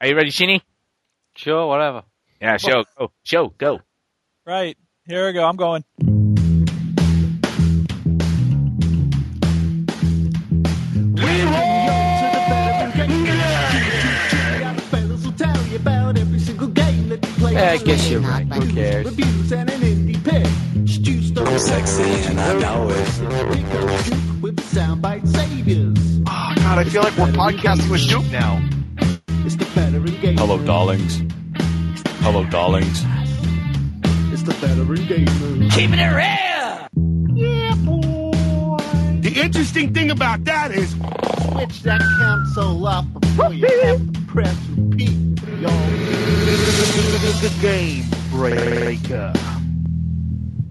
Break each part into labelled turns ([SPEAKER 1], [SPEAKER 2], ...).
[SPEAKER 1] Are you ready, Shinny?
[SPEAKER 2] Sure, whatever.
[SPEAKER 1] Yeah, show, go, show, go.
[SPEAKER 3] Right. Here we go. I'm going.
[SPEAKER 4] I guess you're right. Who cares?
[SPEAKER 5] I'm sexy and I know it.
[SPEAKER 6] Oh, God, I feel like we're podcasting with Duke now.
[SPEAKER 5] Hello, darlings. Hello, darlings.
[SPEAKER 7] It's the veteran gamer.
[SPEAKER 8] The interesting thing about that is
[SPEAKER 7] Switch that console off before you have to press repeat, y'all.
[SPEAKER 6] Game breaker.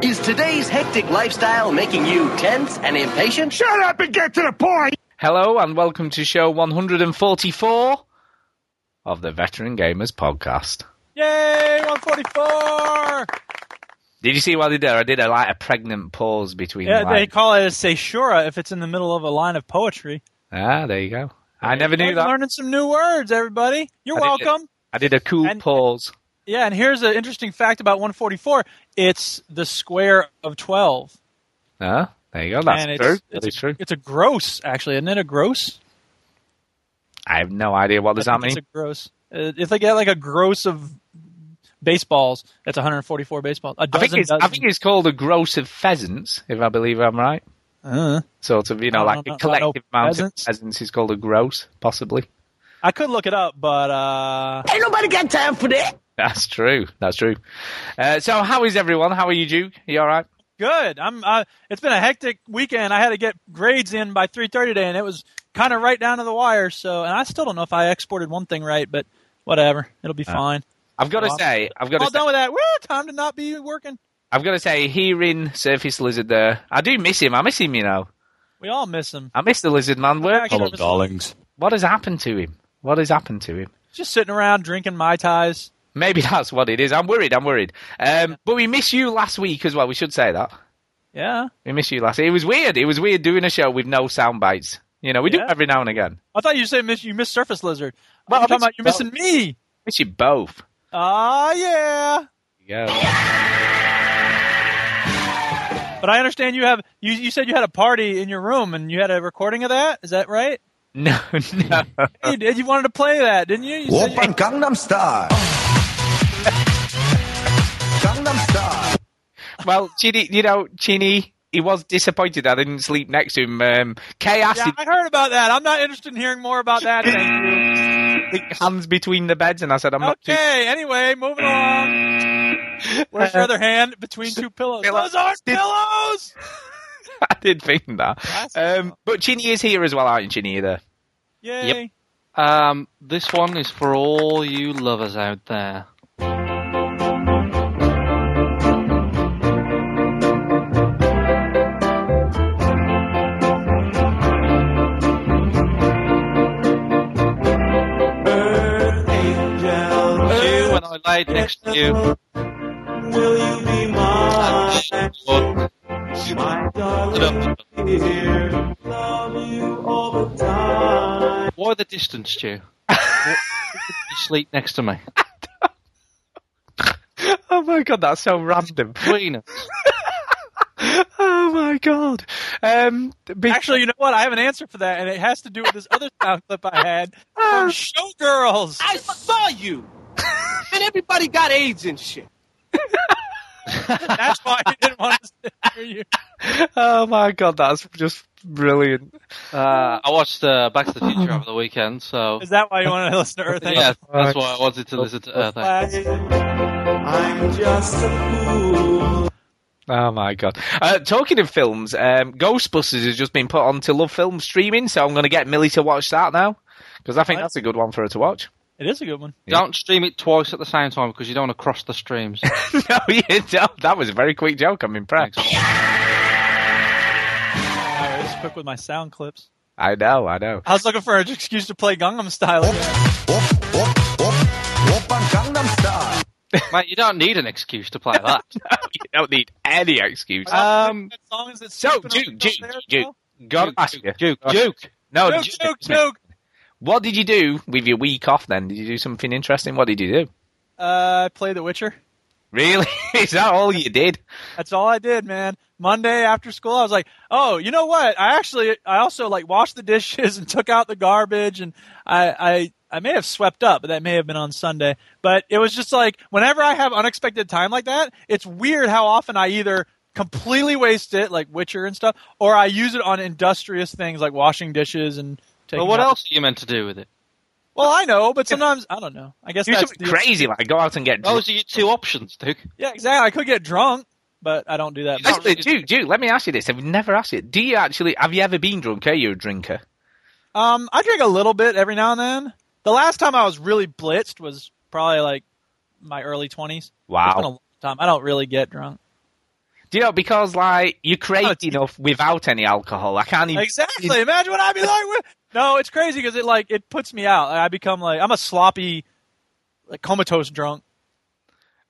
[SPEAKER 9] Is today's hectic lifestyle making you tense and impatient?
[SPEAKER 8] shut up and get to the point.
[SPEAKER 1] Hello and welcome to show 144 of the Veteran Gamers podcast.
[SPEAKER 3] Yay! 144.
[SPEAKER 1] Did you see what I did there? I did a like a pregnant pause between.
[SPEAKER 3] Yeah, they
[SPEAKER 1] lines.
[SPEAKER 3] call it a seishura if it's in the middle of a line of poetry.
[SPEAKER 1] ah, there you go. I never knew
[SPEAKER 3] We're
[SPEAKER 1] that.
[SPEAKER 3] Learning some new words, everybody. You're
[SPEAKER 1] I did it.
[SPEAKER 3] welcome.
[SPEAKER 1] I did a cool
[SPEAKER 3] And-
[SPEAKER 1] pause.
[SPEAKER 3] Yeah, and here's an interesting fact about 144. It's the square of 12.
[SPEAKER 1] Ah, there you go. That's
[SPEAKER 3] and it's,
[SPEAKER 1] true.
[SPEAKER 3] It's,
[SPEAKER 1] That is true.
[SPEAKER 3] It's a gross, actually. Isn't it a gross?
[SPEAKER 1] I have no idea what does
[SPEAKER 3] I
[SPEAKER 1] that
[SPEAKER 3] think
[SPEAKER 1] mean.
[SPEAKER 3] It's a gross. Uh, If they get like a gross of baseballs, that's 144 baseballs. A
[SPEAKER 1] I think
[SPEAKER 3] dozen.
[SPEAKER 1] it's I
[SPEAKER 3] dozen.
[SPEAKER 1] think it's called a gross of pheasants, if I believe I'm right.
[SPEAKER 3] Uh,
[SPEAKER 1] Sort of, you know,
[SPEAKER 3] No,
[SPEAKER 1] like a
[SPEAKER 3] no, no,
[SPEAKER 1] collective
[SPEAKER 3] no,
[SPEAKER 1] amount
[SPEAKER 3] pheasants.
[SPEAKER 1] of pheasants is called a gross, possibly.
[SPEAKER 3] I could look it up, but uh,
[SPEAKER 4] Ain't nobody got time for that.
[SPEAKER 1] That's true. That's true. Uh, so, how is everyone? How are you, Duke? You all right?
[SPEAKER 3] good. I'm. Uh, it's been a hectic weekend. I had to get grades in by 3:30 today, and it was kind of right down to the wire. So, and I still don't know if I exported one thing right, but whatever, it'll be fine.
[SPEAKER 1] I've got to
[SPEAKER 3] Well,
[SPEAKER 1] say, I've got to
[SPEAKER 3] All
[SPEAKER 1] say,
[SPEAKER 3] done with that. Woo! Time to not be working.
[SPEAKER 1] I've got to say, hearing Surface Lizard there, I do miss him. I miss him, you know.
[SPEAKER 3] We all miss him.
[SPEAKER 1] I miss the Lizard Man. Where,
[SPEAKER 3] Actually,
[SPEAKER 5] Hello,
[SPEAKER 3] I'm just-
[SPEAKER 5] darlings.
[SPEAKER 1] what has happened to him? What has happened to him?
[SPEAKER 3] Just sitting around drinking mai tais.
[SPEAKER 1] Maybe that's what it is. I'm worried. I'm worried. Um, but we miss you last week as well. We should say that.
[SPEAKER 3] Yeah.
[SPEAKER 1] We miss you last. It was weird. It was weird doing a show with no sound bites. You know, we do
[SPEAKER 3] Yeah.
[SPEAKER 1] it every now and again.
[SPEAKER 3] I thought you said miss, you missed Surface Lizard.
[SPEAKER 1] Well,
[SPEAKER 3] Well, I'm
[SPEAKER 1] I
[SPEAKER 3] talking about
[SPEAKER 1] missed
[SPEAKER 3] you're missing me.
[SPEAKER 1] Miss you both.
[SPEAKER 3] Ah, yeah.
[SPEAKER 1] Yeah.
[SPEAKER 3] But I understand you have you, you said you had a party in your room and you had a recording of that. Is that right?
[SPEAKER 1] No, no.
[SPEAKER 3] You did. You wanted to play that, didn't you? You said you-
[SPEAKER 5] Gangnam Style. Gangnam Style.
[SPEAKER 1] well, Chini, you know, Chini, he was disappointed I didn't sleep next to him. Um, chaos
[SPEAKER 3] yeah, I heard about that. I'm not interested in hearing more about that. Thank you.
[SPEAKER 1] is hands between the beds, and I said, I'm not too
[SPEAKER 3] Okay. Anyway, moving along. Where's
[SPEAKER 4] Uh,
[SPEAKER 3] your other hand between two pillows?
[SPEAKER 1] Pillows.
[SPEAKER 3] Those aren't pillows.
[SPEAKER 1] I did think that.
[SPEAKER 3] That's-
[SPEAKER 1] Um, but Chini is here as well, aren't you, Chini? There.
[SPEAKER 3] Yay.
[SPEAKER 1] Yep.
[SPEAKER 2] Um, this one is for all you lovers out there. You when I laid next to you. Will you be mine? Why the distance, Stu? Why would you sleep next to me.
[SPEAKER 1] Oh my god, that's so random.
[SPEAKER 2] Between us.
[SPEAKER 1] Oh my god. Um, be-
[SPEAKER 3] Actually, you know what? I have an answer for that, and it has to do with this other sound clip I had from Showgirls.
[SPEAKER 4] Ah. I saw you. And everybody got AIDS and shit.
[SPEAKER 3] That's why I didn't want to hear you.
[SPEAKER 1] oh my god, that's just brilliant.
[SPEAKER 2] Uh, I watched uh, Back to the Future over the weekend, so
[SPEAKER 3] Is that why you wanted to listen to Earth? Angel?
[SPEAKER 2] yeah, that's why I wanted to listen to Earth. Angel.
[SPEAKER 1] Oh my god. Uh, talking of films, um, Ghostbusters has just been put onto Love Film streaming, so I'm going to get Millie to watch that now because I think
[SPEAKER 3] Right.
[SPEAKER 1] that's a good one for her to watch.
[SPEAKER 3] It is a good one.
[SPEAKER 2] Don't stream it twice at the same time because you don't want to cross the streams.
[SPEAKER 1] no, you don't. That was a very quick joke. I'm impressed.
[SPEAKER 3] I was quick with my sound clips.
[SPEAKER 1] I know. I know.
[SPEAKER 3] I was looking for an excuse to play Gangnam Style.
[SPEAKER 5] Whoop, whoop, whoop. Whoop on Gangnam Style.
[SPEAKER 2] Mate, you don't need an excuse to play that.
[SPEAKER 1] you don't need any excuse.
[SPEAKER 2] Um,
[SPEAKER 3] That song is it's
[SPEAKER 1] so,
[SPEAKER 3] sleeping on
[SPEAKER 1] Duke,
[SPEAKER 3] the
[SPEAKER 1] Duke,
[SPEAKER 3] stairs,
[SPEAKER 1] Duke,
[SPEAKER 3] though?
[SPEAKER 1] God,
[SPEAKER 2] Oh, Duke, Duke, Duke.
[SPEAKER 1] No,
[SPEAKER 3] Duke, Duke, Duke.
[SPEAKER 1] What did you do with your week off then? Did you do something interesting? What did you do?
[SPEAKER 3] Uh, I played The Witcher.
[SPEAKER 1] Really? Is that all you did?
[SPEAKER 3] That's all I did, man. Monday after school, I was like, "Oh, you know what? I actually, I also like washed the dishes and took out the garbage, and I, I, I may have swept up, but that may have been on Sunday. But it was just like whenever I have unexpected time like that, it's weird how often I either completely waste it, like Witcher and stuff, or I use it on industrious things like washing dishes and taking.
[SPEAKER 2] But what
[SPEAKER 3] out-
[SPEAKER 2] else are you meant to do with it?
[SPEAKER 3] Well, I know, but sometimes I don't know. I guess
[SPEAKER 1] Do
[SPEAKER 3] that's
[SPEAKER 1] something
[SPEAKER 3] the-
[SPEAKER 1] crazy, like go out and get.
[SPEAKER 2] Oh,
[SPEAKER 1] drunk.
[SPEAKER 2] so you get two options, Duke.
[SPEAKER 3] Yeah, exactly. I could get drunk, but I don't do that.
[SPEAKER 2] That's-
[SPEAKER 1] Actually, Duke, Duke, let me ask you this. I've never asked it. Do you actually have you ever been drunk? Are you a drinker?
[SPEAKER 3] Um, I drink a little bit every now and then. The last time I was really blitzed was probably like my early twenties. It's been a
[SPEAKER 1] Wow.
[SPEAKER 3] long time. I don't really get drunk.
[SPEAKER 1] Do you know because like you're crazy
[SPEAKER 3] it's-
[SPEAKER 1] enough without any alcohol? I can't even.
[SPEAKER 3] Exactly. Imagine what I'd be like. With... No, it's crazy because it like it puts me out. I become like I'm a sloppy, like comatose drunk.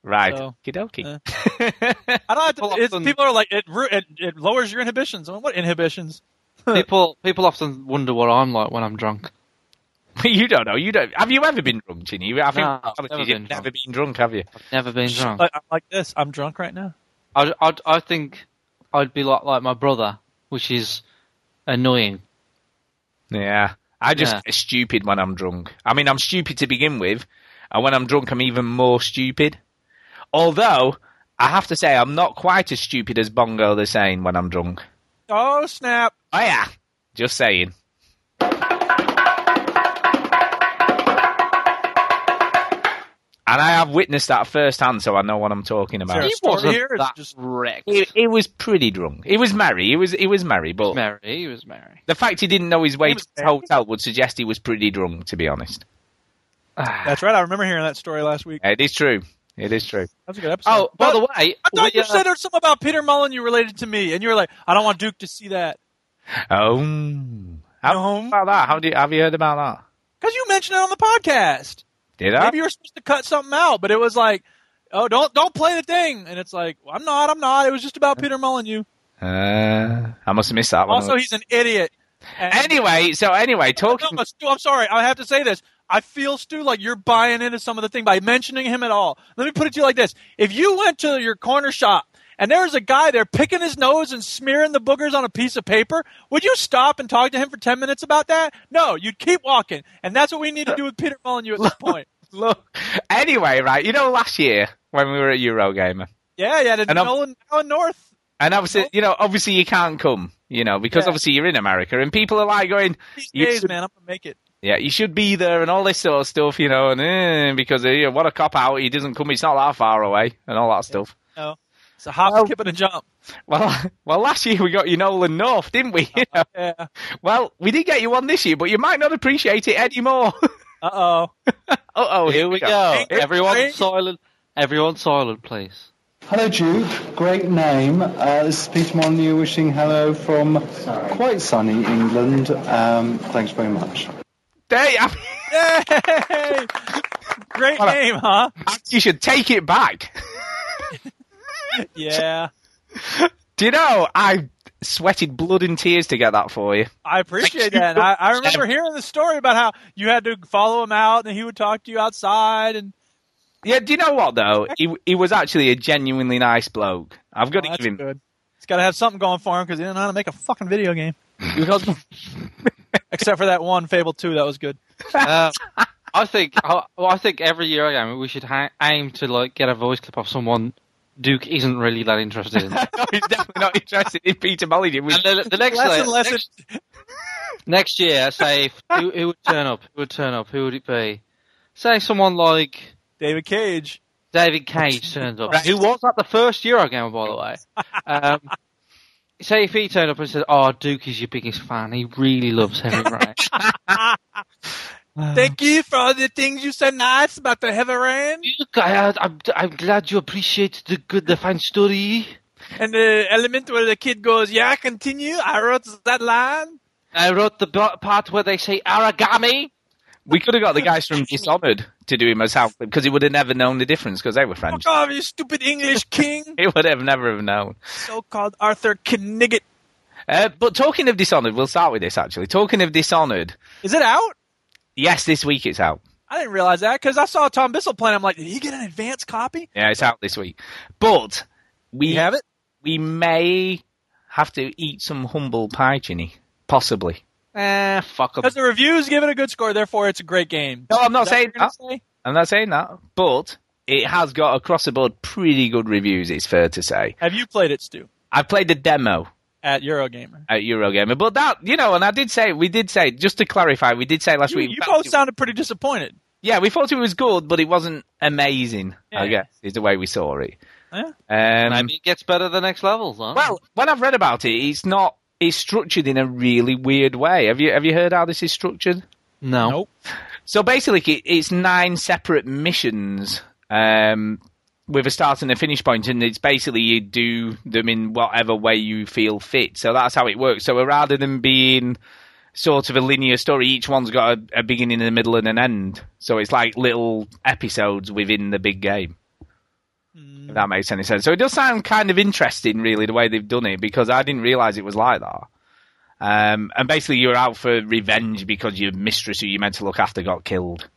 [SPEAKER 1] Right.
[SPEAKER 3] So,
[SPEAKER 1] Kidoki.
[SPEAKER 3] I don't have
[SPEAKER 2] People
[SPEAKER 3] to. It's,
[SPEAKER 2] often-
[SPEAKER 3] people are like it, ru- it. It lowers your inhibitions. I'm like, what inhibitions?
[SPEAKER 2] People people often wonder what I'm like when I'm drunk.
[SPEAKER 1] you don't know. You don't. Have you ever been drunk, Ginny? I think
[SPEAKER 2] No, I've
[SPEAKER 1] honestly,
[SPEAKER 2] never
[SPEAKER 1] you've
[SPEAKER 2] been
[SPEAKER 1] never
[SPEAKER 2] drunk.
[SPEAKER 1] been drunk, have you?
[SPEAKER 2] Never been drunk.
[SPEAKER 3] Like, I'm like this. I'm drunk right now.
[SPEAKER 2] I'd, I'd, I think I'd be like like my brother, which is annoying.
[SPEAKER 1] Yeah. I just
[SPEAKER 2] Yeah.
[SPEAKER 1] get stupid when I'm drunk. I mean, I'm stupid to begin with, and when I'm drunk, I'm even more stupid. Although I have to say, I'm not quite as stupid as Bongo the saying when I'm drunk.
[SPEAKER 3] Oh snap!
[SPEAKER 1] Oh yeah, just saying. And I have witnessed that firsthand, so I know what I'm talking about.
[SPEAKER 3] Sure.
[SPEAKER 2] He
[SPEAKER 3] story
[SPEAKER 2] wasn't
[SPEAKER 3] here is
[SPEAKER 2] that
[SPEAKER 3] just-
[SPEAKER 2] wrecked.
[SPEAKER 1] He, he was pretty drunk. He was merry. He was he was merry, but
[SPEAKER 2] Mary, he was Mary.
[SPEAKER 1] the fact he didn't know his way
[SPEAKER 3] He
[SPEAKER 1] to
[SPEAKER 3] was
[SPEAKER 1] the
[SPEAKER 3] merry.
[SPEAKER 1] hotel would suggest he was pretty drunk. To be honest,
[SPEAKER 3] That's right. I remember hearing that story last week.
[SPEAKER 1] it is true. It is true.
[SPEAKER 3] That was a good episode.
[SPEAKER 2] Oh, by
[SPEAKER 3] But-
[SPEAKER 2] the way,
[SPEAKER 3] I thought
[SPEAKER 2] we,
[SPEAKER 3] you
[SPEAKER 2] uh,
[SPEAKER 3] said there's something about Peter Mullen you related to me, and you were like, I don't want Duke to see that.
[SPEAKER 1] Oh, how
[SPEAKER 3] No.
[SPEAKER 1] about that? How do you, have you heard about that?
[SPEAKER 3] Because you mentioned it on the podcast.
[SPEAKER 1] Did I?
[SPEAKER 3] Maybe you were supposed to cut something out, but it was like, oh, don't don't play the thing. And it's like, well, I'm not, I'm not. It was just about Peter Mullen you.
[SPEAKER 1] Uh, I must have missed that one.
[SPEAKER 3] Also, he's an idiot. And-
[SPEAKER 1] anyway, so anyway,
[SPEAKER 3] No,
[SPEAKER 1] talking.
[SPEAKER 3] but Stu, I'm sorry. I have to say this. I feel, Stu, like you're buying into some of the thing by mentioning him at all. Let me put it to you like this. If you went to your corner shop and there was a guy there picking his nose and smearing the boogers on a piece of paper, would you stop and talk to him for 10 minutes about that? No, you'd keep walking. And that's what we need to do with Peter Molyneux at this point.
[SPEAKER 1] Look, anyway, right, you know last year when we were at Eurogamer,
[SPEAKER 3] Yeah, yeah, to
[SPEAKER 1] And I'm-
[SPEAKER 3] Nolan, Nolan North.
[SPEAKER 1] and obviously,
[SPEAKER 3] Nope.
[SPEAKER 1] you know, obviously you can't come, you know, because
[SPEAKER 3] Oh. Yeah.
[SPEAKER 1] obviously you're in America, and people are like going,
[SPEAKER 3] These
[SPEAKER 1] You
[SPEAKER 3] days,
[SPEAKER 1] should-
[SPEAKER 3] man, I'm going to make it.
[SPEAKER 1] yeah, you should be there, and all this sort of stuff, you know, and eh, because you know, what a cop out, he doesn't come, it's not that far away, and all that stuff.
[SPEAKER 3] It's a hop,
[SPEAKER 1] Well-
[SPEAKER 3] skip, and a jump.
[SPEAKER 1] Well, well, last year we got you Nolan North, didn't we? You know,
[SPEAKER 3] Yeah.
[SPEAKER 1] well, we did get you one this year, but you might not appreciate it anymore. uh
[SPEAKER 3] Uh-oh.
[SPEAKER 1] oh,
[SPEAKER 2] Here we go.
[SPEAKER 3] Hey,
[SPEAKER 2] Everyone
[SPEAKER 3] hey.
[SPEAKER 2] silent. Everyone silent, please.
[SPEAKER 10] Hello, Duke. Great name. Uh, this is Peter Molyneux wishing hello from quite sunny England. Um, thanks very much.
[SPEAKER 1] There you,
[SPEAKER 3] Yay! Great
[SPEAKER 1] What a-
[SPEAKER 3] name, huh?
[SPEAKER 1] you should take it back.
[SPEAKER 3] Yeah.
[SPEAKER 1] Do you know I sweated blood and tears to get that for you?
[SPEAKER 3] I appreciate that. And I, I remember hearing the story about how you had to follow him out and he would talk to you outside and
[SPEAKER 1] Yeah, do you know what though? He he was actually a genuinely nice bloke. I've got
[SPEAKER 3] Oh,
[SPEAKER 1] to
[SPEAKER 3] that's
[SPEAKER 1] give him
[SPEAKER 3] good. He's got to have something going for him because he didn't know how to make a fucking video game.
[SPEAKER 1] because
[SPEAKER 3] Except for that one Fable Two, that was good.
[SPEAKER 2] Um, I think I, well, I think every year I am. We should ha- aim to like get a voice clip of someone Duke isn't really that interested in. and
[SPEAKER 1] no, he's definitely not interested in Peter Molyneux. We-
[SPEAKER 2] the, the next,
[SPEAKER 3] Lesson,
[SPEAKER 2] year,
[SPEAKER 3] lesson.
[SPEAKER 2] next next year, say if- who, who would turn up? Who would turn up? Who would it be? Say someone like
[SPEAKER 3] David Cage.
[SPEAKER 2] David Cage turns up. Who was that the first Eurogamer, by the way? Um, say if he turned up and said, "Oh, Duke is your biggest fan. He really loves Heavy Rain."
[SPEAKER 3] Thank you for all the things you said nice about the heavy rain
[SPEAKER 2] Duke, I, I'm, I'm glad you appreciate the good, the fan story.
[SPEAKER 3] and the element where the kid goes, "Yeah, continue." I wrote that line.
[SPEAKER 2] I wrote the bo- part where they say origami.
[SPEAKER 1] we could have got the guys from Dishonored to do him as Hal because he would have never known the difference because they were French.
[SPEAKER 3] Fuck off, you stupid English king,
[SPEAKER 1] He would have never have known.
[SPEAKER 3] so-called Arthur Knigget.
[SPEAKER 1] Uh, but talking of Dishonored, we'll start with this actually. Talking of Dishonored,
[SPEAKER 3] Is it out?
[SPEAKER 1] Yes, this week it's out.
[SPEAKER 3] I didn't realize that because I saw Tom Bissell playing. I'm like, did he get an advance copy?
[SPEAKER 1] Yeah, it's out this week. But we have it. We may have to eat some humble pie, Ginny. Possibly.
[SPEAKER 2] Eh, fuck up.
[SPEAKER 3] Because the reviews give it a good score, therefore it's a great game.
[SPEAKER 1] No, I'm not saying
[SPEAKER 3] You're gonna
[SPEAKER 1] that.
[SPEAKER 3] say?
[SPEAKER 1] I'm not saying that. But it has got across the board pretty good reviews. It's fair to say.
[SPEAKER 3] Have you played it, Stu,
[SPEAKER 1] I played the demo
[SPEAKER 3] at Eurogamer?
[SPEAKER 1] at Eurogamer, but that you know, and I did say we did say just to clarify, we did say last
[SPEAKER 3] You,
[SPEAKER 1] week.
[SPEAKER 3] you
[SPEAKER 1] that
[SPEAKER 3] both
[SPEAKER 1] it-
[SPEAKER 3] sounded pretty disappointed.
[SPEAKER 1] yeah, we thought it was good, but it wasn't amazing. I
[SPEAKER 3] Yeah.
[SPEAKER 1] guess is the way we saw it.
[SPEAKER 3] Yeah.
[SPEAKER 1] Um,
[SPEAKER 2] Maybe it gets better the next level, though.
[SPEAKER 1] Well, when I've read about it, it's not. It's structured in a really weird way. Have you have you heard how this is structured?
[SPEAKER 2] no.
[SPEAKER 3] Nope.
[SPEAKER 1] So basically, it- it's nine separate missions um, with a start and a finish point, and it's basically you do them in whatever way you feel fit. So that's how it works. So rather than being sort of a linear story, each one's got a, a beginning, a middle, and an end. So it's like little episodes within the big game. If that makes any sense. So it does sound kind of interesting, really, the way they've done it, because I didn't realize it was like that. Um, and basically, you're out for revenge because your mistress, who you meant to look after, got killed.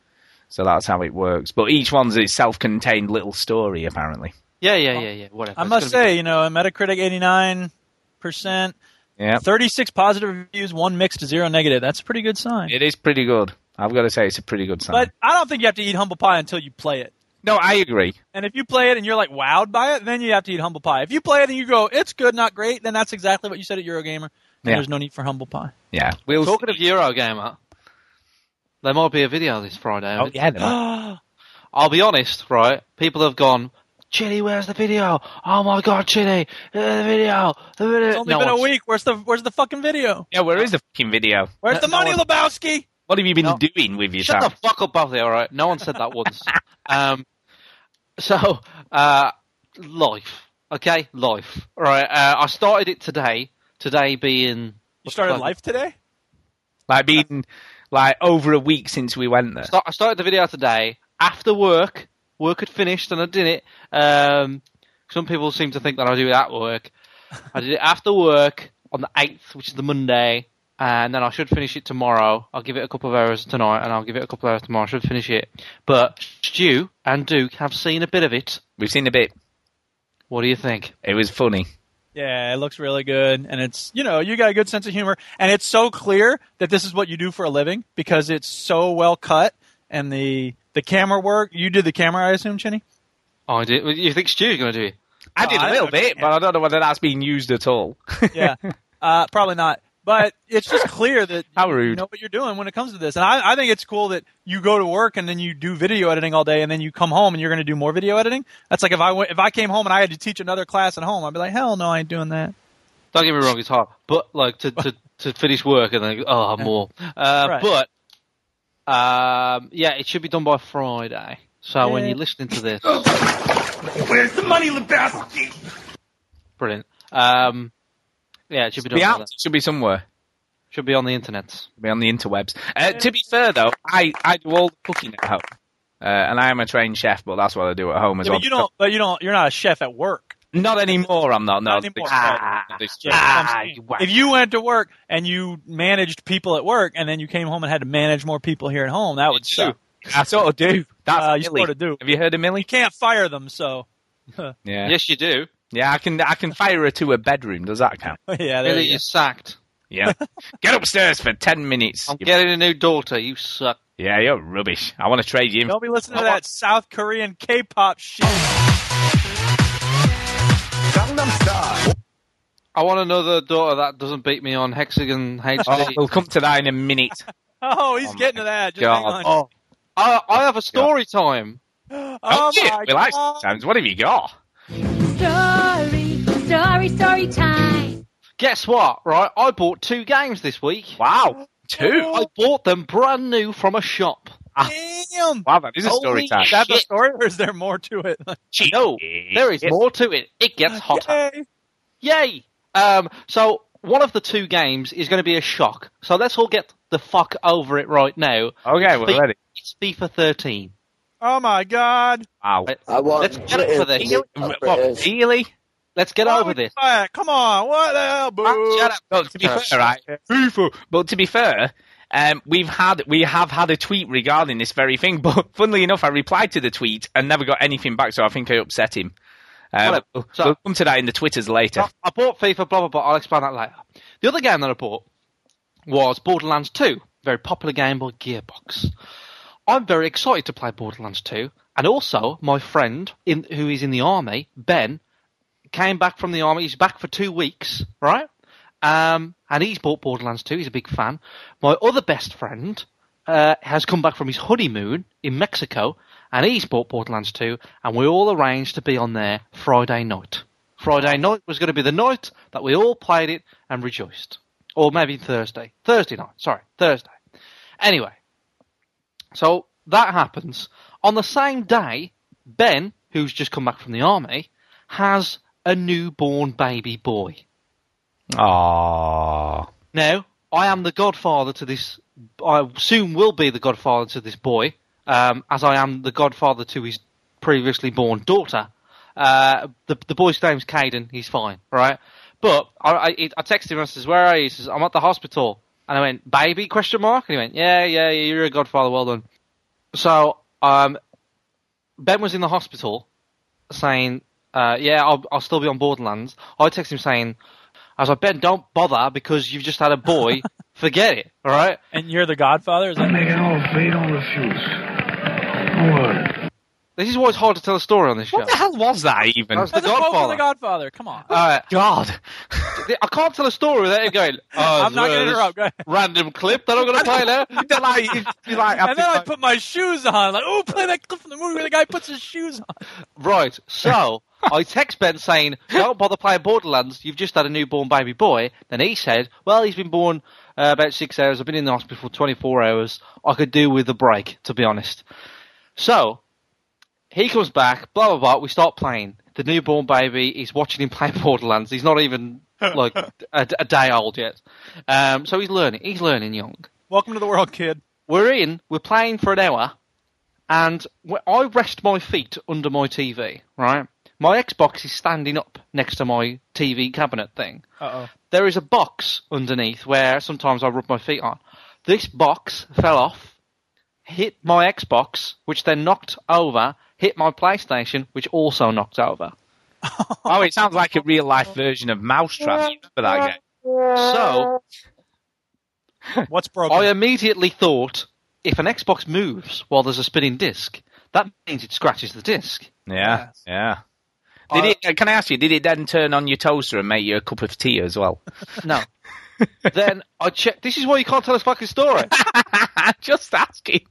[SPEAKER 1] So that's how it works. But each one's a self-contained little story, apparently.
[SPEAKER 2] Yeah, yeah, yeah, yeah. Whatever.
[SPEAKER 3] I
[SPEAKER 2] It's
[SPEAKER 3] must
[SPEAKER 2] gonna be-
[SPEAKER 3] say, you know, a Metacritic 89 percent,
[SPEAKER 1] Yeah,
[SPEAKER 3] 36 positive reviews, one mixed, zero negative. That's a pretty good sign.
[SPEAKER 1] it uh, is pretty good. I've got to say, it's a pretty good sign.
[SPEAKER 3] but I don't think you have to eat humble pie until you play it.
[SPEAKER 1] no, I agree.
[SPEAKER 3] And if you play it and you're like wowed by it, then you have to eat humble pie. If you play it and you go, it's good, not great, then that's exactly what you said at Eurogamer. And
[SPEAKER 1] Yeah.
[SPEAKER 3] there's no need for humble pie.
[SPEAKER 1] Yeah, we'll.
[SPEAKER 2] Talking of Eurogamer, there might be a video this Friday. of
[SPEAKER 1] oh
[SPEAKER 2] it.
[SPEAKER 1] yeah, there might-
[SPEAKER 2] I'll be honest, right? People have gone, Chitty, where's the video? Oh my god, Chitty, the video, the video.
[SPEAKER 3] It's only
[SPEAKER 2] No
[SPEAKER 3] been a
[SPEAKER 2] one's-
[SPEAKER 3] week. Where's the where's the fucking video?
[SPEAKER 1] yeah. Where is the fucking video?
[SPEAKER 3] Where's
[SPEAKER 2] No-
[SPEAKER 3] the
[SPEAKER 2] no
[SPEAKER 3] money,
[SPEAKER 2] one-
[SPEAKER 3] Lebowski?
[SPEAKER 1] What have you been
[SPEAKER 2] No.
[SPEAKER 1] doing with your
[SPEAKER 2] Shut
[SPEAKER 1] time?
[SPEAKER 2] the fuck up, both of you, alright? No one said that once. um, so, uh, life. Okay? Life. Alright, uh, I started it today. Today being.
[SPEAKER 3] You started
[SPEAKER 2] What's-
[SPEAKER 3] life today?
[SPEAKER 1] like being like over a week since we went there.
[SPEAKER 2] Start, I started the video today after work. Work had finished and I did it. Um, some people seem to think that I do it at work. I did it after work on the 8th, which is the Monday, and then I should finish it tomorrow. I'll give it a couple of hours tonight and I'll give it a couple of hours tomorrow. I should finish it. But Stu and Duke have seen a bit of it.
[SPEAKER 1] We've seen a bit.
[SPEAKER 2] What do you think?
[SPEAKER 1] It was funny.
[SPEAKER 3] Yeah, it looks really good, and it's you know you got a good sense of humor, and it's so clear that this is what you do for a living because it's so well cut, and the the camera work you did the camera, I assume, Chinny.
[SPEAKER 2] I did. well, Oh, You think Stu's going to do it?
[SPEAKER 1] I did
[SPEAKER 3] I
[SPEAKER 1] a little
[SPEAKER 3] don't know.
[SPEAKER 1] bit, but I don't know whether that's been used at all.
[SPEAKER 3] Yeah, uh, probably not, but it's just clear that
[SPEAKER 1] How
[SPEAKER 3] you
[SPEAKER 1] rude.
[SPEAKER 3] know what you're doing when it comes to this, and I, I think it's cool that you go to work and then you do video editing all day, and then you come home and you're going to do more video editing. That's like if I went, if I came home and I had to teach another class at home, I'd be like, hell no, I ain't doing that.
[SPEAKER 2] Don't get me wrong, it's hard, but like to to, to finish work and then oh more. Uh,
[SPEAKER 3] Right.
[SPEAKER 2] But um, yeah, it should be done by Friday. So when
[SPEAKER 3] Yeah.
[SPEAKER 2] you're listening to this,
[SPEAKER 8] Where's the money, Lebowski?
[SPEAKER 2] brilliant. Um, yeah, it should be done.
[SPEAKER 1] The
[SPEAKER 2] By
[SPEAKER 1] app
[SPEAKER 2] that.
[SPEAKER 1] should be somewhere.
[SPEAKER 2] Should be on the internet.
[SPEAKER 1] Should be on the interwebs. Uh, to be fair, though, I, I do all the cooking at home. Uh, and I am a trained chef, but that's what I do at home as
[SPEAKER 3] Yeah,
[SPEAKER 1] well.
[SPEAKER 3] but you don't, but you don't, you're not a chef at work.
[SPEAKER 1] Not anymore, I'm not. No,
[SPEAKER 3] Not anymore.
[SPEAKER 1] Ah, this-
[SPEAKER 3] Yeah, that's what I'm
[SPEAKER 2] Ah,
[SPEAKER 3] saying.
[SPEAKER 2] you whack.
[SPEAKER 3] if you went to work and you managed people at work, and then you came home and had to manage more people here at home, that would
[SPEAKER 1] do.
[SPEAKER 3] suck.
[SPEAKER 1] I sort of do. That's
[SPEAKER 3] Uh, Ah. you
[SPEAKER 1] Millie.
[SPEAKER 3] sort of do.
[SPEAKER 1] Have you heard of Millie?
[SPEAKER 3] You can't fire them, so
[SPEAKER 1] Yeah.
[SPEAKER 2] Yes, you do.
[SPEAKER 1] Yeah, I can I can fire her to her bedroom. Does that count?
[SPEAKER 3] yeah, there
[SPEAKER 2] Billy
[SPEAKER 3] you
[SPEAKER 2] is sacked.
[SPEAKER 1] Yeah. Get upstairs for 10 minutes.
[SPEAKER 2] I'm
[SPEAKER 1] You-
[SPEAKER 2] getting a new daughter. You suck.
[SPEAKER 1] yeah, you're rubbish. I want to trade you in.
[SPEAKER 3] go. Don't be listening to
[SPEAKER 2] I
[SPEAKER 3] that
[SPEAKER 2] want-
[SPEAKER 3] South Korean K-pop shit.
[SPEAKER 5] Gangnam Style.
[SPEAKER 2] I want another daughter that doesn't beat me on Hexagon
[SPEAKER 1] Oh,
[SPEAKER 2] HD.
[SPEAKER 1] we'll come to that in a minute.
[SPEAKER 3] Oh, he's
[SPEAKER 1] Oh, my
[SPEAKER 3] getting to that. Just
[SPEAKER 1] God.
[SPEAKER 3] hang on.
[SPEAKER 2] Oh, I, I have a story time.
[SPEAKER 3] Oh,
[SPEAKER 1] Oh, shit.
[SPEAKER 3] my
[SPEAKER 1] We like
[SPEAKER 3] God.
[SPEAKER 1] sometimes. What have you got?
[SPEAKER 11] Story, story, story time.
[SPEAKER 2] Guess what? Right, I bought two games this week.
[SPEAKER 1] Wow. Two.
[SPEAKER 3] Oh.
[SPEAKER 2] I bought them brand new from a shop.
[SPEAKER 3] Damn.
[SPEAKER 1] Wow, that is a story
[SPEAKER 2] Holy
[SPEAKER 1] time.
[SPEAKER 3] Is that the
[SPEAKER 2] Ah. Oh, shit.
[SPEAKER 3] story, or is there more to it?
[SPEAKER 2] No, there is
[SPEAKER 1] Yes.
[SPEAKER 2] more to it. It gets hotter.
[SPEAKER 3] Yay.
[SPEAKER 2] Yay! Um, so one of the two games is going to be a shock. So let's all get the fuck over it right now.
[SPEAKER 1] Okay, we're
[SPEAKER 2] Fi-
[SPEAKER 1] ready.
[SPEAKER 2] It's FIFA 13.
[SPEAKER 3] Oh my God!
[SPEAKER 1] Wow.
[SPEAKER 2] Right.
[SPEAKER 4] I want
[SPEAKER 2] Let's get over this.
[SPEAKER 4] Really?
[SPEAKER 1] What, really?
[SPEAKER 2] Let's get
[SPEAKER 3] Why
[SPEAKER 2] over
[SPEAKER 3] would you
[SPEAKER 2] this. Ah,
[SPEAKER 3] buy it? Come on! What the hell, boo?
[SPEAKER 2] Shut up.
[SPEAKER 1] Well, to be
[SPEAKER 2] Shut up.
[SPEAKER 1] fair, right? But to be fair, Um, we've had we have had a tweet regarding this very thing, but funnily enough, I replied to the tweet and never got anything back, so I think I upset him. Um,
[SPEAKER 2] Whatever. So-
[SPEAKER 1] we'll come to that in the twitters later.
[SPEAKER 2] I bought FIFA, blah blah blah. I'll explain that later. The other game that I bought was Borderlands 2, very popular game by Gearbox. I'm very excited to play Borderlands 2, and also my friend in, who is in the army, Ben, came back from the army. He's back for two weeks, right? Um, and he's bought Borderlands 2. He's a big fan. My other best friend uh, has come back from his honeymoon in Mexico, and he's bought Borderlands 2. And we all arranged to be on there Friday night. Friday night was going to be the night that we all played it and rejoiced, or maybe Thursday. Thursday night. Sorry, Thursday. Anyway, so that happens. On the same day, Ben, who's just come back from the army, has a newborn baby boy.
[SPEAKER 1] Aww.
[SPEAKER 2] Now, I am the godfather to this. I soon will be the godfather to this boy, um, as I am the godfather to his previously born daughter. Uh, the, the boy's name's Caden. He's fine, right? But I, I, I texted him and I says, "Where are you?" He says, "I'm at the hospital." And I went, "Baby?" Question mark. And he went, "Yeah, yeah, yeah, you're a godfather. Well done." So, um, Ben was in the hospital, saying, uh, "Yeah, I'll, I'll still be on Borderlands." I texted him saying, "I was like, Ben, don't bother because you've just had a boy. Forget it, all right?"
[SPEAKER 3] And you're the Godfather.
[SPEAKER 1] Oh,
[SPEAKER 3] Is that
[SPEAKER 12] They don't refuse. Don't worry.
[SPEAKER 2] This is why it's hard to tell a story on this show.
[SPEAKER 1] What the hell was that even?
[SPEAKER 2] That was the
[SPEAKER 3] That's a quote from
[SPEAKER 2] Godfather.
[SPEAKER 3] the Godfather. Come on.
[SPEAKER 2] Uh,
[SPEAKER 1] God.
[SPEAKER 2] I can't tell a story without him going. Oh,
[SPEAKER 3] I'm not gonna
[SPEAKER 2] this
[SPEAKER 3] interrupt, go ahead.
[SPEAKER 2] Random clip that I'm going to play now.
[SPEAKER 3] and then I put my shoes on. Like, oh, play that clip from the movie where the guy puts his shoes on.
[SPEAKER 2] Right. So I text Ben saying, "Don't bother playing Borderlands. You've just had a newborn baby boy." Then he said, "Well, he's been born uh, about six hours. I've been in the hospital for 24 hours. I could do with a break, to be honest." So he comes back. Blah blah blah. We start playing. The newborn baby is watching him play Borderlands. He's not even like a, a day old yet. Um, so he's learning. He's learning young
[SPEAKER 3] Welcome to the world, kid.
[SPEAKER 2] we're in, we're playing for an hour, and wh- I rest my feet under my TV, right? My Xbox is standing up next to my TV cabinet thing.
[SPEAKER 3] Uh oh.
[SPEAKER 2] There is a box underneath where sometimes I rub my feet on. This box fell off, hit my Xbox, which then knocked over, hit my PlayStation, which also knocked over.
[SPEAKER 1] Oh, it sounds like a real life version of Mousetrap. You remember that game?
[SPEAKER 2] So
[SPEAKER 3] What's broken?
[SPEAKER 2] I immediately thought if an Xbox moves while there's a spinning disc, that means it scratches the disc.
[SPEAKER 1] Yeah, yeah. Did
[SPEAKER 2] I-
[SPEAKER 1] it? uh, Can I ask you? Did it then turn on your toaster and make you a cup of tea as well?
[SPEAKER 2] No. then I check. This is why you can't tell us fucking story.
[SPEAKER 1] Just asking.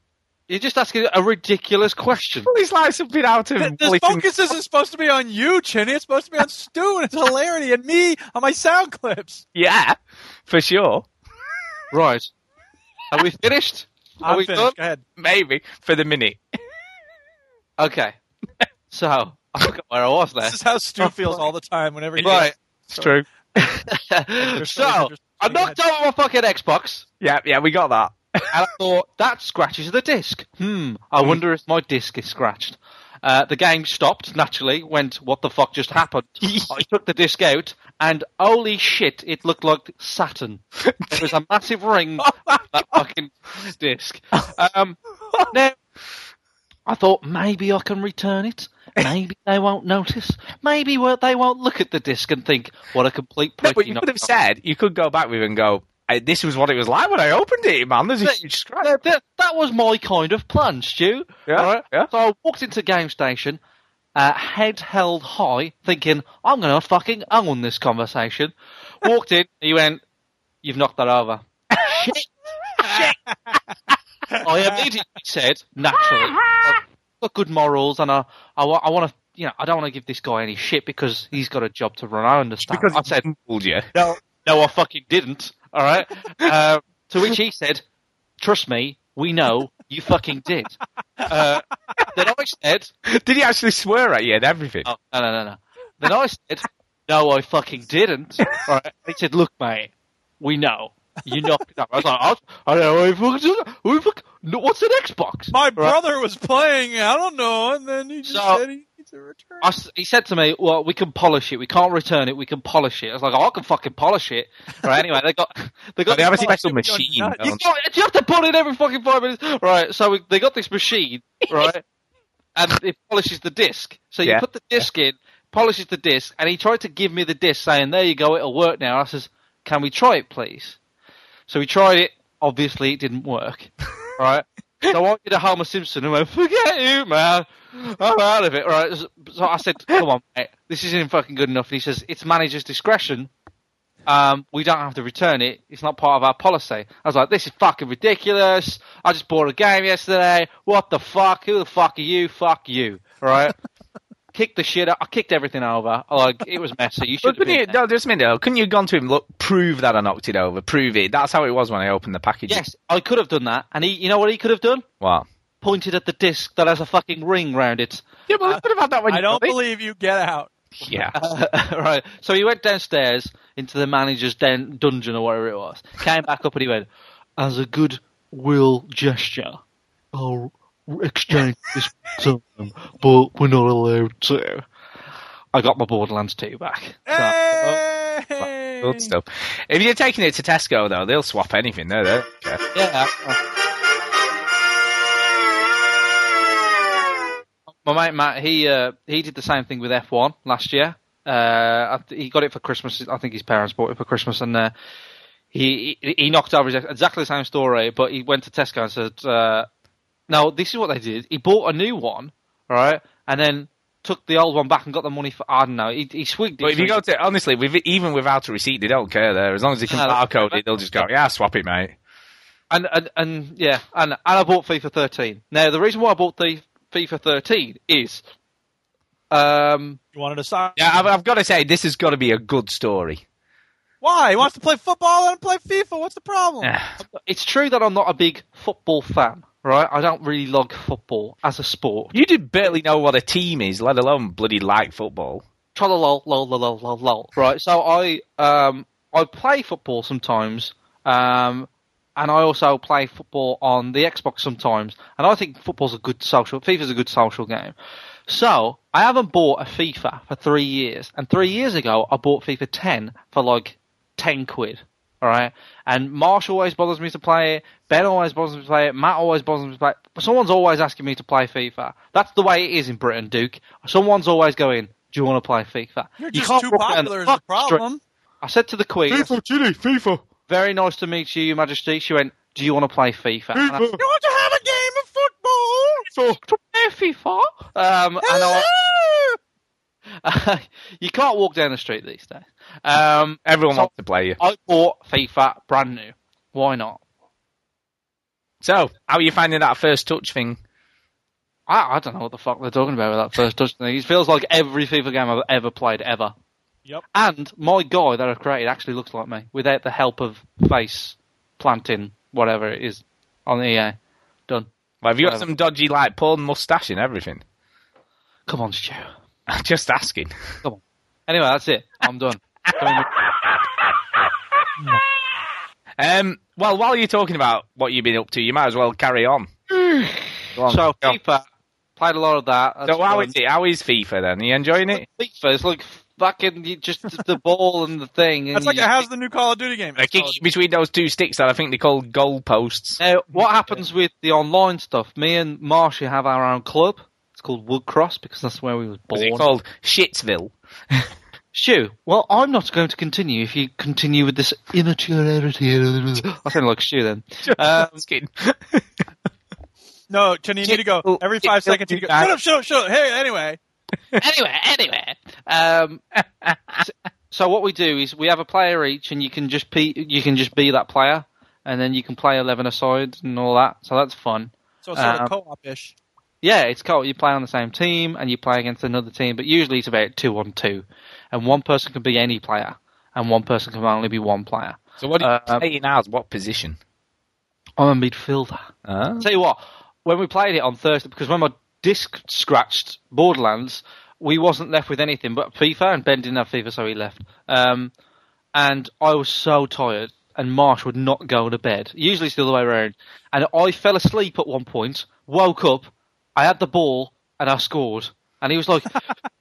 [SPEAKER 2] You're just asking a ridiculous question.
[SPEAKER 1] Well, it's like something out of.
[SPEAKER 3] Th- This focus isn't supposed to be on you, Chinny. It's supposed to be on Stu and it's hilarity and me on my sound clips.
[SPEAKER 1] Yeah, for sure.
[SPEAKER 2] Right. Are we finished? Are
[SPEAKER 3] I'm
[SPEAKER 2] we
[SPEAKER 3] finished.
[SPEAKER 2] done?
[SPEAKER 3] Go ahead.
[SPEAKER 1] Maybe for the minute.
[SPEAKER 2] Okay. So I forgot where I was there.
[SPEAKER 3] This is how Stu feels all the time whenever he
[SPEAKER 2] Right.
[SPEAKER 1] It's true.
[SPEAKER 2] so I knocked over my fucking Xbox,
[SPEAKER 1] Yeah, yeah, we got that.
[SPEAKER 2] and I thought that scratches the disc. Hmm. I wonder if my disc is scratched. Uh, the game stopped naturally. Went, what the fuck just happened? I took the disc out, and holy shit, it looked like Saturn. There was a massive ring on that fucking disc. Um, now, I thought maybe I can return it. Maybe they won't notice. Maybe wo- they won't look at the disc and think, "What a complete
[SPEAKER 1] No,
[SPEAKER 2] prick!"
[SPEAKER 1] but
[SPEAKER 2] he
[SPEAKER 1] you
[SPEAKER 2] knocked
[SPEAKER 1] could have
[SPEAKER 2] out."
[SPEAKER 1] said you could go back with and go. "Hey, This was what it was like when I opened it, man. There's a
[SPEAKER 2] But-
[SPEAKER 1] huge scratch.
[SPEAKER 2] that, that- that was my kind of plan, Stu.
[SPEAKER 1] Yeah,
[SPEAKER 2] Alright?
[SPEAKER 1] yeah.
[SPEAKER 2] So I walked into Game Station, uh, head held high, thinking, I'm going to fucking own this conversation. Walked in, he went, You've knocked that over. Shit. Shit. I immediately said, naturally, I've got good morals, and I, I, wa- I want to. You know, I don't want to give this guy any shit because he's got a job to run. I understand. I said,
[SPEAKER 1] Fooled you.
[SPEAKER 2] no, no, I fucking didn't. All right. Uh, to which he said, "Trust me, we know you fucking did." Uh, then I said,
[SPEAKER 1] Did he actually swear at you and everything?
[SPEAKER 2] oh, "No, no, no, no." Then I said, "No, I fucking didn't." All right. He said, "Look, mate, we know you knocked it up." I was like, "I, I don't know what you fucking did. Who fuck- no, What's an Xbox?"
[SPEAKER 3] My
[SPEAKER 2] All right.
[SPEAKER 3] brother was playing, I don't know, and then he just
[SPEAKER 2] So-
[SPEAKER 3] said he. to return.
[SPEAKER 2] I s he said to me, "Well, we can polish it. We can't return it. We can polish it." I was like, "Oh, I can fucking polish it." Right? Anyway, they got they got.
[SPEAKER 1] They have a
[SPEAKER 2] this polish-
[SPEAKER 1] special machine.
[SPEAKER 2] You,
[SPEAKER 1] don't
[SPEAKER 2] got, you have to put it every fucking five minutes, right? So we, they got this machine, right, and it polishes the disc. So you
[SPEAKER 1] Yeah.
[SPEAKER 2] put the disc in, polishes the disc, and he tried to give me the disc, saying, "There you go, it'll work now." I says, "Can we try it, please?" So we tried it. Obviously, it didn't work, right? So I did a Homer Simpson and went, "Forget you, man." I'm out of it, right? So I said, "Come on, mate, this isn't fucking good enough." And he says, "It's manager's discretion." Um, we don't have to return it. It's not part of our policy. I was like, this is fucking ridiculous. I just bought a game yesterday. What the fuck? Who the fuck are you? Fuck you. All right. kicked the shit out. I kicked everything over. Like, it was messy. You
[SPEAKER 1] Well,
[SPEAKER 2] should have
[SPEAKER 1] couldn't
[SPEAKER 2] been
[SPEAKER 1] you, no, just a minute, though. Couldn't you have gone to him, look, prove that I knocked it over, prove it? That's how it was when I opened the package.
[SPEAKER 2] Yes, I could have done that. And he, you know what he could have done?
[SPEAKER 1] What?
[SPEAKER 2] Pointed at the disc that has a fucking ring round it.
[SPEAKER 1] Yeah, but I could have had that when
[SPEAKER 3] I
[SPEAKER 1] you
[SPEAKER 3] don't
[SPEAKER 1] got it.
[SPEAKER 3] believe you. Get out.
[SPEAKER 1] Yeah.
[SPEAKER 2] right. So he went downstairs into the manager's den- dungeon or whatever it was. Came back up and he went, as a good will gesture, I'll exchange this time, but we're not allowed to. I got my Borderlands 2 back.
[SPEAKER 1] Good stuff. If you're taking it to Tesco, though, they'll swap anything. No, they don't care.
[SPEAKER 2] Yeah. Uh, My mate Matt, he uh, he did the same thing with F1 last year. Uh, I th- he got it for Christmas. I think his parents bought it for Christmas, and uh, he, he he knocked over his, exactly the same story. But he went to Tesco and said, uh, "No, this is what they did. He bought a new one, all right, and then took the old one back and got the money for I don't know. He, he swigged it.
[SPEAKER 1] But if
[SPEAKER 2] so
[SPEAKER 1] you
[SPEAKER 2] he-
[SPEAKER 1] go to, honestly, with, even without a receipt, they don't care there. As long as they can
[SPEAKER 2] No, that's-
[SPEAKER 1] barcode it, they'll just go, yeah, swap it, mate.
[SPEAKER 2] and and, and yeah, and, and I bought FIFA 13. Now the reason why I bought the FIFA 13 is, um,
[SPEAKER 3] You wanted a soccer?
[SPEAKER 1] Yeah, I've, I've got to say, this has got to be a good story.
[SPEAKER 3] Why? He wants to play football and play FIFA. What's the problem?
[SPEAKER 2] it's true that I'm not a big football fan, right? I don't really log football as a sport.
[SPEAKER 1] You did barely know what a team is, let alone bloody like football.
[SPEAKER 2] Trololol, lol, lol, lol, lol, lol. Right. So I um I play football sometimes, um, and I also play football on the Xbox sometimes. And I think football's a good social. FIFA's a good social game. So I haven't bought a FIFA for three years, and three years ago I bought FIFA 10 for like 10 quid. All right. And Marsh always bothers me to play it. Ben always bothers me to play it. Matt always bothers me to play it. But someone's always asking me to play FIFA. That's the way it is in Britain, Duke. Someone's always going, Do you want to play FIFA?
[SPEAKER 3] You're
[SPEAKER 2] You
[SPEAKER 3] just
[SPEAKER 2] can't
[SPEAKER 3] too
[SPEAKER 2] walk down
[SPEAKER 3] popular is
[SPEAKER 2] fuck
[SPEAKER 3] the problem.
[SPEAKER 2] street. I said to the Queen, I said,
[SPEAKER 1] Chile, FIFA.
[SPEAKER 2] Very nice to meet you, Your Majesty. She went, Do you want to play FIFA? And I-
[SPEAKER 3] You want to have a game of football?
[SPEAKER 2] to play FIFA. Um, and I, you can't walk down the street these days. Um,
[SPEAKER 1] Everyone
[SPEAKER 2] So-
[SPEAKER 1] wants to play you.
[SPEAKER 2] I bought FIFA brand new. Why not?
[SPEAKER 1] So, how are you finding that first touch thing?
[SPEAKER 2] I, I don't know what the fuck they're talking about with that first touch thing. It feels like every FIFA game I've ever played ever.
[SPEAKER 3] Yep.
[SPEAKER 2] And my guy that I created actually looks like me without the help of face planting whatever it is on EA. Done.
[SPEAKER 1] Well, have you got
[SPEAKER 2] Whatever.
[SPEAKER 1] some dodgy, like, porn moustache and everything?
[SPEAKER 2] Come on, Stu.
[SPEAKER 1] I'm just asking.
[SPEAKER 2] Come on. Anyway, that's it. I'm done. Don't-
[SPEAKER 1] Um, well, while you're talking about what you've been up to, you might as well carry on. Go on,
[SPEAKER 2] so
[SPEAKER 1] go.
[SPEAKER 2] FIFA played a lot of that. That's
[SPEAKER 1] so how
[SPEAKER 2] fun.
[SPEAKER 1] is it? How is FIFA then? Are you enjoying it?
[SPEAKER 2] FIFA? It's like fucking you just the ball and the thing. And
[SPEAKER 3] That's like
[SPEAKER 2] you
[SPEAKER 3] a How's the new Call of Duty game? Oh,
[SPEAKER 1] I kick between those two sticks that I think they call goalposts.
[SPEAKER 2] Now, what happens with the online stuff? Me and Marsha have our own club. It's called Woodcross because that's where we was
[SPEAKER 1] Is it
[SPEAKER 2] born.
[SPEAKER 1] called Shitsville?
[SPEAKER 2] Shoo. Well, I'm not going to continue if you continue with this immaturity. I sound like Shoo then. Um,
[SPEAKER 1] Asking.
[SPEAKER 3] No, Tony, you need to go. Every five seconds, you need to go. Shut up, shut up, shut up. Hey, anyway.
[SPEAKER 2] anyway, anyway. Um, so, so what we do is we have a player each, and you can just pe- you can just be that player, and then you can play eleven aside and all that. So that's fun.
[SPEAKER 3] So it's sort
[SPEAKER 2] Um,
[SPEAKER 3] of co op ish.
[SPEAKER 2] Yeah, it's cool. You play on the same team and you play against another team, but usually it's about two on two, and one person can be any player, and one person can only be one player.
[SPEAKER 1] So what are you
[SPEAKER 2] Um,
[SPEAKER 1] playing as? What position?
[SPEAKER 2] I'm a midfielder.
[SPEAKER 1] Uh,
[SPEAKER 2] Tell you what, when we played it on Thursday, because when my disc scratched Borderlands, we wasn't left with anything but FIFA, and Ben didn't have FIFA, so he left. Um, and I was so tired, and Marsh would not go to bed. Usually it's the other way around. And I fell asleep at one point, woke up, I had the ball, and I scored. and he was like,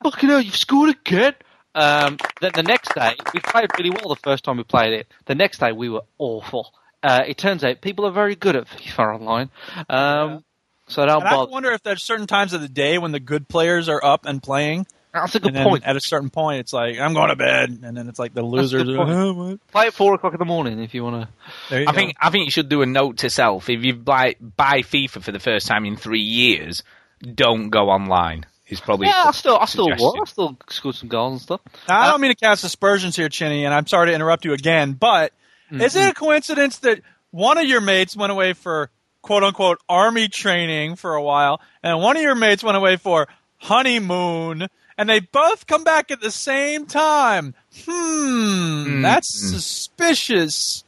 [SPEAKER 2] "Fucking hell, you've scored again." Um, then the next day, we played really well the first time we played it. The next day, we were awful. Uh, it turns out people are very good at FIFA Online, um, so don't
[SPEAKER 3] And I
[SPEAKER 2] bother.
[SPEAKER 3] wonder if there's certain times of the day when the good players are up and playing.
[SPEAKER 2] That's a good
[SPEAKER 3] and then
[SPEAKER 2] point.
[SPEAKER 3] At a certain point, it's like I'm going to bed, and then it's like the
[SPEAKER 2] That's a
[SPEAKER 3] losers.
[SPEAKER 2] good
[SPEAKER 3] Are,
[SPEAKER 2] point.
[SPEAKER 3] "Oh, what?"
[SPEAKER 2] Play at four o'clock in the morning if you want
[SPEAKER 3] to.
[SPEAKER 1] I think I think you should do a note to self. If you buy buy FIFA for the first time in three years, don't go online. Is probably
[SPEAKER 2] Yeah, I still, I still,
[SPEAKER 1] suggestion.
[SPEAKER 2] won. I still scored some goals and stuff.
[SPEAKER 3] Now, I don't mean to cast aspersions here, Chinny, and I'm sorry to interrupt you again, but
[SPEAKER 2] Mm-hmm.
[SPEAKER 3] is it a coincidence that one of your mates went away for quote unquote army training for a while, and one of your mates went away for honeymoon, and they both come back at the same time? Hmm,
[SPEAKER 2] Mm-hmm.
[SPEAKER 3] that's suspicious.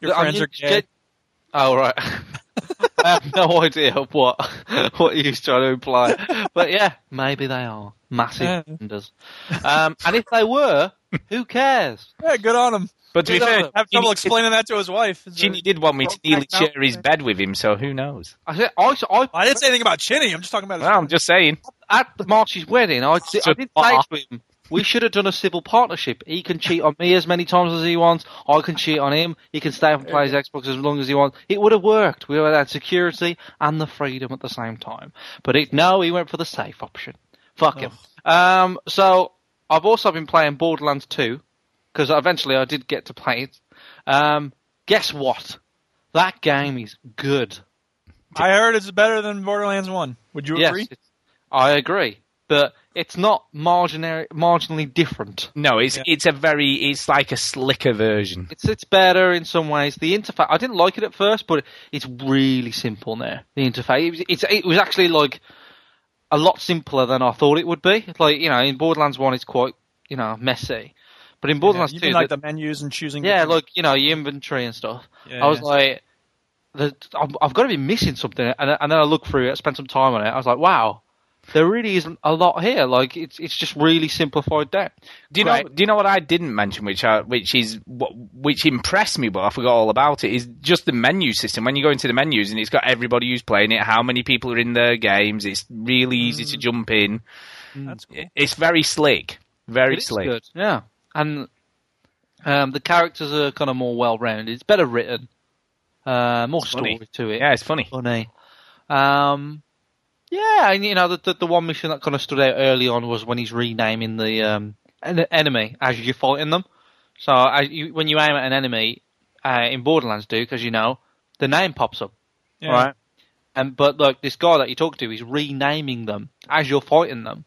[SPEAKER 3] Your
[SPEAKER 2] I'm
[SPEAKER 3] friends are
[SPEAKER 2] just-
[SPEAKER 3] gay.
[SPEAKER 2] Oh right. I have no idea what what he's trying to imply, but yeah, maybe they are massive
[SPEAKER 3] Yeah.
[SPEAKER 2] offenders. Um, and if they were, who cares?
[SPEAKER 3] Yeah, good on them.
[SPEAKER 1] But to be
[SPEAKER 3] Good on
[SPEAKER 1] fair,
[SPEAKER 3] them. have trouble
[SPEAKER 1] Ginny-
[SPEAKER 3] explaining that to his wife. Is
[SPEAKER 1] Ginny
[SPEAKER 3] it-
[SPEAKER 1] did want me to nearly
[SPEAKER 3] Well,
[SPEAKER 1] share his bed with him, so who knows?
[SPEAKER 2] I, said- I, I,
[SPEAKER 3] I didn't say anything about Chinny. I'm just talking about. His
[SPEAKER 1] Well, I'm just saying.
[SPEAKER 2] At March's wedding, I, di- I did say
[SPEAKER 1] off.
[SPEAKER 2] to him, "We should have done a civil partnership. He can cheat on me as many times as he wants. I can cheat on him. He can stay up and play his Xbox as long as he wants. It would have worked. We would have had security and the freedom at the same time. But it, no, he went for the safe option. Fuck him. Um, so I've also been playing Borderlands 2 because eventually I did get to play it. Um, guess what? That game is good.
[SPEAKER 3] I heard it's better than Borderlands One. Would you
[SPEAKER 2] Yes,
[SPEAKER 3] agree?
[SPEAKER 2] it's- I agree, but it's not marginary, marginally different.
[SPEAKER 1] No, it's it's a very it's like a slicker version.
[SPEAKER 2] It's it's better in some ways. The interface I didn't like it at first, but it's really simple now. The interface it was, it's, it was actually like a lot simpler than I thought it would be. Like you know, in Borderlands One, it's quite you know messy, but in
[SPEAKER 3] Yeah,
[SPEAKER 2] Borderlands
[SPEAKER 3] you
[SPEAKER 2] Two,
[SPEAKER 3] mean like
[SPEAKER 2] the-
[SPEAKER 3] the menus and choosing?
[SPEAKER 2] yeah,
[SPEAKER 3] different-
[SPEAKER 2] like you know your inventory and stuff.
[SPEAKER 3] Yeah,
[SPEAKER 2] I was
[SPEAKER 3] yeah.
[SPEAKER 2] like, the, I've, I've got to be missing something, and, and then I looked through it, spent some time on it. I was like, wow, there really isn't a lot here. Like it's it's just really simplified down.
[SPEAKER 1] Do you know? Do you know what I didn't mention, which I, which is what which impressed me, but I forgot all about it. Is just the menu system. When you go into the menus and it's got everybody who's playing it, how many people are in their games. It's really easy to jump in.
[SPEAKER 3] That's
[SPEAKER 1] I- It's very slick. Very
[SPEAKER 2] It is
[SPEAKER 1] slick.
[SPEAKER 2] good, yeah. And um, the characters are kind of more well rounded. It's better written, uh, more story
[SPEAKER 1] funny.
[SPEAKER 2] to it.
[SPEAKER 1] Yeah, it's funny.
[SPEAKER 2] Funny. Um, yeah, and you know the, the the one mission that kind of stood out early on was when he's renaming the um en- enemy as you're fighting them. So as you, when you aim at an enemy uh, in Borderlands, Duke, as you know, the name pops up,
[SPEAKER 3] Yeah.
[SPEAKER 2] right? And but look, this guy that you talk to is renaming them as you're fighting them,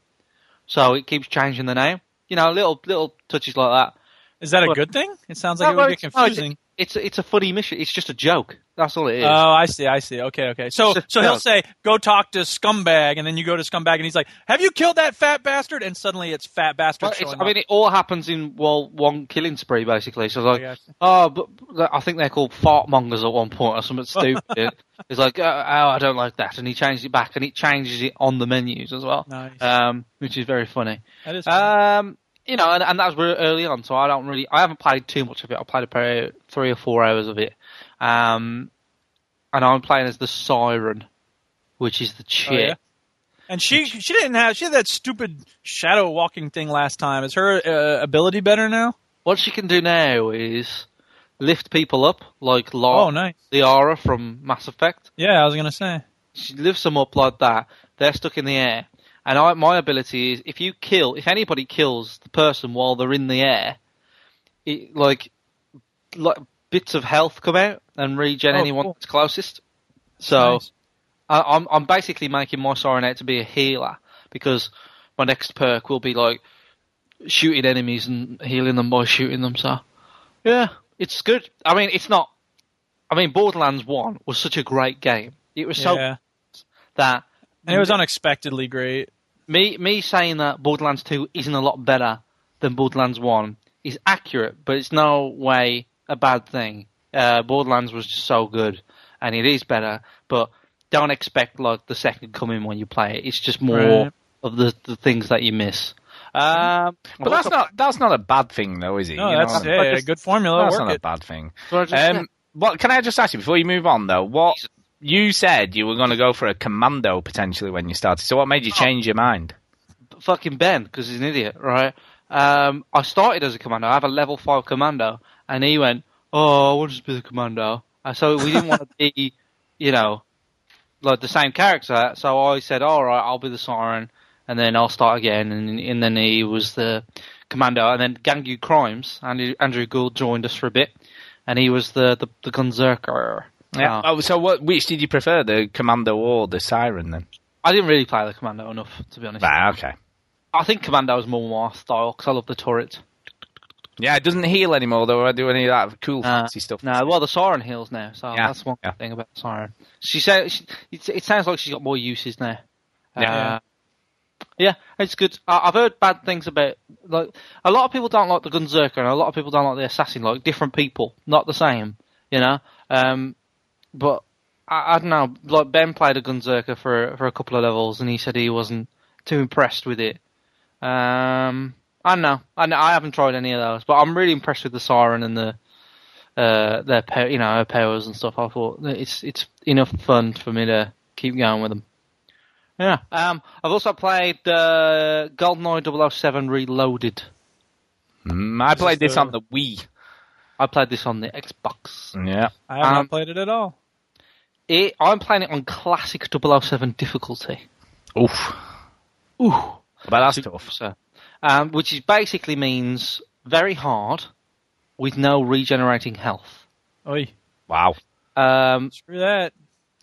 [SPEAKER 2] so it keeps changing the name. You know, little little touches like that.
[SPEAKER 3] Is that a
[SPEAKER 2] But-
[SPEAKER 3] good thing? It sounds
[SPEAKER 2] No,
[SPEAKER 3] like it would
[SPEAKER 2] no,
[SPEAKER 3] get
[SPEAKER 2] it's- no, it's-
[SPEAKER 3] confusing.
[SPEAKER 2] It's it's a funny mission. It's just a joke. That's all it is.
[SPEAKER 3] Oh, I see. I see. Okay, okay. So,
[SPEAKER 2] It's a
[SPEAKER 3] so he'll
[SPEAKER 2] joke.
[SPEAKER 3] say, "Go talk to scumbag," and then you go to scumbag, and he's like, "Have you killed that fat bastard?" And suddenly, it's fat bastard.
[SPEAKER 2] Well, it's,
[SPEAKER 3] showing
[SPEAKER 2] I
[SPEAKER 3] up.
[SPEAKER 2] mean, it all happens in well one killing spree basically. So
[SPEAKER 3] I
[SPEAKER 2] it's like, oh, but, but I think they're called fartmongers at one point or something stupid. it's like, oh, oh, I don't like that, and he changed it back, and it changes it on the menus as well,
[SPEAKER 3] Nice.
[SPEAKER 2] um, which is very funny.
[SPEAKER 3] That is
[SPEAKER 2] Um, you know, and, and that was re- early on, so I don't really, I haven't played too much of it. I played about three or four hours of it, um, and I'm playing as the siren, which is the chick.
[SPEAKER 3] Oh, yeah? and she, she didn't have. She had that stupid shadow walking thing last time. Is her uh, ability better now?
[SPEAKER 2] What she can do now is lift people up, like Lara,
[SPEAKER 3] Oh, nice.
[SPEAKER 2] Liara from Mass Effect.
[SPEAKER 3] Yeah, I was gonna say.
[SPEAKER 2] She lifts them up like that. They're stuck in the air. And I, my ability is if you kill, if anybody kills the person while they're in the air, it, like, like bits of health come out and regen
[SPEAKER 3] Oh,
[SPEAKER 2] anyone
[SPEAKER 3] cool.
[SPEAKER 2] that's closest. So
[SPEAKER 3] Nice.
[SPEAKER 2] I, I'm I'm basically making my siren out to be a healer because my next perk will be like shooting enemies and healing them by shooting them. So yeah, it's good. I mean, it's not. I mean, Borderlands One was such a great game. It was so
[SPEAKER 3] yeah,
[SPEAKER 2] that
[SPEAKER 3] and it was unexpectedly great.
[SPEAKER 2] me me saying that Borderlands Two isn't a lot better than Borderlands One is accurate, but it's no way a bad thing. Uh, Borderlands was just so good, and it is better, but don't expect like the second coming when you play it. It's just more
[SPEAKER 1] Right.
[SPEAKER 2] of the the things that you miss. Um,
[SPEAKER 1] But that's not that's not a bad thing though, is it?
[SPEAKER 3] No,
[SPEAKER 1] You know
[SPEAKER 3] that's
[SPEAKER 1] what I
[SPEAKER 3] yeah,
[SPEAKER 1] mean?
[SPEAKER 3] a good formula.
[SPEAKER 1] That's
[SPEAKER 3] Work
[SPEAKER 1] not a
[SPEAKER 3] it.
[SPEAKER 1] bad thing.
[SPEAKER 2] So I just-
[SPEAKER 1] Um, what can I just ask you before you move on though? What you said you were going to go for a commando potentially when you started. So what made you change your mind?
[SPEAKER 2] fucking Ben because he's an idiot, right? Um, I started as a commando. I have a level five commando, and he went, "Oh, I want to just be the commando." And so we didn't want to be, you know, like the same character. So I said, "All right, I'll be the siren, and then I'll start again." And, and then he was the commando, and then Gangu Crimes. Andrew, Andrew Gould joined us for a bit, and he was the the, the gunzerker. Uh,
[SPEAKER 1] Yeah. Oh, so what? Which did you prefer, the commando or the siren? Then
[SPEAKER 2] I didn't really play the commando enough, to be honest.
[SPEAKER 1] Right, okay.
[SPEAKER 2] I think Commando is more my style because I love the turret.
[SPEAKER 1] Yeah, it doesn't heal anymore though. I do any of that cool
[SPEAKER 2] Uh,
[SPEAKER 1] fancy stuff.
[SPEAKER 2] No, well, the siren heals now, so
[SPEAKER 1] Yeah,
[SPEAKER 2] that's one thing about the siren. She said she, it, it sounds like she's got more uses now.
[SPEAKER 1] Yeah.
[SPEAKER 2] Uh, yeah, it's good. I, I've heard bad things about like a lot of people don't like the Gunzerker and a lot of people don't like the assassin. Like different people, not the same, you know. Um, but I, I don't know. Like Ben played a Gunzerker for for a couple of levels, and he said he wasn't too impressed with it. Um, I don't know. I, I haven't tried any of those, but I'm really impressed with the siren and the uh, their pow- you know her powers and stuff. I thought that it's it's enough fun for me to keep going with them. Yeah. Um, I've also played uh, GoldenEye 007 Reloaded.
[SPEAKER 1] Mm, I played this on the Wii.
[SPEAKER 2] I played this on the Xbox.
[SPEAKER 1] Yeah.
[SPEAKER 3] I have
[SPEAKER 2] Um,
[SPEAKER 3] not played it at all.
[SPEAKER 2] It, I'm playing it on classic 007 difficulty.
[SPEAKER 1] Oof.
[SPEAKER 2] Oof.
[SPEAKER 1] But that's tough.
[SPEAKER 2] So, um, which is basically means very hard with no regenerating health.
[SPEAKER 3] Oi.
[SPEAKER 1] Wow.
[SPEAKER 2] Um,
[SPEAKER 3] Screw that.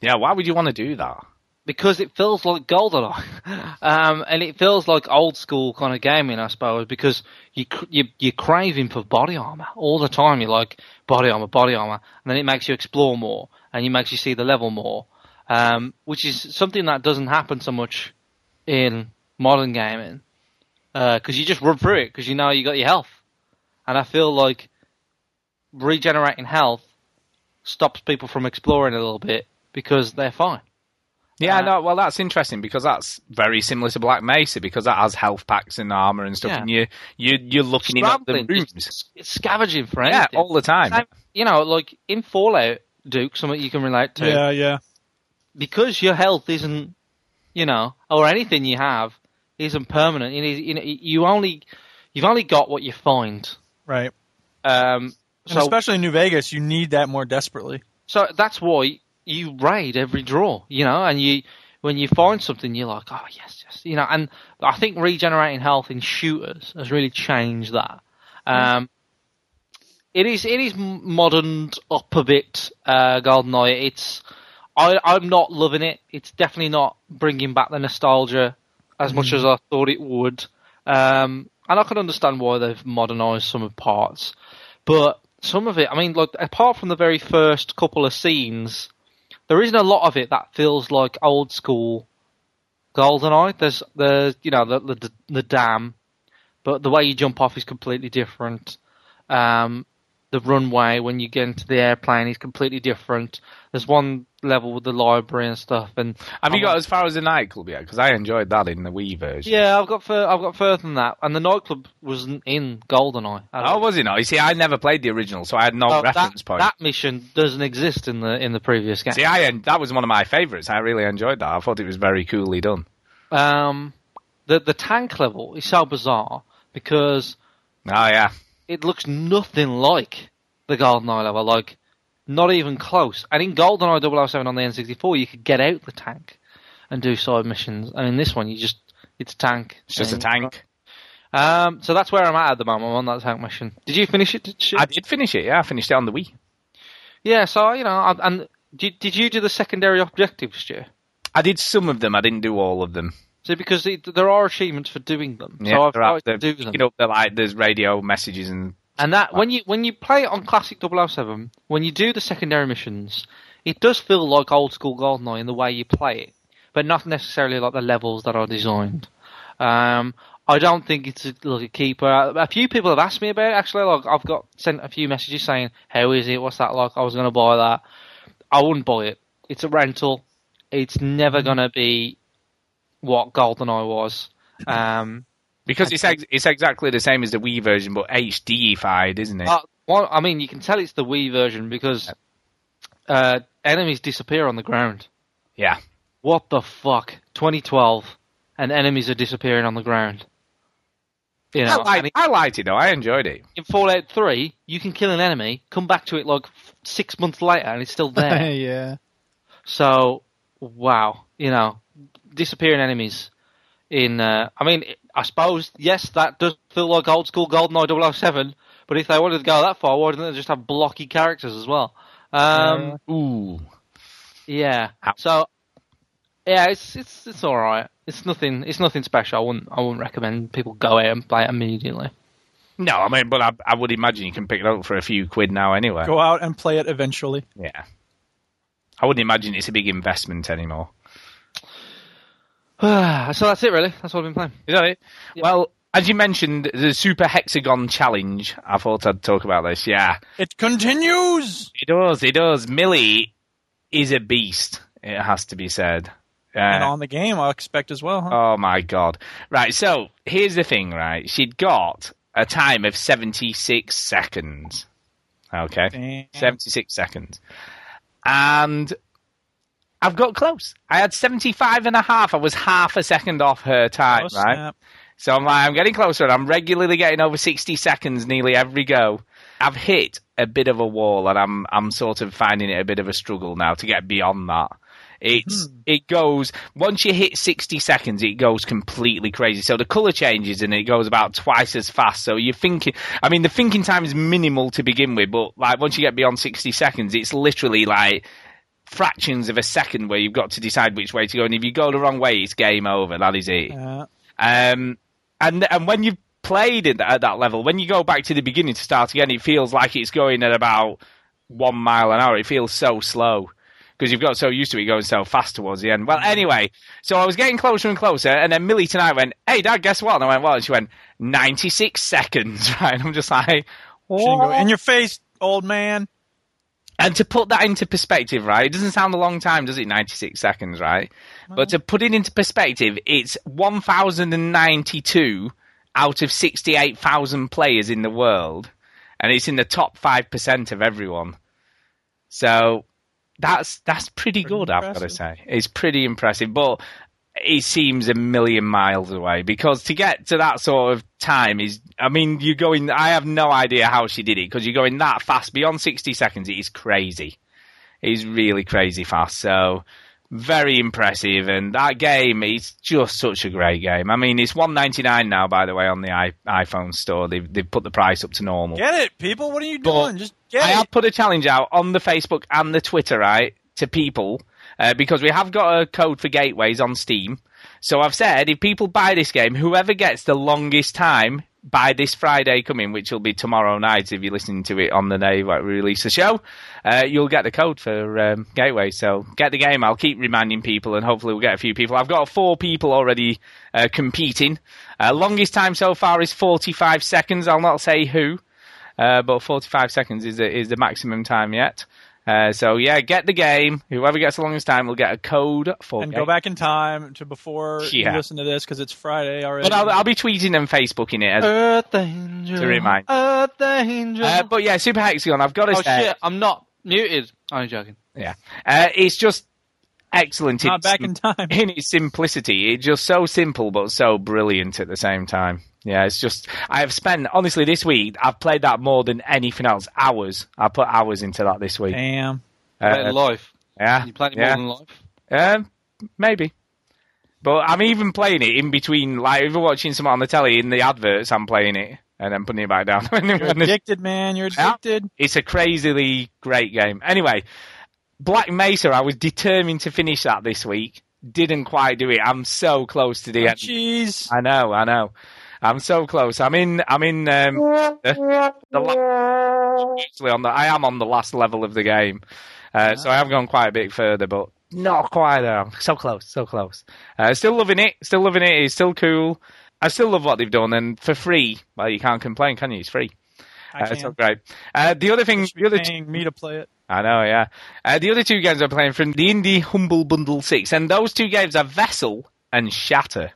[SPEAKER 1] Yeah. Why would you want to do that?
[SPEAKER 2] because it feels like Goldeneye, um, and it feels like old school kind of gaming, I suppose. Because you, cr- you you're craving for body armor all the time. You're like body armor, body armor, and then it makes you explore more, and it makes you see the level more, um, which is something that doesn't happen so much in modern gaming because you just run through it because you know you got your health, and I feel like regenerating health stops people from exploring a little bit because they're fine.
[SPEAKER 1] Yeah, no, well, that's interesting because that's very similar to Black Mesa because that has health packs and armor and stuff,
[SPEAKER 2] Yeah.
[SPEAKER 1] and you you you're looking in at the
[SPEAKER 2] Scrambling,
[SPEAKER 1] rooms.
[SPEAKER 2] It's scavenging for
[SPEAKER 1] Yeah,
[SPEAKER 2] anything.
[SPEAKER 1] all the time.
[SPEAKER 2] Same- you know, like in Fallout, Duke, something you can relate to.
[SPEAKER 3] Yeah, yeah.
[SPEAKER 2] Because your health isn't, you know, or anything you have isn't permanent. It is, you know, you only, you've only got what you find.
[SPEAKER 3] Right.
[SPEAKER 2] Um,
[SPEAKER 3] And
[SPEAKER 2] so,
[SPEAKER 3] especially in New Vegas, you need that more desperately.
[SPEAKER 2] so that's why you raid every draw, you know, and you, when you find something, you're like, oh yes, yes, you know. And I think regenerating health in shooters has really changed that. Um, it is it is m- moderned up a bit, uh, GoldenEye. It's I, I'm not loving it. It's definitely not bringing back the nostalgia as much as I thought it would. Um, and I can understand why they've modernised some of parts, but some of it, I mean, like apart from the very first couple of scenes, there isn't a lot of it that feels like old school GoldenEye. There's there's you know the the, the dam, but the way you jump off is completely different. Um, the runway when you get into the airplane is completely different. There's one level with the library and stuff. And
[SPEAKER 1] Have you got as far as the nightclub yet? Because I enjoyed that in the Wii version.
[SPEAKER 2] Yeah, I've got fur- I've got further than that. And the nightclub wasn't in GoldenEye. at all.
[SPEAKER 1] Oh, was it not? You see, I never played the original, so I had no
[SPEAKER 2] Oh, that-
[SPEAKER 1] reference point.
[SPEAKER 2] That mission doesn't exist in the in the previous game.
[SPEAKER 1] See, I en- that was one of my favourites. I really enjoyed that. I thought it was very coolly done.
[SPEAKER 2] Um, the the tank level is so bizarre because
[SPEAKER 1] Oh yeah,
[SPEAKER 2] it looks nothing like the GoldenEye level, like not even close. And in GoldenEye 007 on the N64, you could get out the tank and do side missions. And in this one, you just it's a tank.
[SPEAKER 1] it's just a tank.
[SPEAKER 2] Um, so that's where I'm at at the moment. I'm on that tank mission. Did you finish it? Did you?
[SPEAKER 1] I did finish it. Yeah, I finished it on the Wii.
[SPEAKER 2] Yeah. So you know, I, and did did you do the secondary objectives, Stu?
[SPEAKER 1] I did some of them. I didn't do all of them.
[SPEAKER 2] So because it, there are achievements for doing them.
[SPEAKER 1] Yeah,
[SPEAKER 2] so I've
[SPEAKER 1] they're out
[SPEAKER 2] tried
[SPEAKER 1] there
[SPEAKER 2] to do them.
[SPEAKER 1] picking up the like there's radio messages and
[SPEAKER 2] And that when you when you play it on classic 007, when you do the secondary missions, it does feel like old school GoldenEye in the way you play it, but not necessarily like the levels that are designed. Um, I don't think it's a, like a keeper. A few people have asked me about it actually. Like I've got sent a few messages saying, "How is it? What's that like?" I was going to buy that. I wouldn't buy it. It's a rental. It's never going to be what GoldenEye was. Um,
[SPEAKER 1] because it's ex- it's exactly the same as the Wii version, but HDified, isn't it?
[SPEAKER 2] Ah, Uh, well, I mean, you can tell it's the Wii version because uh, enemies disappear on the ground.
[SPEAKER 1] Yeah.
[SPEAKER 2] What the fuck? 2012, and enemies are disappearing on the ground. You know,
[SPEAKER 1] I, liked,
[SPEAKER 2] and
[SPEAKER 1] I liked it though. I enjoyed it.
[SPEAKER 2] in Fallout 3, you can kill an enemy, come back to it like f- six months later, and it's still there.
[SPEAKER 3] yeah.
[SPEAKER 2] So, wow, you know, disappearing enemies. In, uh, I mean, I suppose yes, that does feel like old school GoldenEye 007. But if they wanted to go that far, why didn't they just have blocky characters as well? Um,
[SPEAKER 1] Ooh.
[SPEAKER 2] yeah. So, yeah, it's it's it's all right. It's nothing. It's nothing special. I wouldn't. I wouldn't recommend people go out and play it immediately.
[SPEAKER 1] No, I mean, but I, I would imagine you can pick it up for a few quid now anyway.
[SPEAKER 3] Go out and play it eventually.
[SPEAKER 1] Yeah. I wouldn't imagine it's a big investment anymore.
[SPEAKER 2] so that's it, really. That's what I've been playing.
[SPEAKER 1] Is that it? Well, as you mentioned, the Super Hexagon Challenge. I thought I'd talk about this. Yeah.
[SPEAKER 3] It continues.
[SPEAKER 1] It does. It does. Millie is a beast. It has to be said. Uh,
[SPEAKER 3] and on the game, I expect as well. Huh?
[SPEAKER 1] Oh my god! Right, so here's the thing. Right, she'd got a time of seventy six seconds. Okay, seventy six seconds, and I've got close. I had 75 and a half. I was half a second off her time.
[SPEAKER 3] Oh,
[SPEAKER 1] right,
[SPEAKER 3] snap.
[SPEAKER 1] so I'm like, I'm getting closer, and I'm regularly getting over sixty seconds nearly every go. I've hit a bit of a wall, and I'm I'm sort of finding it a bit of a struggle now to get beyond that. It's it goes once you hit sixty seconds, it goes completely crazy. So the color changes and it goes about twice as fast. So you're thinking, I mean, the thinking time is minimal to begin with, but like once you get beyond sixty seconds, it's literally like fractions of a second where you've got to decide which way to go. And if you go the wrong way, it's game over. That is it.
[SPEAKER 3] Yeah.
[SPEAKER 1] Um, and and when you've played in, at that level, when you go back to the beginning to start again, it feels like it's going at about one mile an hour. It feels so slow because you've got so used to it going so fast towards the end. Well,
[SPEAKER 3] Mm-hmm.
[SPEAKER 1] anyway, so I was getting closer and closer, and then Millie tonight went, "Hey, Dad, guess what?" And I went, "What?" And she went, 96 seconds." Right? And I'm just like,
[SPEAKER 3] She didn't go,
[SPEAKER 1] "What?"
[SPEAKER 3] in your face, old man.
[SPEAKER 1] And to put that into perspective, right? It doesn't sound a long time, does it? 96 seconds, right? But to put it into perspective, it's 1,092 out of 68,000 players in the world. And it's in the top 5% of everyone. So that's that's pretty, good, I've got to
[SPEAKER 3] impressive.
[SPEAKER 1] say. It's pretty impressive. But it seems a million miles away because to get to that sort of time is i mean you're going i have no idea how she did it because you're going that fast beyond 60 seconds it is crazy it is really crazy fast so very impressive and that game is just such a great game i mean it's 199 now by the way on the I- iphone store they've, they've put the price up to normal
[SPEAKER 3] Get it, people. What are you
[SPEAKER 1] But
[SPEAKER 3] doing? Just get
[SPEAKER 1] I
[SPEAKER 3] it.
[SPEAKER 1] have put a challenge out on the Facebook and the Twitter, right, to people uh, because we have got a code for gateways on Steam. So I've said if people buy this game, whoever gets the longest time by this Friday coming, which will be tomorrow night, if you're listening to it on the day that we release the show, uh, you'll get the code for um, Gateway. So get the game. I'll keep reminding people, and hopefully we'll get a few people. I've got four people already uh, competing. Uh, longest time so far is 45 seconds. I'll not say who. Uh, but 45 seconds is the, is the maximum time yet. Uh, so yeah, get the game. Whoever gets the longest time will get a code for.
[SPEAKER 3] and
[SPEAKER 1] game.
[SPEAKER 3] go back in time to before
[SPEAKER 1] Yeah.
[SPEAKER 3] you listen to this because it's Friday already.
[SPEAKER 1] But I'll, I'll be tweeting and Facebooking it as,
[SPEAKER 2] Earth Angel.
[SPEAKER 1] to remind.
[SPEAKER 2] Earth Angel.
[SPEAKER 1] Uh, but yeah, Super Hexagon. I've got to
[SPEAKER 2] oh
[SPEAKER 1] say,
[SPEAKER 2] shit! I'm not muted. I'm only joking.
[SPEAKER 1] yeah, uh, it's just excellent.
[SPEAKER 3] Not
[SPEAKER 1] It's-
[SPEAKER 3] back in time.
[SPEAKER 1] in its simplicity, it's just so simple but so brilliant at the same time. Yeah, it's just I have spent honestly this week I've played that more than anything else. Hours. I put hours into that this week.
[SPEAKER 3] Damn.
[SPEAKER 2] Playing
[SPEAKER 1] Uh,
[SPEAKER 2] live.
[SPEAKER 1] yeah,
[SPEAKER 2] You played it
[SPEAKER 1] yeah.
[SPEAKER 2] more than live.
[SPEAKER 1] Um, maybe. But I'm even playing it in between, like if you're watching someone on the telly in the adverts, I'm playing it and then putting it back down.
[SPEAKER 3] You're addicted, man. You're
[SPEAKER 1] Yeah.
[SPEAKER 3] addicted.
[SPEAKER 1] it's a crazily great game. Anyway, Black Mesa, I was determined to finish that this week. Didn't quite do it. I'm so close to the end.
[SPEAKER 3] Jeez.
[SPEAKER 1] I know, I know. I'm so close. I'm in. I'm in. Um, the la- actually, on the I am on the last level of the game, uh, so I have gone quite a bit further, but not quite there. I'm so close, so close. Uh, still loving it. Still loving it. It's still cool. I still love what they've done, and for free. Well, you can't complain, can you? It's free.
[SPEAKER 3] I
[SPEAKER 1] Uh, it's
[SPEAKER 3] can.
[SPEAKER 1] not great. Uh, the other thing, the other
[SPEAKER 3] Paying me to play it.
[SPEAKER 1] I know, yeah. Uh, the other two games I'm playing from the Indie Humble Bundle 6, and those two games are Vessel and Shatter.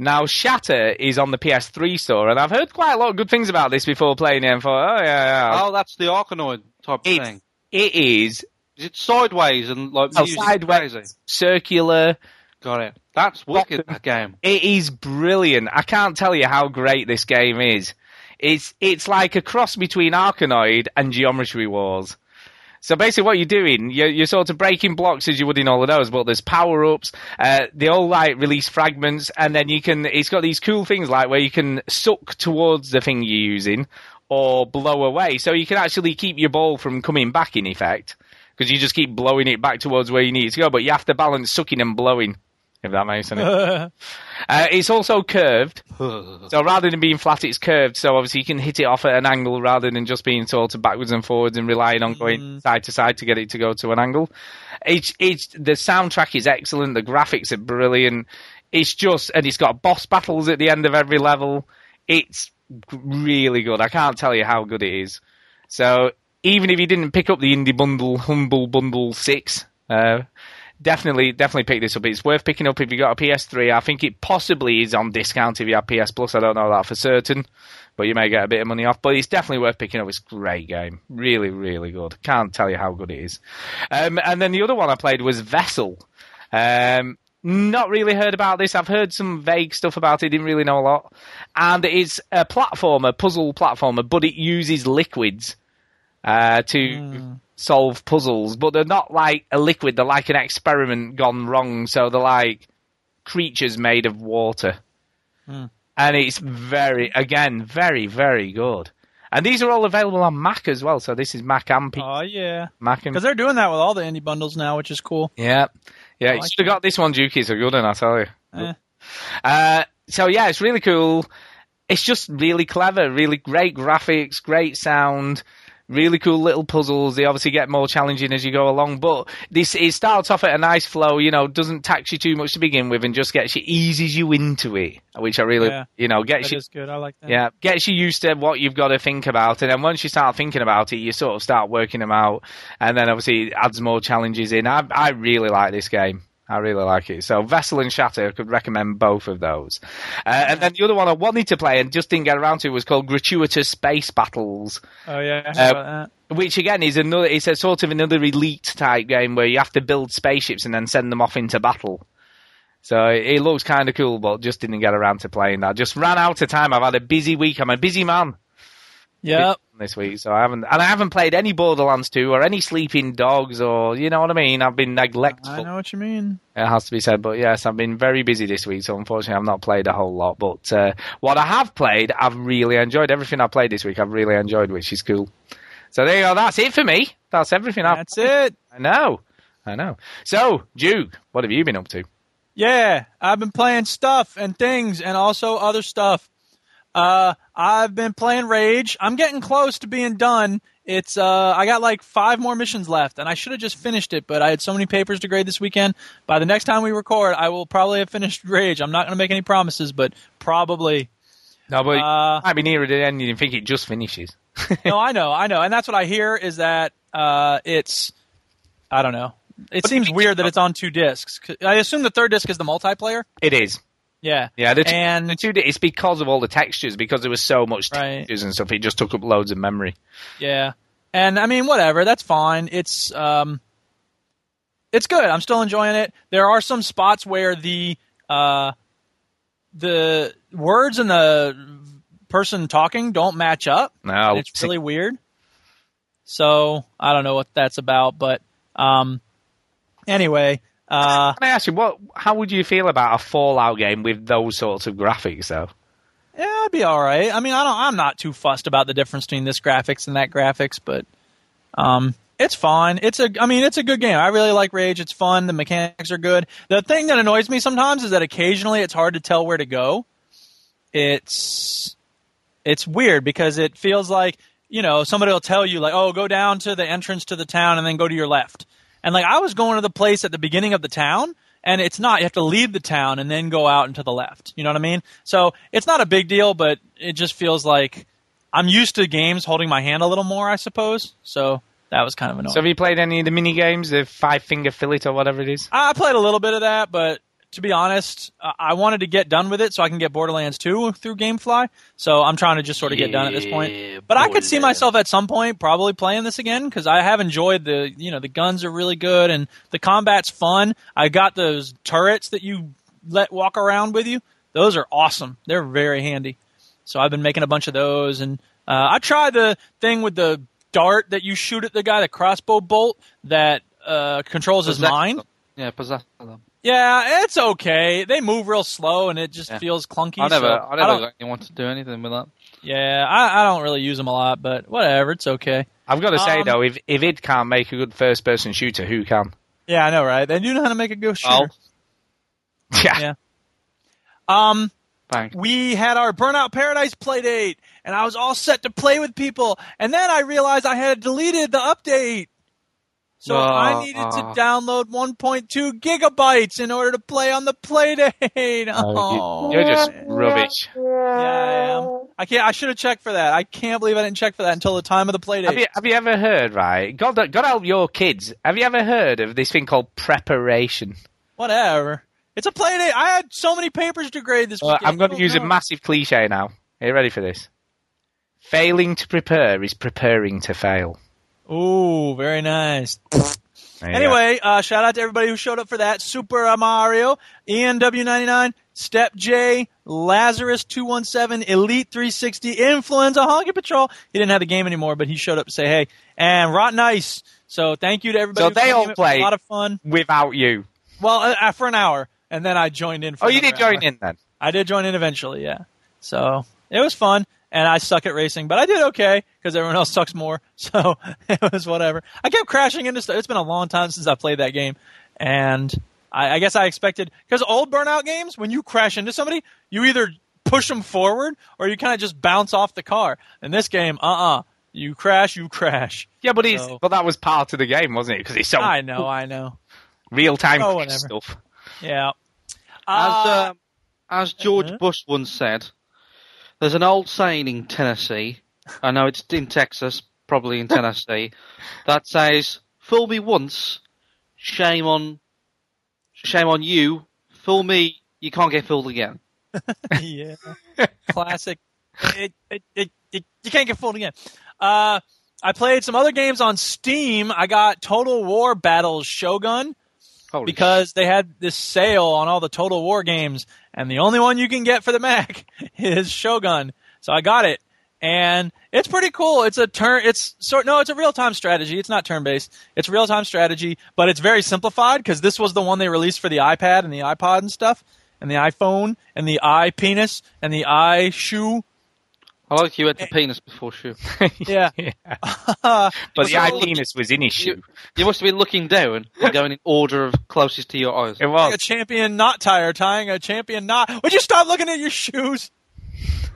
[SPEAKER 1] Now, Shatter is on the PS3 store, and I've heard quite a lot of good things about this before playing it and thought, oh, yeah, yeah.
[SPEAKER 2] Oh, that's the Arkanoid type
[SPEAKER 1] It's-
[SPEAKER 2] thing.
[SPEAKER 1] It is
[SPEAKER 2] Is it sideways and like
[SPEAKER 1] Oh,
[SPEAKER 2] music
[SPEAKER 1] sideways,
[SPEAKER 2] crazy?
[SPEAKER 1] circular.
[SPEAKER 2] Got it. That's wicked. That game.
[SPEAKER 1] It is brilliant. I can't tell you how great this game is. It's it's like a cross between Arkanoid and Geometry Wars. So basically, what you're doing, you're, you're sort of breaking blocks as you would in all of those, but there's power ups. Uh, they all like release fragments, and then you can. It's got these cool things like where you can suck towards the thing you're using, or blow away. So you can actually keep your ball from coming back in effect, because you just keep blowing it back towards where you need it to go. But you have to balance sucking and blowing, if that makes any. uh, it's also curved. So rather than being flat, it's curved. So obviously you can hit it off at an angle rather than just being sort of backwards and forwards and relying on going side to side to get it to go to an angle. It's, it's the soundtrack is excellent. The graphics are brilliant. It's just and it's got boss battles at the end of every level. It's g- really good. I can't tell you how good it is. So even if you didn't pick up the indie bundle, humble bundle six, uh, definitely definitely pick this up. It's worth picking up if you got a PS3. I think it possibly is on discount if you have PS Plus. I don't know that for certain, but you may get a bit of money off. But it's definitely worth picking up. It's a great game, really really good. Can't tell you how good it is. Um, and then the other one I played was Vessel. Um, not really heard about this. I've heard some vague stuff about it. Didn't really know a lot. And it's a platformer, puzzle platformer, but it uses liquids uh, to solve puzzles. But they're not like a liquid. They're like an experiment gone wrong. So they're like creatures made of water and it's very, again, very, very good. And these are all available on Mac as well. So this is Mac and P-
[SPEAKER 3] Oh yeah,
[SPEAKER 1] Mac and
[SPEAKER 3] because they're doing that with all the indie bundles now, which is cool.
[SPEAKER 1] yeah, yeah.
[SPEAKER 3] I
[SPEAKER 1] you
[SPEAKER 3] like
[SPEAKER 1] should have got this one. Juki's a good one, I tell you.
[SPEAKER 3] Eh.
[SPEAKER 1] Uh, so yeah, it's really cool. It's just really clever, really great graphics, great sound, really cool little puzzles. They obviously get more challenging as you go along, but this it starts off at a nice flow. You know, doesn't tax you too much to begin with, and just gets you eases you into it, which I really,
[SPEAKER 3] Yeah.
[SPEAKER 1] you know, gets
[SPEAKER 3] That
[SPEAKER 1] you
[SPEAKER 3] is good. I like that.
[SPEAKER 1] yeah, gets you used to what you've got to think about, and then once you start thinking about it, you sort of start working them out, and then obviously it adds more challenges in. I I really like this game. I really like it. So Vessel and Shatter, I could recommend both of those. Uh, and then the other one I wanted to play and just didn't get around to was called Gratuitous Space Battles.
[SPEAKER 3] Oh yeah, I heard
[SPEAKER 1] Uh,
[SPEAKER 3] about that.
[SPEAKER 1] Which again is another, it's a sort of another elite type game where you have to build spaceships and then send them off into battle. So it it looks kind of cool, but just didn't get around to playing that. Just ran out of time. I've had a busy week. I'm a busy man
[SPEAKER 3] Yep.
[SPEAKER 1] this week, so I haven't, and I haven't played any Borderlands 2 or any Sleeping Dogs or you know what I mean. I've been
[SPEAKER 3] I
[SPEAKER 1] neglectful.
[SPEAKER 3] know what you mean.
[SPEAKER 1] It has to be said, but yes, I've been very busy this week, so unfortunately, I've not played a whole lot. But uh, what I have played, I've really enjoyed. Everything I played this week, I've really enjoyed, which is cool. So there you go. That's it for me. That's everything. I've
[SPEAKER 3] That's it.
[SPEAKER 1] I know. I know. So, Duke, what have you been up to?
[SPEAKER 3] Yeah, I've been playing stuff and things and also other stuff. Uh, I've been playing Rage. I'm getting close to being done. It's uh, I got like five more missions left, and I should have just finished it, but I had so many papers to grade this weekend. By the next time we record, I will probably have finished Rage. I'm not going to make any promises, but probably.
[SPEAKER 1] No, but
[SPEAKER 3] Uh,
[SPEAKER 1] I've been nearer the end. You didn't think it just finishes.
[SPEAKER 3] no, I know, I know, and that's what I hear is that uh, it's I don't know. It seems weird that it's on two discs. I assume the third disc is the multiplayer.
[SPEAKER 1] It is.
[SPEAKER 3] Yeah.
[SPEAKER 1] Yeah, the two,
[SPEAKER 3] And-
[SPEAKER 1] the two. It's because of all the textures, because there was so much
[SPEAKER 3] Right.
[SPEAKER 1] textures and stuff. It just took up loads of memory.
[SPEAKER 3] Yeah. And I mean, whatever, that's fine. It's um it's good. I'm still enjoying it. There are some spots where the uh the words and the person talking don't match up.
[SPEAKER 1] No,
[SPEAKER 3] And it's really weird. So, I don't know what that's about, but um anyway, uh
[SPEAKER 1] Can I ask you what? How would you feel about a Fallout game with those sorts of graphics, though?
[SPEAKER 3] yeah, it'd be all right. I mean, I don't I'm not too fussed about the difference between this graphics and that graphics, but Um, it's fine. It's a. I mean, it's a good game. I really like Rage. It's fun. The mechanics are good. The thing that annoys me sometimes is that occasionally it's hard to tell where to go. It's it's weird because it feels like you know somebody will tell you like, oh, go down to the entrance to the town and then go to your left. And like I was going to the place at the beginning of the town, and it's not. You have to leave the town and then go out and to the left. You know what I mean? So it's not a big deal, but it just feels like I'm used to games holding my hand a little more, I suppose. So that was kind of annoying.
[SPEAKER 1] So, have you played any of the mini games, the Five Finger Fillet or whatever it is?
[SPEAKER 3] I played a little bit of that, but to be honest, I- I wanted to get done with it so I can get Borderlands 2 through GameFly. So I'm trying to just sort of get done at this point. But I could see myself at some point probably playing this again because I have enjoyed the you know the guns are really good and the combat's fun. I got those turrets that you let walk around with you. Those are awesome. They're very handy. So I've been making a bunch of those, and uh, I tried the thing with the dart that you shoot at the guy, the crossbow bolt that uh, controls his
[SPEAKER 2] Possess
[SPEAKER 3] mind.
[SPEAKER 2] them. Yeah, possess them.
[SPEAKER 3] Yeah, it's okay. They move real slow, and it just
[SPEAKER 2] Yeah.
[SPEAKER 3] feels clunky.
[SPEAKER 2] I never,
[SPEAKER 3] so
[SPEAKER 2] I never
[SPEAKER 1] Oh.
[SPEAKER 3] don't-
[SPEAKER 2] got anyone to do anything with that.
[SPEAKER 3] yeah, I, I don't really use them a lot, but whatever. It's okay.
[SPEAKER 1] I've got to say
[SPEAKER 3] Um,
[SPEAKER 1] though, if if it can't make a good first person shooter, who can?
[SPEAKER 3] Yeah, I know, right? They do know how to make a good
[SPEAKER 2] Oh.
[SPEAKER 3] shooter. Yeah. Um,
[SPEAKER 2] Thanks.
[SPEAKER 3] we had our Burnout Paradise play date, and I was all set to play with people, and then I realized I had deleted the update. So I needed to
[SPEAKER 2] Ah.
[SPEAKER 3] download 1.2 gigabytes in order to play on the play date. Oh,
[SPEAKER 1] Oh, you- you're just rubbish.
[SPEAKER 3] Yeah, I am. I can't. I should have checked for that. I can't believe I didn't check for that until the time of the play date.
[SPEAKER 1] Have you, have you ever heard, right? God, God help your kids. Have you ever heard of this thing called preparation?
[SPEAKER 3] Whatever. It's a play date. I had so many papers to grade this
[SPEAKER 1] Well,
[SPEAKER 3] weekend.
[SPEAKER 1] Uh, I'm going to
[SPEAKER 3] Oh,
[SPEAKER 1] use a
[SPEAKER 3] no.
[SPEAKER 1] massive cliche now. Are you ready for this? Failing to prepare is preparing to fail.
[SPEAKER 3] Ooh, very nice.
[SPEAKER 1] There you go.
[SPEAKER 3] Anyway, uh, shout out to everybody who showed up for that. Super Mario, E ENW99, Step J, Lazarus217, Elite360, Influenza, Honky Patrol. He didn't have the game anymore, but he showed up to say hey. And Rotten Ice. So thank you to everybody.
[SPEAKER 1] So
[SPEAKER 3] who
[SPEAKER 1] they
[SPEAKER 3] came.
[SPEAKER 1] all
[SPEAKER 3] It was
[SPEAKER 1] played
[SPEAKER 3] A lot of fun.
[SPEAKER 1] without you.
[SPEAKER 3] Well, uh, uh, for an hour. And then I joined in for
[SPEAKER 1] Oh, you
[SPEAKER 3] another
[SPEAKER 1] did join
[SPEAKER 3] hour.
[SPEAKER 1] in then.
[SPEAKER 3] I did join in eventually, yeah. So it was fun, and I suck at racing, but I did okay because everyone else sucks more. So it was whatever. I kept crashing into stuff. It's been a long time since I played that game, and I, I guess I expected because old Burnout games, when you crash into somebody, you either push them forward or you kind of just bounce off the car. In this game, uh uh you crash, you crash.
[SPEAKER 1] Yeah, but it's,
[SPEAKER 3] So-
[SPEAKER 1] but that was part of the game, wasn't it? Because it's so
[SPEAKER 3] I know, I know.
[SPEAKER 1] real time
[SPEAKER 3] Oh, whatever.
[SPEAKER 1] stuff.
[SPEAKER 3] Yeah.
[SPEAKER 1] Uh,
[SPEAKER 3] Uh,
[SPEAKER 2] As, um, as
[SPEAKER 1] uh-huh.
[SPEAKER 2] George Bush once said, there's an old saying in Tennessee, I know it's in Texas, probably in Tennessee, that says, fool me once, shame on, shame on you, fool me, you can't get fooled again.
[SPEAKER 3] yeah. Classic. It, it, it, it, you can't get fooled again. Uh, I played some other games on Steam. I got Total War Battles Shogun because they had this sale on all the Total War games, and the only one you can get for the Mac is Shogun. So I got it, and it's pretty cool. It's a turn. It's sort no, it's a real time strategy. It's not turn based. It's real time strategy, but it's very simplified because this was the one they released for the iPad and the iPod and stuff, and the iPhone and the i penis and the i shoe.
[SPEAKER 2] I like you had the
[SPEAKER 3] Eh.
[SPEAKER 2] penis before shoe.
[SPEAKER 3] Yeah.
[SPEAKER 1] But the
[SPEAKER 2] So-
[SPEAKER 1] eye penis was in his shoe.
[SPEAKER 2] You must have been looking down and going in order of closest to your eyes.
[SPEAKER 1] It
[SPEAKER 3] Like a champion knot tie or tying a champion knot. Would you stop looking at your shoes?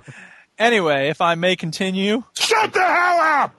[SPEAKER 3] anyway, if I may continue.
[SPEAKER 8] Shut the hell up!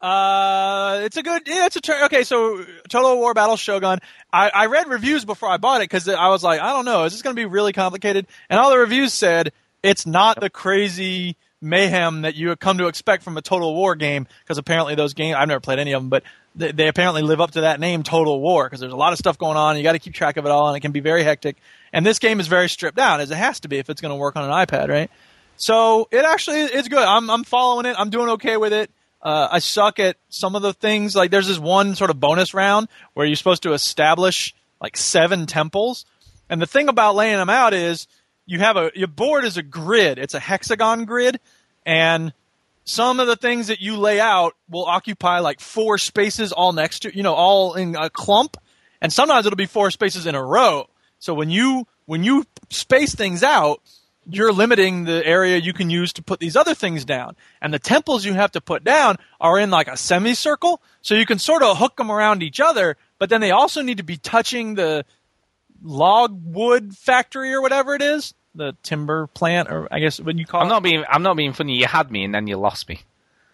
[SPEAKER 3] Uh, it's a good. Yeah, it's a turn. Okay, so Total War Battle Shogun. I, I read reviews before I bought it because I was like, I don't know, is this going to be really complicated? And all the reviews said it's not the crazy mayhem that you have come to expect from a Total War game because apparently those games I've never played any of them, but they, they apparently live up to that name, Total War, because there's a lot of stuff going on. And you got to keep track of it all, and it can be very hectic. And this game is very stripped down, as it has to be if it's going to work on an iPad, right? So it actually it's good. I'm I'm following it. I'm doing okay with it. Uh, I suck at some of the things. Like there's this one sort of bonus round where you're supposed to establish like seven temples, and the thing about laying them out is you have a your board is a grid. It's a hexagon grid, and some of the things that you lay out will occupy like four spaces all next to you know all in a clump and sometimes it'll be four spaces in a row so when you when you space things out you're limiting the area you can use to put these other things down and the temples you have to put down are in like a semicircle so you can sort of hook them around each other but then they also need to be touching the log wood factory or whatever it is the timber plant or i guess what you call
[SPEAKER 1] I'm
[SPEAKER 3] it
[SPEAKER 1] not being I'm not being funny. You had me and then you lost me.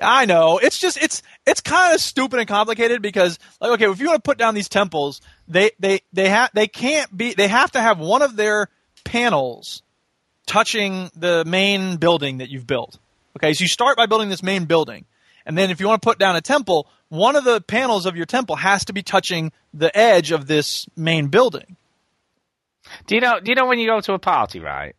[SPEAKER 3] I know. It's just it's it's kind of stupid and complicated because like okay, if you want to put down these temples, they they they have they can't be they have to have one of their panels touching the main building that you've built. Okay, so you start by building this main building. And then if you want to put down a temple, one of the panels of your temple has to be touching the edge of this main building.
[SPEAKER 1] Do you know? Do you know when you go to a party, right?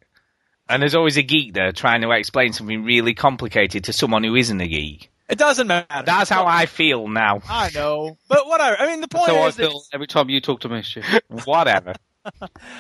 [SPEAKER 1] And there's always a geek there trying to explain something really complicated to someone who isn't a geek.
[SPEAKER 3] It doesn't matter.
[SPEAKER 1] That's how I feel now.
[SPEAKER 3] I know, but whatever. I mean, the point
[SPEAKER 2] So I
[SPEAKER 3] is, that-
[SPEAKER 2] feel every time you talk to me, shit.
[SPEAKER 1] Whatever.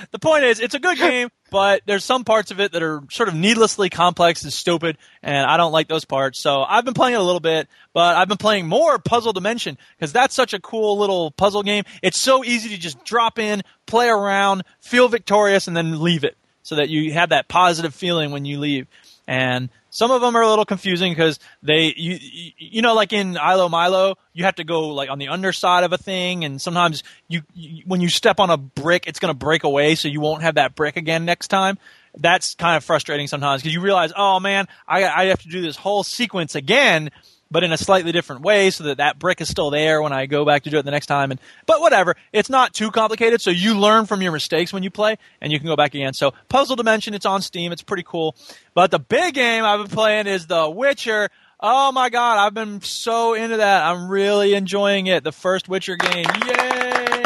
[SPEAKER 3] the point is, it's a good game, but there's some parts of it that are sort of needlessly complex and stupid, and I don't like those parts. So I've been playing it a little bit, but I've been playing more Puzzle Dimension because that's such a cool little puzzle game. It's so easy to just drop in, play around, feel victorious, and then leave it so that you have that positive feeling when you leave. And some of them are a little confusing because they, you, you, you know, like in Ilo Milo, you have to go like on the underside of a thing, and sometimes you, you when you step on a brick, it's going to break away, so you won't have that brick again next time. That's kind of frustrating sometimes because you realize, oh man, I, I have to do this whole sequence again, but in a slightly different way, so that that brick is still there when I go back to do it the next time. And but whatever, it's not too complicated, so you learn from your mistakes when you play, and you can go back again. So Puzzle Dimension, it's on Steam, it's pretty cool. But the big game I've been playing is The Witcher. Oh my god, I've been so into that. I'm really enjoying it. The first Witcher game, yay!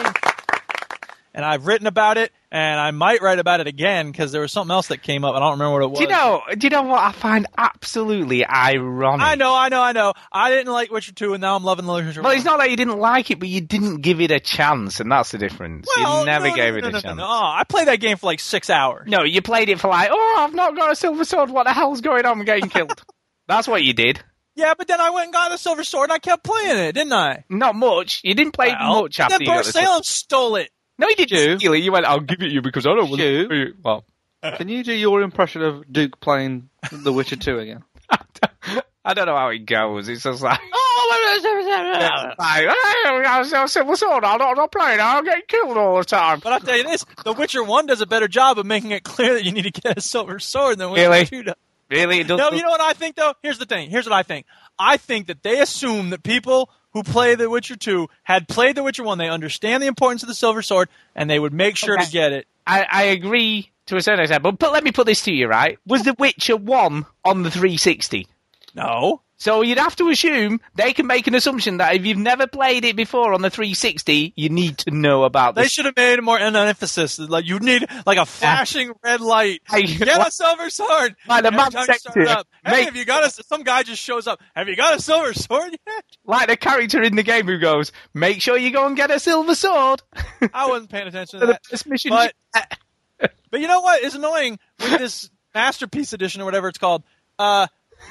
[SPEAKER 3] And I've written about it, and I might write about it again because there was something else that came up. I don't remember what it was.
[SPEAKER 1] Do you know? Do you know what I find absolutely ironic?
[SPEAKER 3] I know, I know, I know. I didn't like Witcher 2, and now I'm loving The Witcher
[SPEAKER 1] Well,
[SPEAKER 3] 1.
[SPEAKER 1] it's not that you didn't like it, but you didn't give it a chance, and that's the difference.
[SPEAKER 3] Well,
[SPEAKER 1] you never
[SPEAKER 3] no,
[SPEAKER 1] gave
[SPEAKER 3] no,
[SPEAKER 1] it
[SPEAKER 3] no,
[SPEAKER 1] a
[SPEAKER 3] no,
[SPEAKER 1] chance.
[SPEAKER 3] No, I played that game for like six hours.
[SPEAKER 1] No, you played it for like, oh, I've not got a silver sword. What the hell's going on? I'm getting killed. That's what you did.
[SPEAKER 3] Yeah, but then I went and got the silver sword, and I kept playing it, didn't I?
[SPEAKER 1] Not much. You didn't play
[SPEAKER 3] Well,
[SPEAKER 1] much
[SPEAKER 3] and
[SPEAKER 1] after
[SPEAKER 3] Then
[SPEAKER 1] you got
[SPEAKER 3] Bart
[SPEAKER 1] the
[SPEAKER 3] Salem stole it.
[SPEAKER 1] No, you didn't steal it. You went, I'll give it you because I don't want
[SPEAKER 2] Hugh?
[SPEAKER 1] to. Well,
[SPEAKER 2] Can you do your impression of Duke playing The Witcher 2 again?
[SPEAKER 1] I don't know how it goes. It's just like, It's like, "Hey, I was a silver sword. I'm not, I'm not playing. I'll get killed all the time.
[SPEAKER 3] But I'll tell you this: The Witcher One does a better job of making it clear that you need to get a silver sword than Witcher
[SPEAKER 1] Really?
[SPEAKER 3] Two does.
[SPEAKER 1] Really? It does,
[SPEAKER 3] No, you know what I think though. Here's the thing. Here's what I think. I think that they assume that people who play The Witcher Two had played The Witcher One. They understand the importance of the silver sword, and they would make sure
[SPEAKER 1] Okay.
[SPEAKER 3] to get it.
[SPEAKER 1] I, I agree to a certain extent, but, but let me put this to you, right? Was The Witcher 1 on the 360?
[SPEAKER 3] No.
[SPEAKER 1] So you'd have to assume they can make an assumption that if you've never played it before on the 360, you need to know about
[SPEAKER 3] They
[SPEAKER 1] this.
[SPEAKER 3] should have made more an emphasis. Like you need like a flashing red light.
[SPEAKER 1] Hey,
[SPEAKER 3] Get a
[SPEAKER 1] what?
[SPEAKER 3] silver sword.
[SPEAKER 1] Like the
[SPEAKER 3] Every
[SPEAKER 1] mom
[SPEAKER 3] time you
[SPEAKER 1] sex
[SPEAKER 3] start
[SPEAKER 1] here.
[SPEAKER 3] up, Hey,
[SPEAKER 1] Make-
[SPEAKER 3] have you got a? Some guy just shows up. Have you got a silver sword yet?
[SPEAKER 1] Like the character in the game who goes, "Make sure you go and get a silver sword."
[SPEAKER 3] I wasn't paying attention to
[SPEAKER 1] For the
[SPEAKER 3] that.
[SPEAKER 1] first mission
[SPEAKER 3] But, but you know what is annoying with this masterpiece edition or whatever it's called? Uh,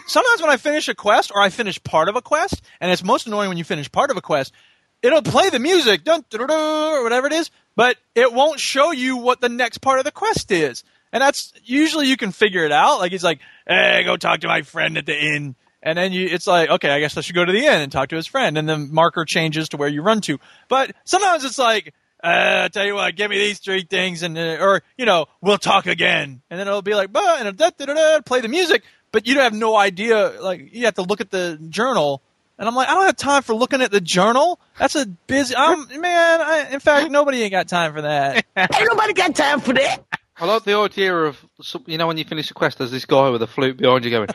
[SPEAKER 3] sometimes when I finish a quest or I finish part of a quest, and it's most annoying when you finish part of a quest, it'll play the music dun, dun, dun, dun, or whatever it is, but it won't show you what the next part of the quest is. And that's usually you can figure it out. Like it's like, hey, go talk to my friend at the inn. And then you, it's like, okay, I guess I should go to the inn and talk to his friend. And the marker changes to where you run to. But sometimes it's like, uh, I tell you what, give me these three things, and uh, or you know, we'll talk again. And then it'll be like, bah, and da, da, da, da, play the music, but you have no idea. Like you have to look at the journal, and I'm like, I don't have time for looking at the journal. That's a busy. I'm man. I, in fact, nobody ain't got time for that.
[SPEAKER 9] Ain't nobody got time for that.
[SPEAKER 2] I like the idea of, some- you know, when you finish a quest, there's this guy with a flute behind you going,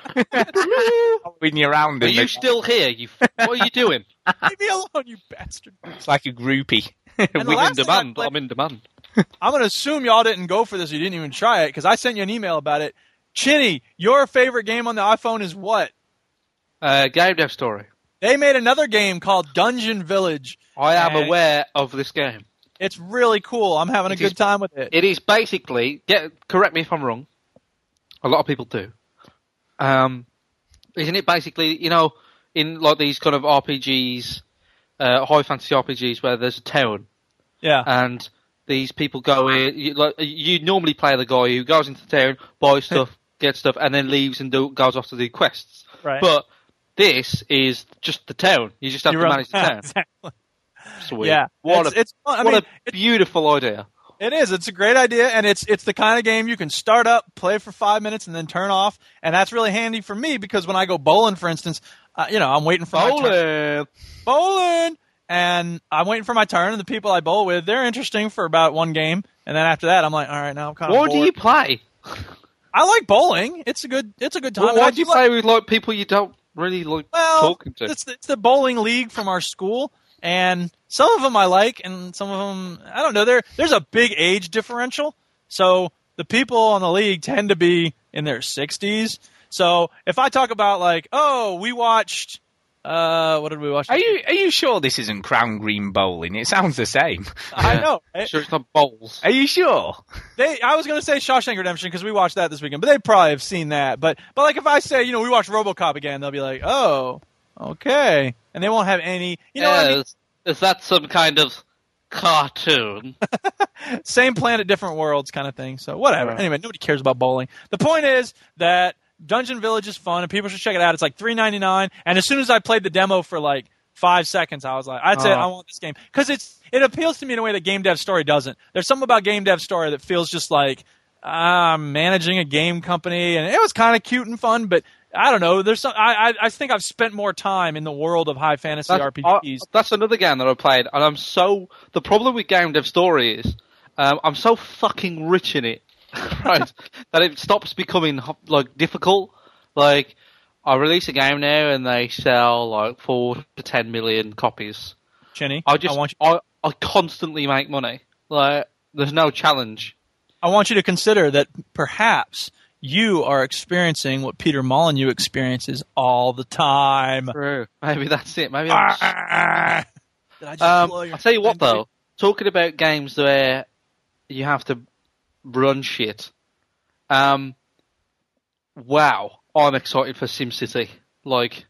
[SPEAKER 1] when you're around
[SPEAKER 2] Are
[SPEAKER 1] him,
[SPEAKER 2] you still here? You, f- what are you doing?
[SPEAKER 3] Leave me alone, you bastard.
[SPEAKER 1] it's like a groupie.
[SPEAKER 3] And the
[SPEAKER 2] I'm in
[SPEAKER 3] last thing I
[SPEAKER 2] demand.
[SPEAKER 3] played-
[SPEAKER 2] I'm in demand.
[SPEAKER 3] I'm gonna assume y'all didn't go for this. You didn't even try it because I sent you an email about it. Chinny, your favorite game on the iPhone is what?
[SPEAKER 2] Uh, game dev story.
[SPEAKER 3] They made another game called Dungeon Village.
[SPEAKER 2] I am
[SPEAKER 3] And
[SPEAKER 2] aware of this game.
[SPEAKER 3] It's really cool. I'm having a
[SPEAKER 2] It
[SPEAKER 3] good
[SPEAKER 2] is-
[SPEAKER 3] time with it.
[SPEAKER 2] It is basically. Get correct me if I'm wrong. A lot of people do. Um, isn't it basically you know in like these kind of RPGs, uh, high fantasy RPGs where there's a town
[SPEAKER 3] Yeah.
[SPEAKER 2] and these people go in. You, like, you normally play the guy who goes into the town, buys stuff, gets stuff, and then leaves and do, goes off to do quests.
[SPEAKER 3] Right.
[SPEAKER 2] But this is just the town. You just have
[SPEAKER 3] You
[SPEAKER 2] to
[SPEAKER 3] run-
[SPEAKER 2] manage the town.
[SPEAKER 3] exactly.
[SPEAKER 2] Sweet.
[SPEAKER 3] Yeah.
[SPEAKER 2] What
[SPEAKER 3] it's,
[SPEAKER 2] a
[SPEAKER 3] it's fun. I
[SPEAKER 2] what
[SPEAKER 3] mean,
[SPEAKER 2] a beautiful idea.
[SPEAKER 3] it is. It's a great idea, and it's it's the kind of game you can start up, play for five minutes, and then turn off. And that's really handy for me because when I go bowling, for instance, uh, you know I'm waiting for my turn.
[SPEAKER 2] Bowling.
[SPEAKER 3] bowling, and I'm waiting for my turn. And the people I bowl with, they're interesting for about one game, and then after that, I'm like, all right, now I'm kind of.
[SPEAKER 2] Why do you play?
[SPEAKER 3] I like bowling. It's a good. It's a good time.
[SPEAKER 2] Why,
[SPEAKER 3] And I
[SPEAKER 2] do you
[SPEAKER 3] like-
[SPEAKER 2] play with like people you don't really like
[SPEAKER 3] Well,
[SPEAKER 2] talking to?
[SPEAKER 3] It's, the, it's the bowling league from our school, and some of them I like, and some of them I don't know. There, there's a big age differential, So the people on the league tend to be in their 60s. So if I talk about like, oh, we watched, uh, what did we watch?
[SPEAKER 1] Are you are you sure this isn't crown green bowling? It sounds the same.
[SPEAKER 3] I know.
[SPEAKER 2] Sure, it's not bowls.
[SPEAKER 1] Are you sure?
[SPEAKER 3] They, I was going to say Shawshank Redemption because we watched that this weekend, but they probably have seen that. But but like if I say, you know, we watched RoboCop again, they'll be like, oh, okay, and they won't have any. You know, what I mean?
[SPEAKER 2] is, is that some kind of cartoon?
[SPEAKER 3] same planet, different worlds kind of thing. So whatever. Anyway, nobody cares about bowling. The point is that Dungeon Village is fun and people should check it out. It's like three ninety nine. And as soon as I played the demo for like five seconds, I was like, I'd say
[SPEAKER 2] Oh.
[SPEAKER 3] I want this game because it's it appeals to me in a way that game dev story doesn't. There's something about game dev story that feels just like ah, I'm managing a game company, and it was kind of cute and fun, but. I don't know. There's some. I, I I think I've spent more time in the world of high fantasy RPGs.
[SPEAKER 2] I- that's another game that I played, and I'm so. The problem with game dev story is, um, I'm so fucking rich in it, right? that it stops becoming ho- like difficult. Like, I release a game now, and they sell like four to ten million copies.
[SPEAKER 3] Chinny,
[SPEAKER 2] I just, I, I, constantly make money. Like, there's no challenge.
[SPEAKER 3] I want you to consider that perhaps you are experiencing what Peter Molyneux experiences all the time.
[SPEAKER 2] True. Maybe that's it. Maybe I'm
[SPEAKER 1] Ah,
[SPEAKER 2] Um, I'll tell you what, though. Talking about games where you have to run shit. Um, wow, I'm excited for SimCity. Like,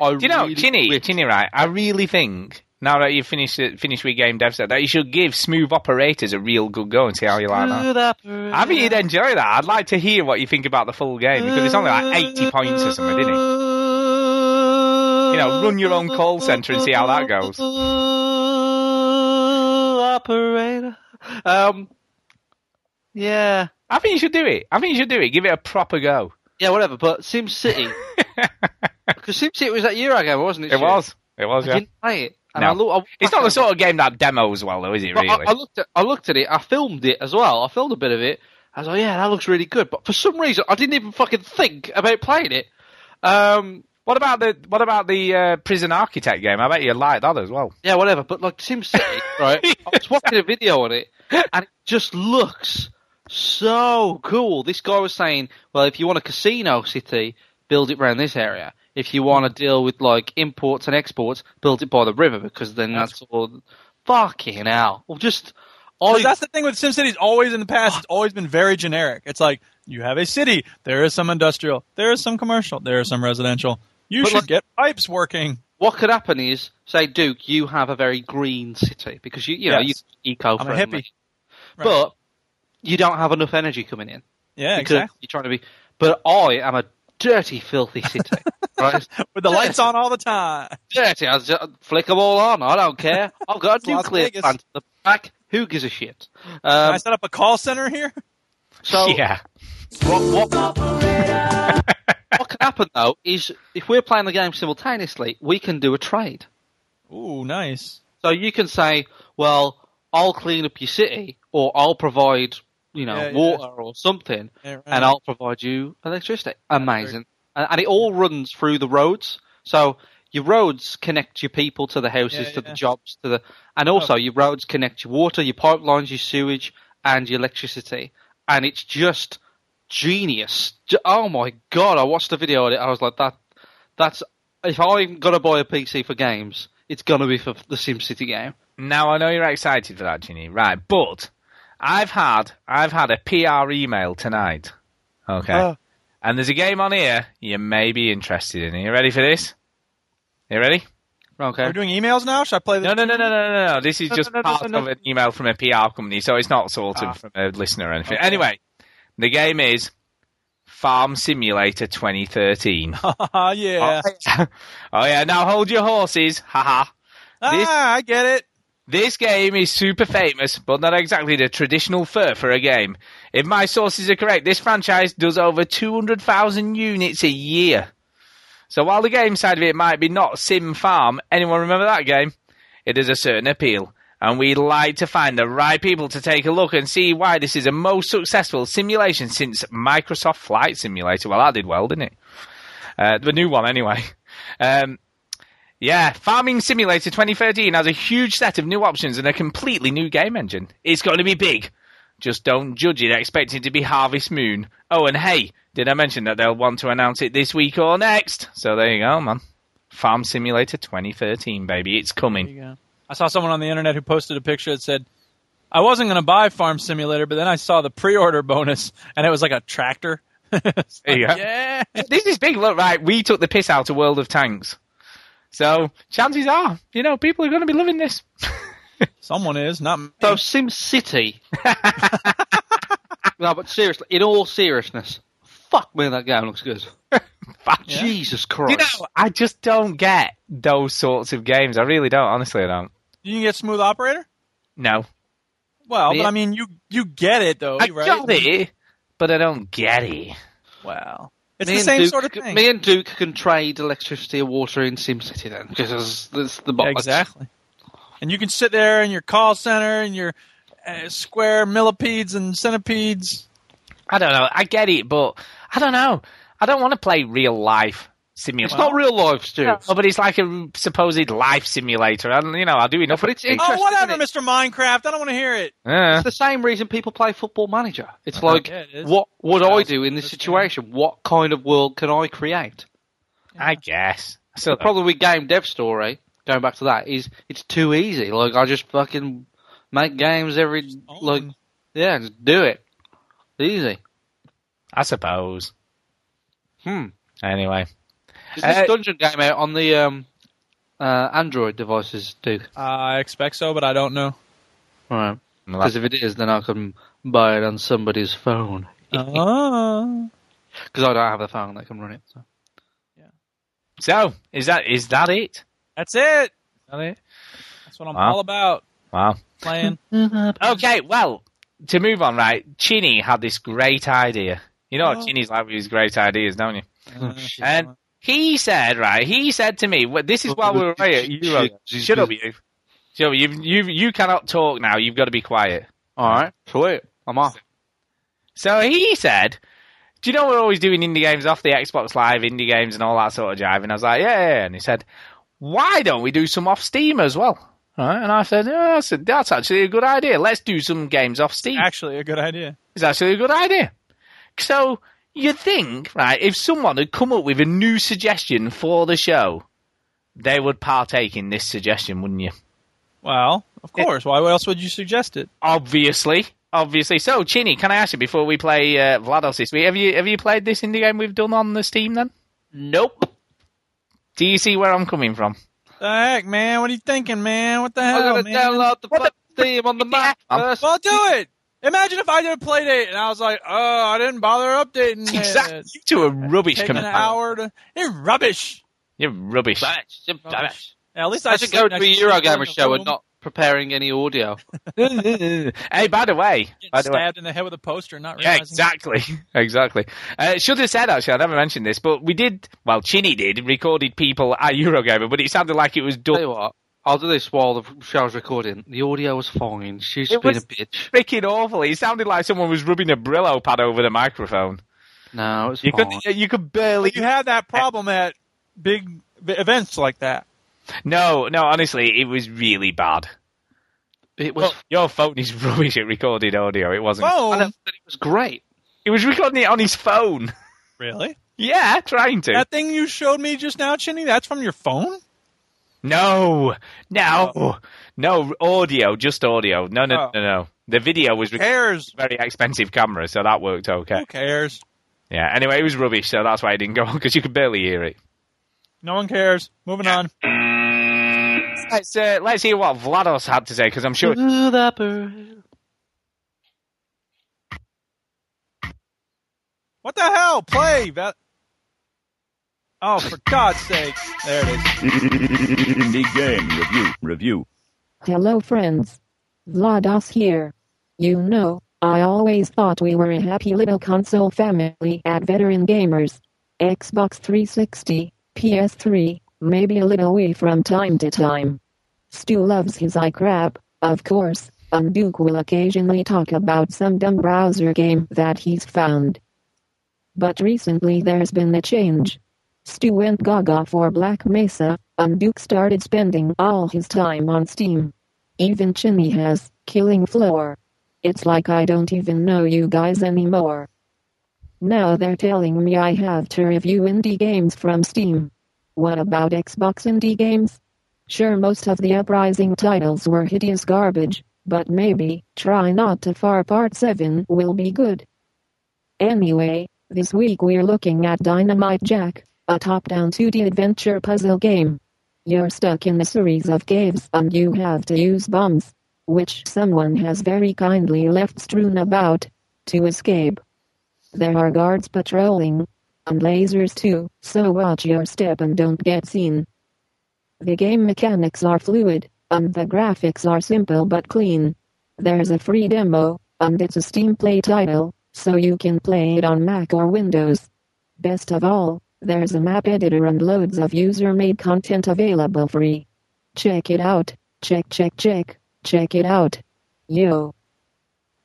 [SPEAKER 2] I
[SPEAKER 1] Do you know,
[SPEAKER 2] really
[SPEAKER 1] Chinny,
[SPEAKER 2] wish-
[SPEAKER 1] Chinny, right? I really think now that you've finished it- finished with game dev set that you should give smooth operators a real good go and see how you like that. I think you'd enjoy that. I'd like to hear what you think about the full game because it's only like
[SPEAKER 2] Uh,
[SPEAKER 1] eighty points or something, isn't it? You know, run your own call center and see how that goes.
[SPEAKER 2] operator. Um, yeah,
[SPEAKER 1] I think you should do it. I think you should do it. Give it a proper go.
[SPEAKER 2] yeah, whatever. But SimCity, because SimCity was that year ago, wasn't it?
[SPEAKER 1] It
[SPEAKER 2] Stu?
[SPEAKER 1] was. It was.
[SPEAKER 2] I
[SPEAKER 1] Yeah.
[SPEAKER 2] didn't play it. And I
[SPEAKER 1] No.
[SPEAKER 2] look, I,
[SPEAKER 1] It's not the sort of game that demos well, though, is it?
[SPEAKER 2] But
[SPEAKER 1] Really?
[SPEAKER 2] I, I looked at I looked at it. I filmed it as well. I filmed a bit of it. I was like, yeah, that looks really good. But for some reason, I didn't even fucking think about playing it. Um,
[SPEAKER 1] What about the What about the uh, Prison Architect game? I bet you like that as well.
[SPEAKER 2] yeah, whatever. But like SimCity, right? I was watching a video on it, and it just looks so cool. This guy was saying, well, if you want a casino city, build it around this area. If you
[SPEAKER 3] Mm.
[SPEAKER 2] want to deal with like imports and exports, build it by the river because then that's, all. Fucking hell! Well, just I
[SPEAKER 3] 'Cause that's the thing with SimCity's always in the past, it's always been very generic. It's like you have a city, there is some industrial, there is some commercial, there is some residential. You
[SPEAKER 2] But
[SPEAKER 3] should
[SPEAKER 2] like-
[SPEAKER 3] get pipes working.
[SPEAKER 2] what could happen is, say, Duke, you have a very green city because you, you know,
[SPEAKER 3] Yes.
[SPEAKER 2] you eco
[SPEAKER 3] I'm a
[SPEAKER 2] friendly,
[SPEAKER 3] hippie. Right.
[SPEAKER 2] but you don't have enough energy coming in
[SPEAKER 3] Yeah,
[SPEAKER 2] because
[SPEAKER 3] exactly.
[SPEAKER 2] you're trying to be. But I am a dirty, filthy city, right?
[SPEAKER 3] With the lights on all the time.
[SPEAKER 2] Dirty. I just flick them all on. I don't care. I've got
[SPEAKER 3] It's
[SPEAKER 2] a
[SPEAKER 3] Las
[SPEAKER 2] nuclear
[SPEAKER 3] Vegas.
[SPEAKER 2] plant at the back. Who gives a shit?
[SPEAKER 3] Can I
[SPEAKER 2] Um,
[SPEAKER 3] set up a call center here?
[SPEAKER 2] so
[SPEAKER 1] yeah.
[SPEAKER 2] what, what, what can happen though is if we're playing the game simultaneously, we can do a trade.
[SPEAKER 3] Ooh, nice.
[SPEAKER 2] So you can say, well, I'll clean up your city, or I'll provide, you know,
[SPEAKER 3] Yeah, yeah.
[SPEAKER 2] water or something,
[SPEAKER 3] Yeah, right.
[SPEAKER 2] and I'll provide you electricity. Amazing. And, and it all runs through the roads. So your roads connect your people to the houses,
[SPEAKER 3] Yeah,
[SPEAKER 2] to
[SPEAKER 3] yeah. Oh.
[SPEAKER 2] the jobs, to the, and also your roads connect your water, your pipelines, your sewage, and your electricity. And it's just genius. J- Oh my god! I watched the video on it. I was like, that, that's. If I'm gonna buy a PC for games, it's gonna be for the SimCity game.
[SPEAKER 1] Now I know you're excited for that, Ginny. Right, but I've had I've had a PR email tonight. Okay.
[SPEAKER 2] Ah.
[SPEAKER 1] And there's a game on here you may be interested in. Are you ready for this? You ready?
[SPEAKER 2] Okay.
[SPEAKER 3] We're doing emails now? Should I play the
[SPEAKER 1] No, no, no, no, no, no, no. This is
[SPEAKER 2] No,
[SPEAKER 1] just
[SPEAKER 2] no, no,
[SPEAKER 1] part
[SPEAKER 2] no, no.
[SPEAKER 1] of an email from a PR company, so it's not sort of
[SPEAKER 2] Ah.
[SPEAKER 1] from a listener or anything.
[SPEAKER 3] Okay.
[SPEAKER 1] Anyway, the game is Farm Simulator 2013.
[SPEAKER 3] Ah, yeah.
[SPEAKER 1] oh yeah, now hold your horses. Haha. this-
[SPEAKER 3] ah, I get it.
[SPEAKER 1] This game is super famous, but not exactly the traditional fur for a game. If my sources are correct, this franchise does over 200,000 units a year. So while the game side of it might be not Sim Farm, anyone remember that game? It has a certain appeal, and we'd like to find the right people to take a look and see why this is a most successful simulation since Microsoft Flight Simulator. Well, that did well, didn't it? Uh, the new one, anyway. Um, yeah, Farming Simulator 2013 has a huge set of new options and a completely new game engine. It's going to be big. Just don't judge it expecting to be Harvest Moon. Oh, and hey, did I mention that they'll want to announce it this week or next? So there you go, man. Farm Simulator 2013, baby. It's coming.
[SPEAKER 3] I saw someone on the internet who posted a picture that said, "I wasn't going to buy Farm Simulator, but then I saw the pre-order bonus, and it was like a tractor."
[SPEAKER 1] There you go.
[SPEAKER 3] Yeah.
[SPEAKER 1] This is big. Look, right, we took the piss out of World of Tanks. So chances are, you know, people are going to be loving this.
[SPEAKER 3] Someone is not.
[SPEAKER 2] So Sim City. no, but seriously, in all seriousness, fuck me, that game looks good.
[SPEAKER 1] Fuck,
[SPEAKER 2] Jesus
[SPEAKER 1] You
[SPEAKER 2] Christ!
[SPEAKER 1] know, I just don't get those sorts of games. I really don't. Honestly, I don't.
[SPEAKER 3] You can get Smooth Operator.
[SPEAKER 1] No,
[SPEAKER 3] Well, but
[SPEAKER 1] Yeah.
[SPEAKER 3] I mean, you you get it though,
[SPEAKER 1] I
[SPEAKER 3] right?
[SPEAKER 1] got it, but I don't get it.
[SPEAKER 3] Wow. It's
[SPEAKER 2] Me
[SPEAKER 3] the
[SPEAKER 2] and
[SPEAKER 3] same
[SPEAKER 2] Duke-
[SPEAKER 3] sort of thing.
[SPEAKER 2] Me and Duke can trade electricity and water in SimCity then, because that's- that's the box.
[SPEAKER 3] exactly. And you can sit there in your call center and your uh, square millipedes and centipedes.
[SPEAKER 1] I don't know. I get it, but I don't know. I don't want to play real life simulator.
[SPEAKER 2] It's not real life, Stu.
[SPEAKER 1] Oh, but it's like a supposed life simulator. I don't, you know, I'll do enough.
[SPEAKER 2] but it's
[SPEAKER 1] of it. Uh,
[SPEAKER 3] Oh,
[SPEAKER 2] Interesting,
[SPEAKER 3] whatever,
[SPEAKER 2] isn't
[SPEAKER 3] Mr. Minecraft. I don't want to hear it.
[SPEAKER 1] Yeah.
[SPEAKER 2] It's the same reason people play Football Manager. It's like,
[SPEAKER 3] Yeah, it is.
[SPEAKER 2] what would I do in this situation? What kind of world can I create?
[SPEAKER 1] I guess. So
[SPEAKER 2] The problem with game dev story, going back to that, is it's too easy. Like I just fucking make games every like, yeah, just do it. Easy.
[SPEAKER 1] I suppose.
[SPEAKER 2] Hmm.
[SPEAKER 1] Anyway,
[SPEAKER 2] Is this
[SPEAKER 1] Uh,
[SPEAKER 2] dungeon game out on the um, uh, Android devices, Duke?
[SPEAKER 3] Uh, I expect so, but I don't know.
[SPEAKER 2] Right.
[SPEAKER 1] Well,
[SPEAKER 2] Because if it is, then I can buy it on somebody's phone.
[SPEAKER 3] Oh.
[SPEAKER 2] Because I don't have a phone that can run it. So.
[SPEAKER 1] so is that is that it?
[SPEAKER 3] That's it.
[SPEAKER 1] Is that it?
[SPEAKER 3] That's what I'm
[SPEAKER 1] Wow.
[SPEAKER 3] all about.
[SPEAKER 1] Wow.
[SPEAKER 3] Playing.
[SPEAKER 1] Okay, well, to move on, right? Chinny had this great idea. You know what
[SPEAKER 3] Oh.
[SPEAKER 1] Chinny's like with his great ideas, don't you?
[SPEAKER 2] Oh, shit.
[SPEAKER 1] And he said, right? He said to me, well, "This is while we were away at Euro.
[SPEAKER 2] Jesus.
[SPEAKER 1] Shut up, you! Shut up! You you you cannot talk now. You've got to be quiet."
[SPEAKER 2] All right, sweet. I'm off.
[SPEAKER 1] So he said, Do you know we're always doing indie games off the Xbox Live, indie games, and all that sort of jive? And I was like, Yeah, yeah, yeah. And he said, Why don't we do some off Steam as well? Right? And I said, yeah, that's, that's actually a good idea. Let's do some games off Steam.
[SPEAKER 3] Actually, a good idea.
[SPEAKER 1] It's actually a good idea. So you'd think, right, if someone had come up with a new suggestion for the show, they would partake in this suggestion, wouldn't you?
[SPEAKER 3] Well, of course. Why else would you suggest it?
[SPEAKER 1] Obviously. Obviously. So, Chinny, can I ask you before we play uh, Vlados this week? Have you have you played this indie game we've done on the Steam? Then
[SPEAKER 2] Nope.
[SPEAKER 1] do you see where I'm coming from?
[SPEAKER 3] The heck, man? What are you thinking, man? What the
[SPEAKER 2] I'm
[SPEAKER 3] hell,
[SPEAKER 2] gonna
[SPEAKER 3] Oh, man?
[SPEAKER 2] download the
[SPEAKER 1] What the
[SPEAKER 2] fucking theme on the Mac
[SPEAKER 1] I'm-
[SPEAKER 2] first.
[SPEAKER 3] Well, do it. Imagine if I did a play date and I was like, oh, I didn't bother updating it.
[SPEAKER 1] Exactly. You two are rubbish.
[SPEAKER 3] Taking an
[SPEAKER 1] Coming
[SPEAKER 3] hour to. You're rubbish.
[SPEAKER 1] You're rubbish.
[SPEAKER 2] Bash, jim- bash.
[SPEAKER 3] Yeah, at least I,
[SPEAKER 2] I should go
[SPEAKER 3] sleep
[SPEAKER 2] to a
[SPEAKER 3] next you in
[SPEAKER 2] Eurogamer
[SPEAKER 3] the
[SPEAKER 2] show
[SPEAKER 3] room,
[SPEAKER 2] and not preparing any audio.
[SPEAKER 1] hey, by the way,
[SPEAKER 3] get
[SPEAKER 1] by the way,
[SPEAKER 3] stabbed in the head with a poster, and not
[SPEAKER 1] Yeah,
[SPEAKER 3] realizing.
[SPEAKER 1] exactly, exactly. Uh, should have said actually, I never mentioned this, but we did. Well, Chinny did recorded people at Eurogamer, but it sounded like it was
[SPEAKER 2] Tell you
[SPEAKER 1] done
[SPEAKER 2] what, I'll do this while the show's recording. The audio was fine. She's
[SPEAKER 1] It
[SPEAKER 2] just being
[SPEAKER 1] was-
[SPEAKER 2] a bitch.
[SPEAKER 1] freaking awfully. It sounded like someone was rubbing a Brillo pad over the microphone.
[SPEAKER 2] No, it's
[SPEAKER 1] You
[SPEAKER 2] fine.
[SPEAKER 1] could, you could barely.
[SPEAKER 3] But you had that problem at big v- events like that.
[SPEAKER 1] No, no, honestly, it was really bad.
[SPEAKER 2] It was.
[SPEAKER 1] Your phone is rubbish at recording audio. It wasn't.
[SPEAKER 2] I
[SPEAKER 3] Boom.
[SPEAKER 2] don't- but it was great.
[SPEAKER 1] He was recording it on his phone.
[SPEAKER 3] Really?
[SPEAKER 1] yeah, trying to.
[SPEAKER 3] That thing you showed me just now, Chinny, that's from your phone?
[SPEAKER 1] No, no, no audio, just audio. No, no,
[SPEAKER 3] Oh.
[SPEAKER 1] no, no. The video was recorded
[SPEAKER 3] Cares.
[SPEAKER 1] very expensive camera, so that worked okay.
[SPEAKER 3] Who cares?
[SPEAKER 1] Yeah. Anyway, it was rubbish, so that's why it didn't go on because you could barely hear it.
[SPEAKER 3] No one cares. Moving on.
[SPEAKER 1] Let's uh, let's hear what Vlados had to say because I'm sure.
[SPEAKER 2] Ooh, that bird.
[SPEAKER 3] What the hell? Play. Val- oh, for God's sake. There it is.
[SPEAKER 13] Indie game review review.
[SPEAKER 14] Hello, friends. Vlados here. You know, I always thought we were a happy little console family at Veteran Gamers. Xbox 360, PS3, maybe a little Wii from time to time. Stu loves his iCrap, of course, and Duke will occasionally talk about some dumb browser game that he's found. But recently there's been a change. Stu went gaga for Black Mesa, and Duke started spending all his time on Steam. Even Chinny has, killing Floor. It's like I don't even know you guys anymore. Now they're telling me I have to review indie games from Steam. What about Xbox indie games? Sure, most of the Uprising titles were hideous garbage, but maybe Try Not to Far Part 7 will be good. Anyway, this week we're looking at Dynamite Jack, a top down 2D adventure puzzle game. You're stuck in a series of caves and you have to use bombs, which someone has very kindly left strewn about, to escape. There are guards patrolling, and lasers too, so watch your step and don't get seen. The game mechanics are fluid, and the graphics are simple but clean. There's a free demo, and it's a Steam Play title, so you can play it on Mac or Windows. Best of all, there's a map editor and loads of user made content available free. Check it out, check, check, check, check it out. Yo.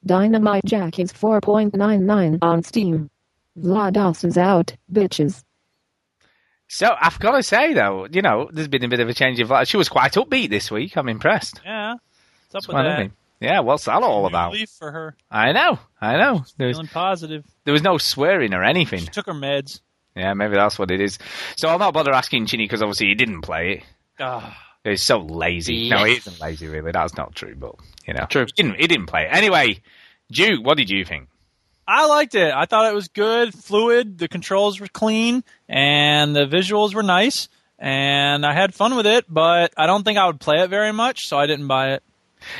[SPEAKER 14] Dynamite Jack is 4.99 on Steam. Vlados is out, bitches.
[SPEAKER 1] So I've got to say though, you know, there's been a bit of a change of life. She was quite upbeat this week. I'm impressed.
[SPEAKER 3] Yeah. What's up
[SPEAKER 1] That's
[SPEAKER 3] with
[SPEAKER 1] one of
[SPEAKER 3] that?
[SPEAKER 1] me. Yeah, what's that all about?
[SPEAKER 3] Relief for her.
[SPEAKER 1] I know, I know. There was,
[SPEAKER 3] Feeling positive.
[SPEAKER 1] there was no swearing or anything.
[SPEAKER 3] Took her meds.
[SPEAKER 1] Yeah, maybe that's what it is. So I'll not bother asking Chinny because obviously he didn't play
[SPEAKER 3] Ah.
[SPEAKER 1] it. He's so lazy. No,
[SPEAKER 2] Yes.
[SPEAKER 1] he isn't lazy really. That's not true, but you know, true. He didn't, he didn't play it anyway. Duke, what did you think?
[SPEAKER 3] I liked it. I thought it was good, fluid. The controls were clean, and the visuals were nice, and I had fun with it. But I don't think I would play it very much, so I didn't buy it.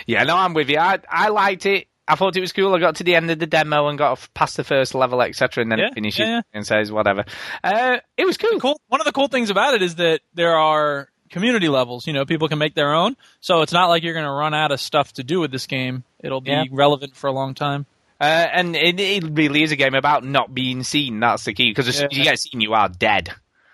[SPEAKER 1] Yeah, no, I'm with you. I, I liked it. I thought it was cool. I got to the end of the demo and got off past the first level, etc., and then
[SPEAKER 3] Yeah,
[SPEAKER 1] it finishes
[SPEAKER 3] yeah, yeah.
[SPEAKER 1] and says whatever. Uh, it was cool.
[SPEAKER 3] cool. One of the cool things about it is that there are community levels. You know, people can make their own, so it's not like you're going to run out of stuff to do with this game. It'll be
[SPEAKER 1] Yeah.
[SPEAKER 3] relevant for a long time.
[SPEAKER 1] Uh, and it, it really is a game about not being seen. That's the key because as soon as you
[SPEAKER 3] Yeah.
[SPEAKER 1] get seen, you are dead.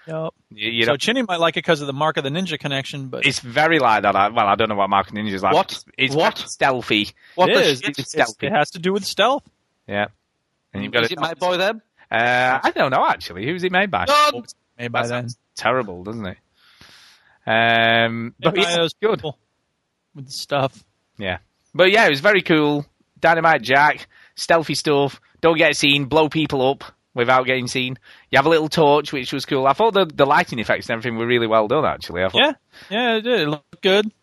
[SPEAKER 3] Yep.
[SPEAKER 1] You, you
[SPEAKER 3] so
[SPEAKER 1] know,
[SPEAKER 3] Chinny might like it because of the Mark of the Ninja connection, but
[SPEAKER 1] it's very like that. I- Well, I don't know what Mark Ninja is like.
[SPEAKER 3] What?
[SPEAKER 1] It's- It's what stealthy.
[SPEAKER 3] What
[SPEAKER 1] It
[SPEAKER 3] the
[SPEAKER 1] is.
[SPEAKER 3] shit?
[SPEAKER 1] It's
[SPEAKER 3] It's-
[SPEAKER 1] stealthy.
[SPEAKER 3] it has to do with stealth.
[SPEAKER 1] Yeah. And you've got
[SPEAKER 2] Is
[SPEAKER 1] to-
[SPEAKER 2] it my boy then?
[SPEAKER 1] Uh, I don't know actually. Who's it made by?
[SPEAKER 2] None.
[SPEAKER 3] Made by
[SPEAKER 1] That
[SPEAKER 3] then.
[SPEAKER 1] sounds terrible, doesn't it? Um, but
[SPEAKER 3] Made by
[SPEAKER 1] it's
[SPEAKER 3] those
[SPEAKER 1] good.
[SPEAKER 3] With stuff.
[SPEAKER 1] Yeah. But yeah, it was very cool. Dynamite Jack, stealthy stuff. Don't get seen. Blow people up without getting seen. You have a little torch, which was cool. I thought the, the lighting effects and everything were really well done. Actually, I thought
[SPEAKER 3] Yeah, yeah, it did. It looked good. It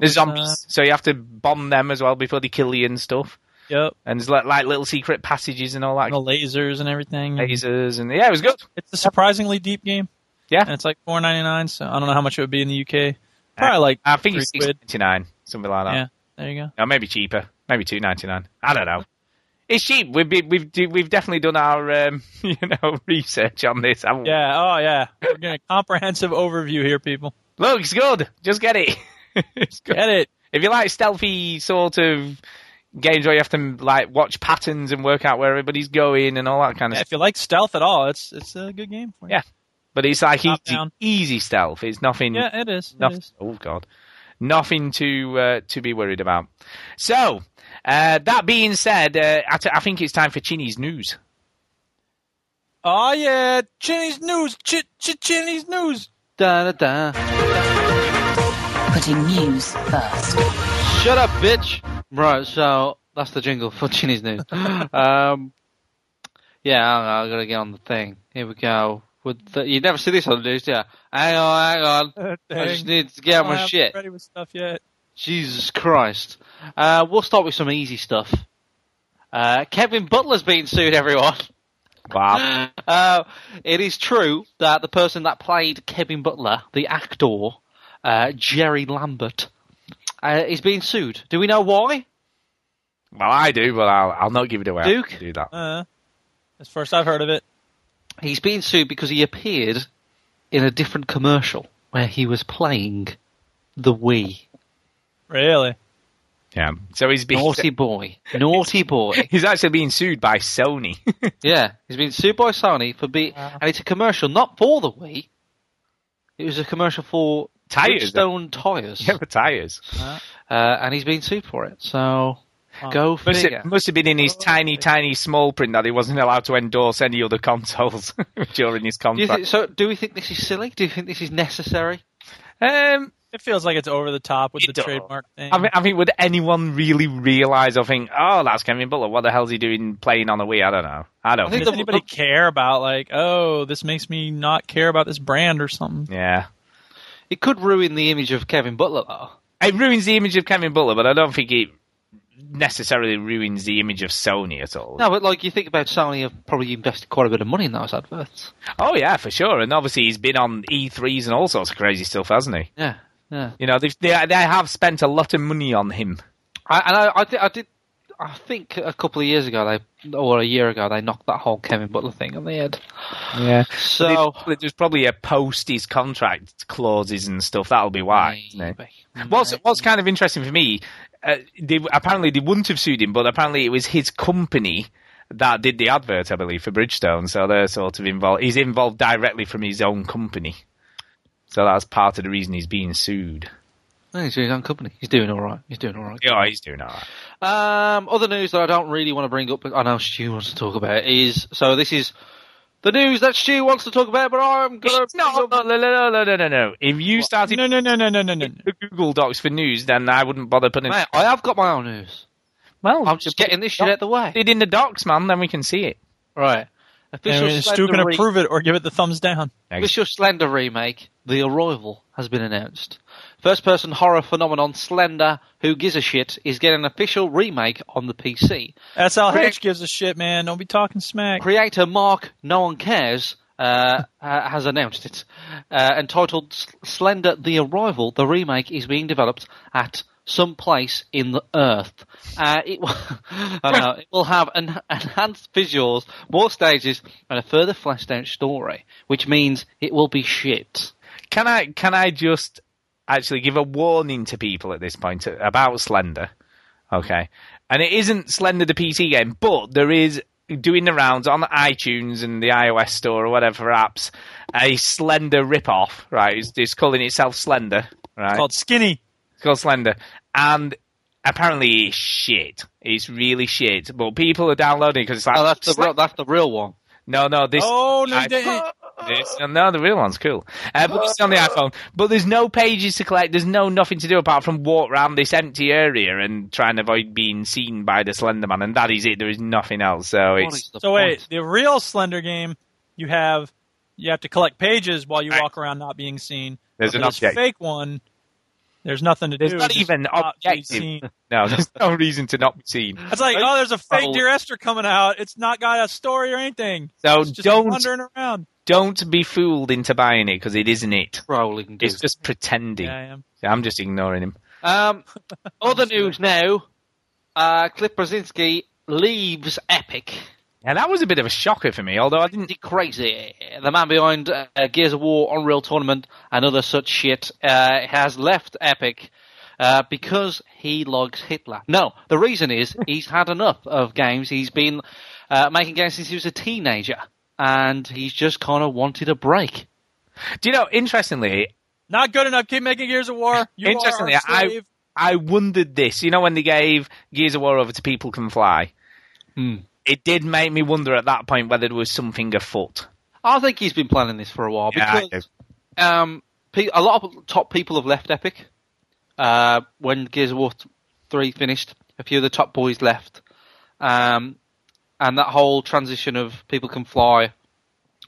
[SPEAKER 1] there's
[SPEAKER 3] was,
[SPEAKER 1] zombies,
[SPEAKER 3] uh,
[SPEAKER 1] so you have to bomb them as well before they kill you and stuff.
[SPEAKER 3] Yep.
[SPEAKER 1] And there's like, like little secret passages and all that.
[SPEAKER 3] the lasers and everything.
[SPEAKER 1] Lasers and yeah, it was good.
[SPEAKER 3] It's a surprisingly deep game.
[SPEAKER 1] Yeah,
[SPEAKER 3] and it's like four ninety nine. So I don't know how much it would be in the UK. Probably like
[SPEAKER 1] I think
[SPEAKER 3] three
[SPEAKER 1] it's six
[SPEAKER 3] quid.
[SPEAKER 1] ninety nine, something like that.
[SPEAKER 3] Yeah, there you go.
[SPEAKER 1] No, maybe cheaper. Maybe two ninety nine. I don't know. It's cheap. We've been- we've do- we've definitely done our um, you know research on this. haven't we?
[SPEAKER 3] Yeah. Oh yeah. We're getting a comprehensive overview here, people.
[SPEAKER 1] Looks good. Just get it. Just
[SPEAKER 3] Get it.
[SPEAKER 1] If you like stealthy sort of games where you have to like watch patterns and work out where everybody's going and all that kind of
[SPEAKER 3] Yeah,
[SPEAKER 1] stuff.
[SPEAKER 3] if you like stealth at all, it's it's a good game for you.
[SPEAKER 1] Yeah. But it's like
[SPEAKER 3] Top
[SPEAKER 1] easy,
[SPEAKER 3] down.
[SPEAKER 1] easy stealth. It's nothing.
[SPEAKER 3] Yeah, it is. It
[SPEAKER 1] nothing-
[SPEAKER 3] is.
[SPEAKER 1] Oh god, nothing to uh, to be worried about. So uh, that being said, uh, I, t- I think it's time for Chinny's news.
[SPEAKER 3] Oh yeah, Chinese news. Ch- ch- Chinese news.
[SPEAKER 2] Da da da.
[SPEAKER 15] Putting news first.
[SPEAKER 2] Shut up, bitch. Right, so that's the jingle for Chinny's news. um, yeah, I don't know, I gotta get on the thing. Here we go. With the, you never see this on the news, yeah. Hang on, hang on. I just need to get on my shit.
[SPEAKER 3] Ready with stuff yet?
[SPEAKER 2] Jesus Christ. Uh, we'll start with some easy stuff. Uh, Kevin Butler's being sued, everyone.
[SPEAKER 1] Wow.
[SPEAKER 2] Uh, it is true that the person that played Kevin Butler, the actor, uh, Jerry Lambert, uh, is being sued. Do we know why?
[SPEAKER 1] Well, I do, but I'll, I'll not give it away. I
[SPEAKER 2] Duke?
[SPEAKER 1] can do that.
[SPEAKER 3] Uh, that's the first I've heard of it.
[SPEAKER 2] He's being sued because he appeared in a different commercial where he was playing the Wii.
[SPEAKER 3] Really?
[SPEAKER 1] Yeah. So he's being
[SPEAKER 2] Naughty boy. Naughty boy.
[SPEAKER 1] He's actually being sued by Sony.
[SPEAKER 2] Yeah, he's been sued by Sony for being, and it's a commercial not for the Wii. It was a commercial for
[SPEAKER 1] Tires.
[SPEAKER 2] Bridgestone tires,
[SPEAKER 1] yeah, for tires.
[SPEAKER 2] uh, and he's been sued for it. So go
[SPEAKER 1] must
[SPEAKER 2] figure.
[SPEAKER 1] Have, must have been in his tiny, tiny small print that he wasn't allowed to endorse any other consoles during his
[SPEAKER 2] Do you
[SPEAKER 1] contract.
[SPEAKER 2] think, so, do we think this is silly? Do you think this is necessary?
[SPEAKER 1] Um,
[SPEAKER 3] It feels like it's over the top with the trademark thing.
[SPEAKER 1] I mean, I mean, would anyone really realize or think, oh, that's Kevin Butler? What the hell's he doing playing on the Wii? I don't know. I don't
[SPEAKER 3] I think does anybody care about like, oh, this makes me not care about this brand or something.
[SPEAKER 1] Yeah.
[SPEAKER 2] It could ruin the image of Kevin Butler, though.
[SPEAKER 1] It ruins the image of Kevin Butler, but I don't think it necessarily ruins the image of Sony at all.
[SPEAKER 2] No, but like you think about Sony have probably invested quite a bit of money in those adverts.
[SPEAKER 1] Oh yeah, for sure. And obviously he's been on E3s and all sorts of crazy stuff, hasn't he?
[SPEAKER 2] Yeah, yeah.
[SPEAKER 1] You know, they've, they they have spent a lot of money on him.
[SPEAKER 2] I, and I, I, did, I did. I think a couple of years ago, they or a year ago, they knocked that whole Kevin Butler thing on the head.
[SPEAKER 1] Yeah.
[SPEAKER 2] So
[SPEAKER 1] There's- there's probably a post his contract clauses and stuff. That'll be why. isn't it?
[SPEAKER 2] Mm-hmm.
[SPEAKER 1] What's what's kind of interesting for me? Uh, they, apparently they wouldn't have sued him, but apparently it was his company that did the advert, I believe, for Bridgestone. So they're sort of involved. He's involved directly from his own company. So that's part of the reason he's being sued.
[SPEAKER 2] No, he's doing his own company. He's doing all right. He's doing all right.
[SPEAKER 1] Yeah, he's doing all right.
[SPEAKER 2] Um, other news that I don't really want to bring up, but I know Stu wants to talk about is so this is the news that Stu wants to talk about, but I'm gonna.
[SPEAKER 1] No, no, no, no, no, no, no, no. If you started
[SPEAKER 3] no, no, no, no, no, no, no.
[SPEAKER 1] the Google Docs for news, then I wouldn't bother putting.
[SPEAKER 2] Mate, I have got my own news.
[SPEAKER 1] Well,
[SPEAKER 2] I'm just getting this shit out the way.
[SPEAKER 1] It in the docs, man. Then we can see it.
[SPEAKER 2] Right. Official
[SPEAKER 3] And Stu can
[SPEAKER 2] Slender re-
[SPEAKER 3] approve it or give it the thumbs down.
[SPEAKER 2] Official Slender remake, The Arrival, has been announced. First person horror phenomenon Slender, Who Gives a Shit, is getting an official remake on the PC.
[SPEAKER 3] SLH gives a shit, man. Don't be talking smack.
[SPEAKER 2] Creator Mark No One Cares uh, uh, has announced it. Uh, entitled S- Slender The Arrival, the remake is being developed at some place in the earth. Uh, it, will, I know, it will have en- enhanced visuals, more stages, and a further fleshed out story, which means it will be shit.
[SPEAKER 1] Can I can I just actually give a warning to people at this point about Slender? Okay, and it isn't Slender the PC game, but there is doing the rounds on iTunes and the iOS store or whatever apps a Slender rip-off. Right, it's, it's calling itself Slender. Right,
[SPEAKER 3] It's called skinny.
[SPEAKER 1] It's called Slender. And apparently it's shit. It's really shit. But people are downloading because it's like.
[SPEAKER 2] Oh, that's the
[SPEAKER 1] Slen-
[SPEAKER 2] real, that's the real one.
[SPEAKER 1] No, no, this.
[SPEAKER 3] Oh no,
[SPEAKER 1] I-
[SPEAKER 3] they-
[SPEAKER 1] this- no, the real one's cool. Uh, but it's on the iPhone. But there's no pages to collect. There's no nothing to do apart from walk around this empty area and try and avoid being seen by the Slender Man. And that is it. There is nothing else. So
[SPEAKER 2] What
[SPEAKER 1] it's.
[SPEAKER 2] is the
[SPEAKER 3] so wait,
[SPEAKER 2] point?
[SPEAKER 3] the real Slender game, you have you have to collect pages while you walk around not being seen.
[SPEAKER 1] There's
[SPEAKER 3] But
[SPEAKER 1] an
[SPEAKER 3] this
[SPEAKER 1] object.
[SPEAKER 3] fake one. There's nothing to do.
[SPEAKER 1] There's not
[SPEAKER 3] Just
[SPEAKER 1] even
[SPEAKER 3] not be
[SPEAKER 1] objective.
[SPEAKER 3] seen.
[SPEAKER 1] No, there's no reason to not be seen.
[SPEAKER 3] It's like, oh, there's a fake
[SPEAKER 2] Oh.
[SPEAKER 3] Dear Esther coming out. It's not got a story or anything.
[SPEAKER 1] So
[SPEAKER 3] It's just
[SPEAKER 1] don't-
[SPEAKER 3] wandering around.
[SPEAKER 1] Don't be fooled into buying it because it isn't it.
[SPEAKER 2] Rolling
[SPEAKER 1] It's
[SPEAKER 2] disc.
[SPEAKER 1] just pretending.
[SPEAKER 3] Yeah, I am.
[SPEAKER 1] I'm just ignoring him.
[SPEAKER 2] Um, other news now. Uh, Cliff Brzezinski leaves Epic.
[SPEAKER 1] Yeah, that was a bit of a shocker for me, although I didn't.
[SPEAKER 2] Pretty crazy. The man behind uh, Gears of War, Unreal Tournament, and other such shit uh, has left Epic uh, because he logs Hitler. No, the reason is he's had enough of games. He's been uh, making games since he was a teenager, and he's just kind of wanted a break.
[SPEAKER 1] Do you know, interestingly,
[SPEAKER 3] Not good enough. Keep making Gears of War. You
[SPEAKER 1] interestingly,
[SPEAKER 3] are our
[SPEAKER 1] I
[SPEAKER 3] slave.
[SPEAKER 1] I wondered this. You know, when they gave Gears of War over to People Can Fly,
[SPEAKER 2] Hmm.
[SPEAKER 1] it did make me wonder at that point whether there was something afoot.
[SPEAKER 2] I think he's been planning this for a while
[SPEAKER 1] Yeah, I
[SPEAKER 2] because um, pe- a lot of top people have left Epic. Uh, when Gears of War th- three finished, a few of the top boys left, um, and that whole transition of people can fly.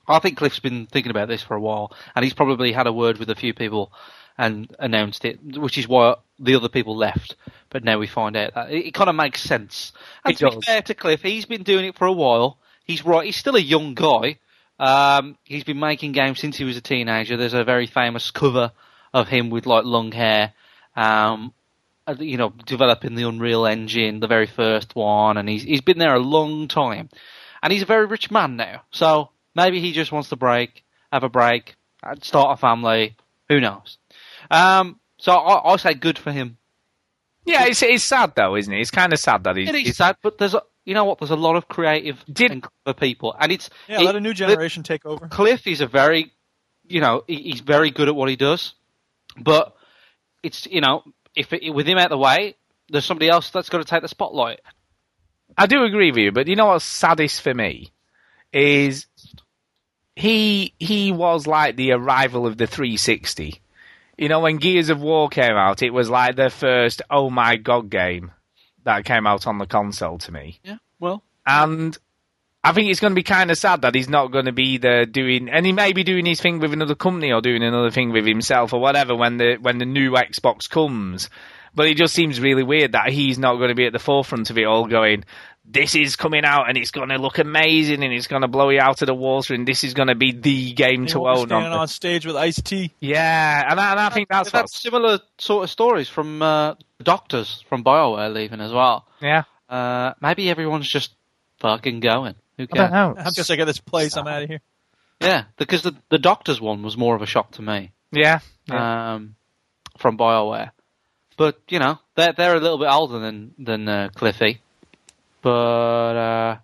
[SPEAKER 2] I think Cliff's been thinking about this for a while, and he's probably had a word with a few people and announced it, which is why the other people left. But now we find out that it, it kind of makes sense. And
[SPEAKER 1] It
[SPEAKER 2] to be
[SPEAKER 1] does.
[SPEAKER 2] fair to Cliff, he's been doing it for a while. He's right. He's still a young guy. Um, he's been making games since he was a teenager. There's a very famous cover of him with like long hair, um, uh, you know, developing the Unreal Engine, the very first one, and he's he's been there a long time, and he's a very rich man now. So maybe he just wants to break, have a break, uh, start a family. Who knows? Um, so I, I say good for him.
[SPEAKER 1] Yeah, it's it's sad though, isn't it? It's kind of sad that he's.
[SPEAKER 2] It is sad, but there's a, you know what? There's a lot of creative
[SPEAKER 1] Did-
[SPEAKER 2] and clever people, and it's
[SPEAKER 3] Yeah,
[SPEAKER 2] it-
[SPEAKER 3] let a new
[SPEAKER 2] it-
[SPEAKER 3] generation take over.
[SPEAKER 2] Cliff is a very, you know, he- he's very good at what he does, but it's you know, if it, with him out the way, there's somebody else that's got to take the spotlight.
[SPEAKER 1] I do agree with you, but you know what's saddest for me is he he was like the arrival of the 360. You know, when Gears of War came out, it was like the first oh my god game that came out on the console to me.
[SPEAKER 2] Yeah, well,
[SPEAKER 1] And I think it's going to be kind of sad that he's not going to be there doing, and he may be doing his thing with another company or doing another thing with himself or whatever when the when the new Xbox comes. But it just seems really weird that he's not going to be at the forefront of it all, going, "This is coming out and it's going to look amazing and it's going to blow you out of the water and this is going to be the game
[SPEAKER 3] He
[SPEAKER 1] to
[SPEAKER 3] won't be
[SPEAKER 1] own."
[SPEAKER 3] standing
[SPEAKER 1] the-
[SPEAKER 3] on stage with Ice T.
[SPEAKER 1] Yeah, and I, and I think that's
[SPEAKER 2] They've had similar sort of stories from uh, doctors from Bioware leaving as well.
[SPEAKER 1] Yeah.
[SPEAKER 2] Uh, maybe everyone's just fucking going. Who
[SPEAKER 3] I
[SPEAKER 2] cares?
[SPEAKER 3] am just like at this place. I'm out of here.
[SPEAKER 2] Yeah, because the the doctors one was more of a shock to me.
[SPEAKER 1] Yeah.
[SPEAKER 2] Um, from Bioware, but you know they're they're a little bit older than than uh, Cliffy, but uh,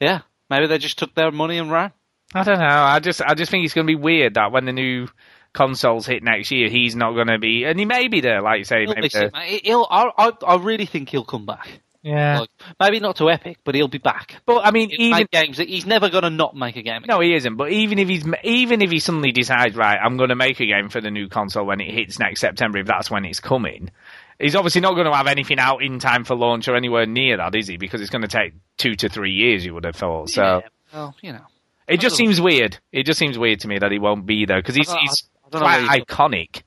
[SPEAKER 2] yeah, maybe they just took their money and ran.
[SPEAKER 1] I don't know. I just I just think it's going to be weird that when the new consoles hit next year, he's not going to be, and he may be there, like you say.
[SPEAKER 2] He'll
[SPEAKER 1] Maybe
[SPEAKER 2] miss it,
[SPEAKER 1] the,
[SPEAKER 2] mate. He'll- I, I- I really think he'll come back.
[SPEAKER 1] yeah.
[SPEAKER 2] Like, maybe not to Epic, but he'll be back.
[SPEAKER 1] But I mean,
[SPEAKER 2] even make games. that- He's never going to not make a game.
[SPEAKER 1] No, he isn't. But even if he's even if he suddenly decides, right, I'm going to make a game for the new console when it hits next September, if that's when it's coming, he's obviously not going to have anything out in time for launch or anywhere near that, is he? Because it's going to take two to three years, you would have thought. So
[SPEAKER 2] Well, you know,
[SPEAKER 1] it just seems weird. It just seems weird to me that he won't be there because he's,
[SPEAKER 2] I don't-
[SPEAKER 1] he's
[SPEAKER 2] I don't know
[SPEAKER 1] quite
[SPEAKER 2] where he's-
[SPEAKER 1] iconic.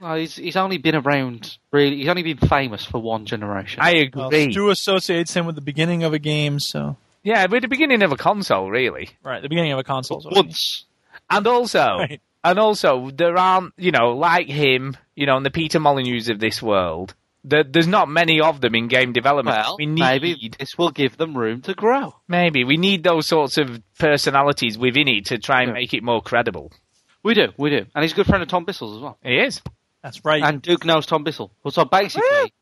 [SPEAKER 2] well, he's he's only been around. Really, he's only been famous for one generation.
[SPEAKER 1] I agree.
[SPEAKER 3] Well, Stu associates him with the beginning of a game, so
[SPEAKER 1] Yeah, we're the beginning of a console, really.
[SPEAKER 3] right, the beginning of a console. is what I mean.
[SPEAKER 2] Once.
[SPEAKER 1] And also,
[SPEAKER 3] Right.
[SPEAKER 1] and also, there aren't, you know, like him, you know, and the Peter Molyneux of this world. There, there's not many of them in game development.
[SPEAKER 2] Well,
[SPEAKER 1] we need,
[SPEAKER 2] maybe this will give them room to grow.
[SPEAKER 1] maybe we need those sorts of personalities within it to try and make it more credible.
[SPEAKER 2] We do, we do, and he's a good friend of Tom Bissell's as well.
[SPEAKER 1] He is.
[SPEAKER 3] That's right.
[SPEAKER 2] And Duke knows Tom Bissell. Well, So basically,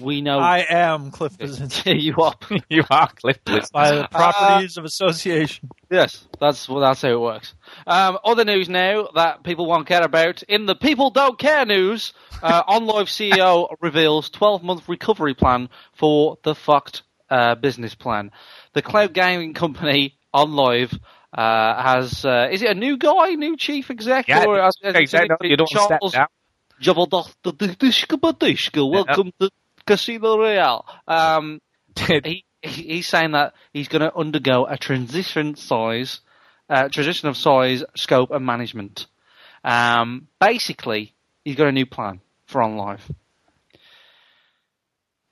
[SPEAKER 2] we know
[SPEAKER 3] I am Cliff Blazinski
[SPEAKER 2] you are.
[SPEAKER 1] you are Cliff Blitz.
[SPEAKER 3] by the properties of association.
[SPEAKER 2] Yes, that's well, that's how it works. Um, other news now that people won't care about in the people don't care news. Uh, OnLive CEO reveals 12-month recovery plan for the fucked uh, business plan. The cloud gaming company OnLive uh, has uh, is it a new guy, new chief exec,
[SPEAKER 1] Yeah,
[SPEAKER 2] or uh, has- has it
[SPEAKER 1] exactly.
[SPEAKER 2] been
[SPEAKER 1] You don't step
[SPEAKER 2] Charles
[SPEAKER 1] down.
[SPEAKER 2] Jabaldashkabadishka, Welcome to Casino Royale. Um, he, he's saying that he's going to undergo a transition size, uh, transition of size, scope, and management. Um, basically, he's got a new plan for on live.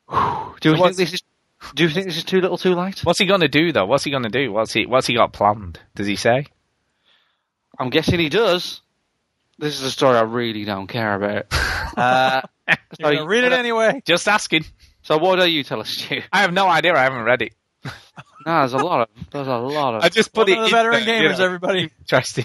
[SPEAKER 2] Do you think
[SPEAKER 1] what's-
[SPEAKER 2] this is? Do you think this is too little, too late?
[SPEAKER 1] What's he gonna do though? What's he gonna do? What's he What's he got planned? Does he say?
[SPEAKER 2] I'm guessing he does. This is a story I really don't care about. Uh, so
[SPEAKER 3] You're gonna read it
[SPEAKER 1] Uh,
[SPEAKER 3] anyway.
[SPEAKER 1] Just asking.
[SPEAKER 2] So why don't you tell us, Stu?
[SPEAKER 1] I have no idea. I haven't read it.
[SPEAKER 2] No, there's a lot of there's a lot of.
[SPEAKER 1] I just put
[SPEAKER 3] Welcome
[SPEAKER 1] it.
[SPEAKER 3] to the
[SPEAKER 1] in
[SPEAKER 3] veteran
[SPEAKER 1] there, you
[SPEAKER 3] gamers,
[SPEAKER 1] know.
[SPEAKER 3] everybody.
[SPEAKER 1] Interesting.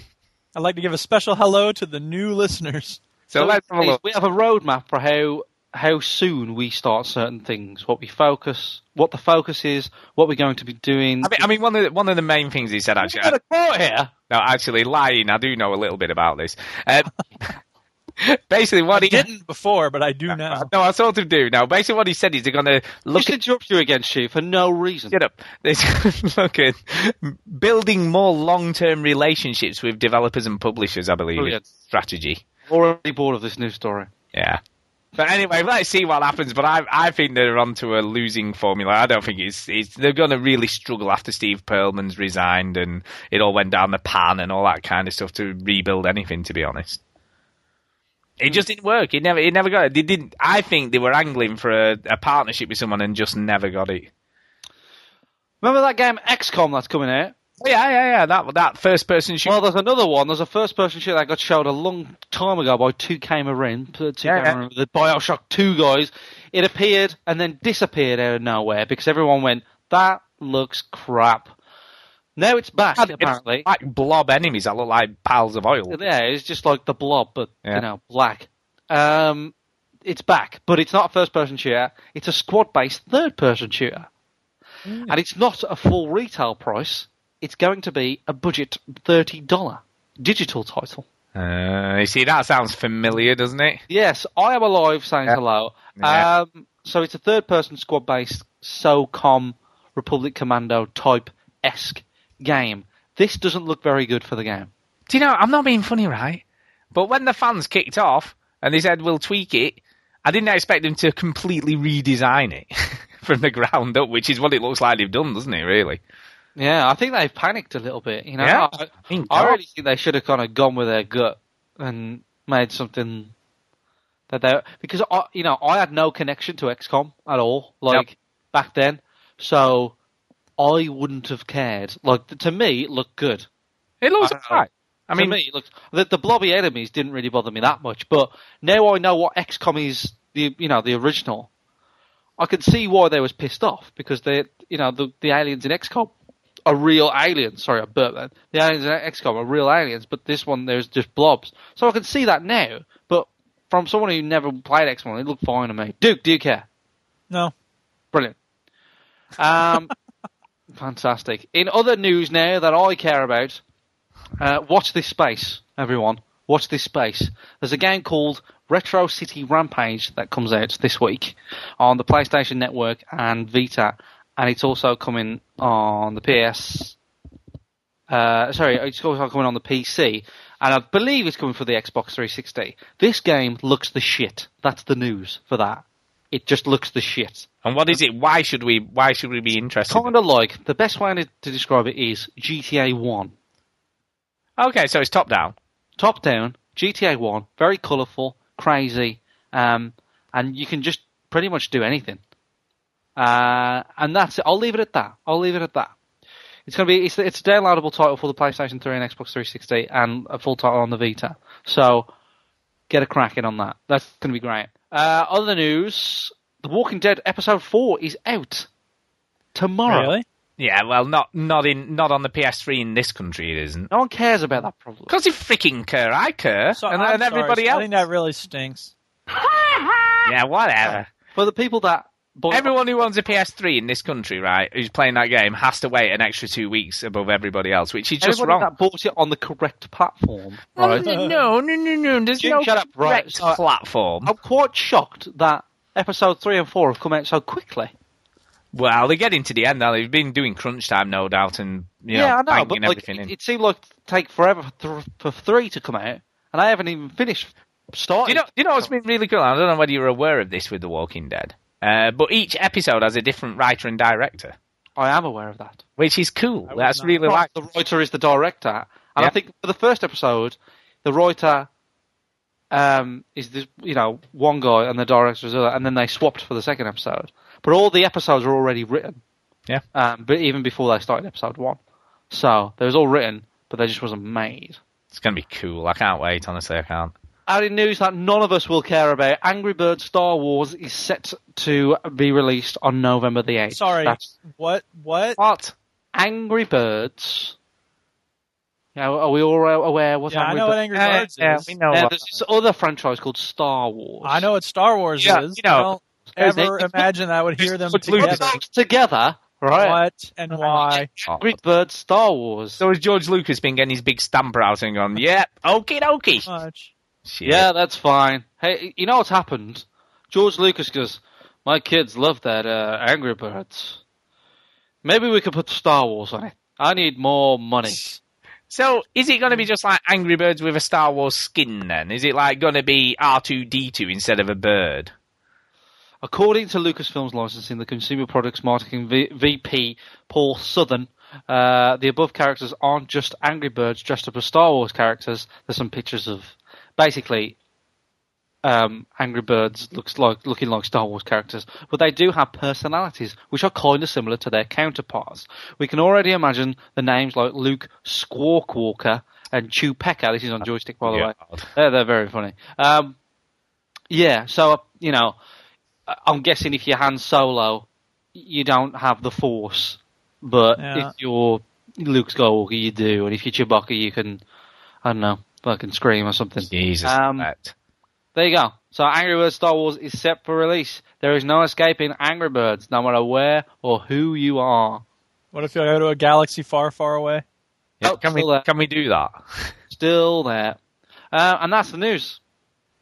[SPEAKER 3] I'd like to give a special hello to the new listeners.
[SPEAKER 1] So, let's have a look.
[SPEAKER 2] We have a roadmap for how how soon we start certain things, what we focus, what the focus is, what we're going to be doing.
[SPEAKER 1] I mean, I mean, one of the, one of the main things he said actually.
[SPEAKER 2] got a quote here.
[SPEAKER 1] No, actually, lying. I do know a little bit about this. Um, basically, what
[SPEAKER 3] I
[SPEAKER 1] he
[SPEAKER 3] didn't before, but I
[SPEAKER 1] Uh,
[SPEAKER 3] do now.
[SPEAKER 1] no, I sort of do now. Basically, what he said is they're going to look
[SPEAKER 2] Just interrupt you again, Stu, for no reason.
[SPEAKER 1] Get up. There's look at building more long-term relationships with developers and publishers. I believe
[SPEAKER 2] Brilliant.
[SPEAKER 1] is strategy.
[SPEAKER 2] Already bored of this news story.
[SPEAKER 1] Yeah. But anyway, let's see what happens. But I, I think they're onto a losing formula. I don't think it's, it's they're going to really struggle after Steve Pearlman's resigned and it all went down the pan and all that kind of stuff to rebuild anything. To be honest, it just didn't work. It never, it never got. They didn't. I think they were angling for a, a partnership with someone and just never got it.
[SPEAKER 2] Remember that game XCOM that's coming out?
[SPEAKER 1] Oh, Yeah, yeah, yeah. That that first person shooter.
[SPEAKER 2] Well, there's another one. There's a first-person shooter that got showed a long time ago by two K Marin, two
[SPEAKER 1] Yeah, yeah.
[SPEAKER 2] K Marin, the Bioshock Two guys. It appeared and then disappeared out of nowhere because everyone went, "That looks crap." Now it's back. apparently,
[SPEAKER 1] It's like blob enemies that look like piles of oil.
[SPEAKER 2] yeah, it's just like the blob, but
[SPEAKER 1] Yeah.
[SPEAKER 2] you know, black. Um, it's back, but it's not a first-person shooter. It's a squad-based third-person shooter,
[SPEAKER 1] Mm.
[SPEAKER 2] and it's not a full retail price. It's going to be a budget thirty dollar digital title.
[SPEAKER 1] Uh, you see, that sounds familiar, doesn't it?
[SPEAKER 2] Yes, I am alive saying hello.
[SPEAKER 1] Yeah.
[SPEAKER 2] Um, so it's a third person squad based SOCOM Republic Commando type esque game. This doesn't look very good for the game.
[SPEAKER 1] Do you know? I'm not being funny, right? But when the fans kicked off, and they said we'll tweak it. I didn't expect them to completely redesign it from the ground up, which is what it looks like they've done, doesn't it? Really?
[SPEAKER 2] Yeah, I think they've panicked a little bit. You know,
[SPEAKER 1] Yeah.
[SPEAKER 2] I,
[SPEAKER 1] Thank
[SPEAKER 2] I
[SPEAKER 1] God.
[SPEAKER 2] really think they should have kind of gone with their gut and made something that they because I, you know, I had no connection to XCOM at all, like back then, so I wouldn't have cared. Like to me, it looked good.
[SPEAKER 1] It looks alright.
[SPEAKER 2] I
[SPEAKER 1] I
[SPEAKER 2] mean,
[SPEAKER 1] mean-
[SPEAKER 2] to me, it looks the, the blobby enemies didn't really bother me that much, but now I know what XCOM is. The you know the original. I could see why they was pissed off because they, you know, the, the aliens in XCOM are real aliens. Sorry, I burped that. The aliens in XCOM are real aliens, but this one there's just blobs. So I can see that now, but from someone who never played XCOM, it looked fine to me. Duke, do you care?
[SPEAKER 3] No.
[SPEAKER 2] Brilliant. Um, fantastic. In other news now that I care about, uh, watch this space, everyone. Watch this space. There's a game called Retro City Rampage that comes out this week on the PlayStation Network and Vita, and it's also coming on the PS. Uh, sorry, it's also coming on the PC, and I believe it's coming for the Xbox 360. This game looks the shit. That's the news for that. It just looks the shit.
[SPEAKER 1] And what is it? Why should we? Why should we be interested?
[SPEAKER 2] Kind of like the best way to to describe it is GTA One.
[SPEAKER 1] Okay, so it's top down.
[SPEAKER 2] Top down GTA One, very colourful, crazy, um, and you can just pretty much do anything. Uh, and that's it. I'll leave it at that. I'll leave it at that. It's gonna be it's it's a downloadable title for the PlayStation 3 and Xbox 360, and a full title on the Vita. So get a cracking on that. That's gonna be great. Uh, other news: The Walking Dead episode four is out
[SPEAKER 1] uh,
[SPEAKER 2] tomorrow.
[SPEAKER 1] Yeah. Well, not not in not on the PS3 in this country. It isn't.
[SPEAKER 2] No one cares about that problem.
[SPEAKER 1] Because you freaking care. I care,
[SPEAKER 3] So
[SPEAKER 1] and,
[SPEAKER 3] I'm
[SPEAKER 1] and
[SPEAKER 3] sorry,
[SPEAKER 1] everybody
[SPEAKER 3] I
[SPEAKER 1] else.
[SPEAKER 3] think that really stinks.
[SPEAKER 1] Yeah, whatever.
[SPEAKER 2] For the people that.
[SPEAKER 1] Everyone who owns a PS3 in this country, right, who's playing that game, has to wait an extra two weeks above everybody else, which is just
[SPEAKER 2] Everybody
[SPEAKER 1] wrong.
[SPEAKER 2] that bought it on the correct platform.
[SPEAKER 1] No,
[SPEAKER 2] right?
[SPEAKER 1] no, no, no, no, no. There's
[SPEAKER 2] Jim,
[SPEAKER 1] no
[SPEAKER 2] shut up, right,
[SPEAKER 1] correct
[SPEAKER 2] so- Oh.
[SPEAKER 1] platform.
[SPEAKER 2] I'm quite shocked that episode three and four have come out so quickly.
[SPEAKER 1] Well, they're getting to the end now. They've been doing crunch time, no doubt, and you know,
[SPEAKER 2] yeah, I know,
[SPEAKER 1] banging
[SPEAKER 2] but like,
[SPEAKER 1] everything in.
[SPEAKER 2] it, it seemed like it'd take forever for, th- for three to come out, and I haven't even finished starting.
[SPEAKER 1] You know, you know what's been really cool? I don't know whether you're aware of this with The Walking Dead, uh, but each episode has a different writer and director,
[SPEAKER 2] I am aware of that.
[SPEAKER 1] which is cool. That's really
[SPEAKER 2] Right,
[SPEAKER 1] like.
[SPEAKER 2] the writer is the director, and I
[SPEAKER 1] Yeah.
[SPEAKER 2] think for the first episode, the writer um, is this you know one guy and the director is the other, and then they swapped for the second episode. But all the episodes are already written.
[SPEAKER 1] Yeah.
[SPEAKER 2] Um, but even before they started episode one, so they was all written, but they just wasn't made.
[SPEAKER 1] It's going to be cool. I can't wait. Honestly, I can't.
[SPEAKER 2] Out in news that none of us will care about, Angry Birds Star Wars is set to be released on November the 8th.
[SPEAKER 3] Sorry.
[SPEAKER 2] That's
[SPEAKER 3] What? What?
[SPEAKER 2] what? Angry Birds. Now, are we all aware what's
[SPEAKER 3] Yeah, I
[SPEAKER 2] Angry
[SPEAKER 3] know what
[SPEAKER 2] Birds-
[SPEAKER 3] Angry Birds
[SPEAKER 1] Uh, yeah,
[SPEAKER 3] is.
[SPEAKER 1] we know
[SPEAKER 2] Yeah,
[SPEAKER 1] what-
[SPEAKER 2] there's this other franchise called Star Wars.
[SPEAKER 3] I know what Star Wars
[SPEAKER 1] Yeah,
[SPEAKER 3] is.
[SPEAKER 1] you know.
[SPEAKER 3] I don't
[SPEAKER 2] Is it-
[SPEAKER 3] ever imagine that I would hear them
[SPEAKER 2] Put
[SPEAKER 3] together.
[SPEAKER 2] those together, right?
[SPEAKER 3] What and why?
[SPEAKER 2] Angry Birds Star Wars.
[SPEAKER 1] So has George Lucas been getting his big stamp out and gone, yep, okie dokie.
[SPEAKER 3] Much.
[SPEAKER 1] Shit.
[SPEAKER 2] Yeah, that's fine. Hey, you know what's happened? George Lucas goes, "My kids love that uh, Angry Birds. Maybe we could put Star Wars on it. I need more money."
[SPEAKER 1] So is it going to be just like Angry Birds with a Star Wars skin then? Is it like going to be R2D2 instead of a bird?
[SPEAKER 2] According to Lucasfilm's licensing, the consumer products marketing v- VP Paul Southern, uh, the above characters aren't just Angry Birds dressed up as Star Wars characters. There's some pictures of, basically, um, Angry Birds looks like looking like Star Wars characters, but they do have personalities which are kind of similar to their counterparts. We can already imagine the names like Luke Squawk Walker and Chew Pecker. This is on joystick, by the way. They're, they're very funny. Um, yeah, so uh, you know, I- I'm guessing if you're Han Solo, you don't have the Force, but
[SPEAKER 3] Yeah.
[SPEAKER 2] if you're Luke Skywalker, you do, and if you're Chewbacca, you can, I don't know, fucking scream or something.
[SPEAKER 1] Jesus.
[SPEAKER 2] Um,
[SPEAKER 1] that.
[SPEAKER 2] There you go. So Angry Birds Star Wars is set for release. There is no escaping Angry Birds, no matter where or who you are.
[SPEAKER 3] What if you go to a galaxy far, far away?
[SPEAKER 1] Yeah, can, we,
[SPEAKER 2] still there.
[SPEAKER 1] can we do that?
[SPEAKER 2] Still there. Uh, and that's the news.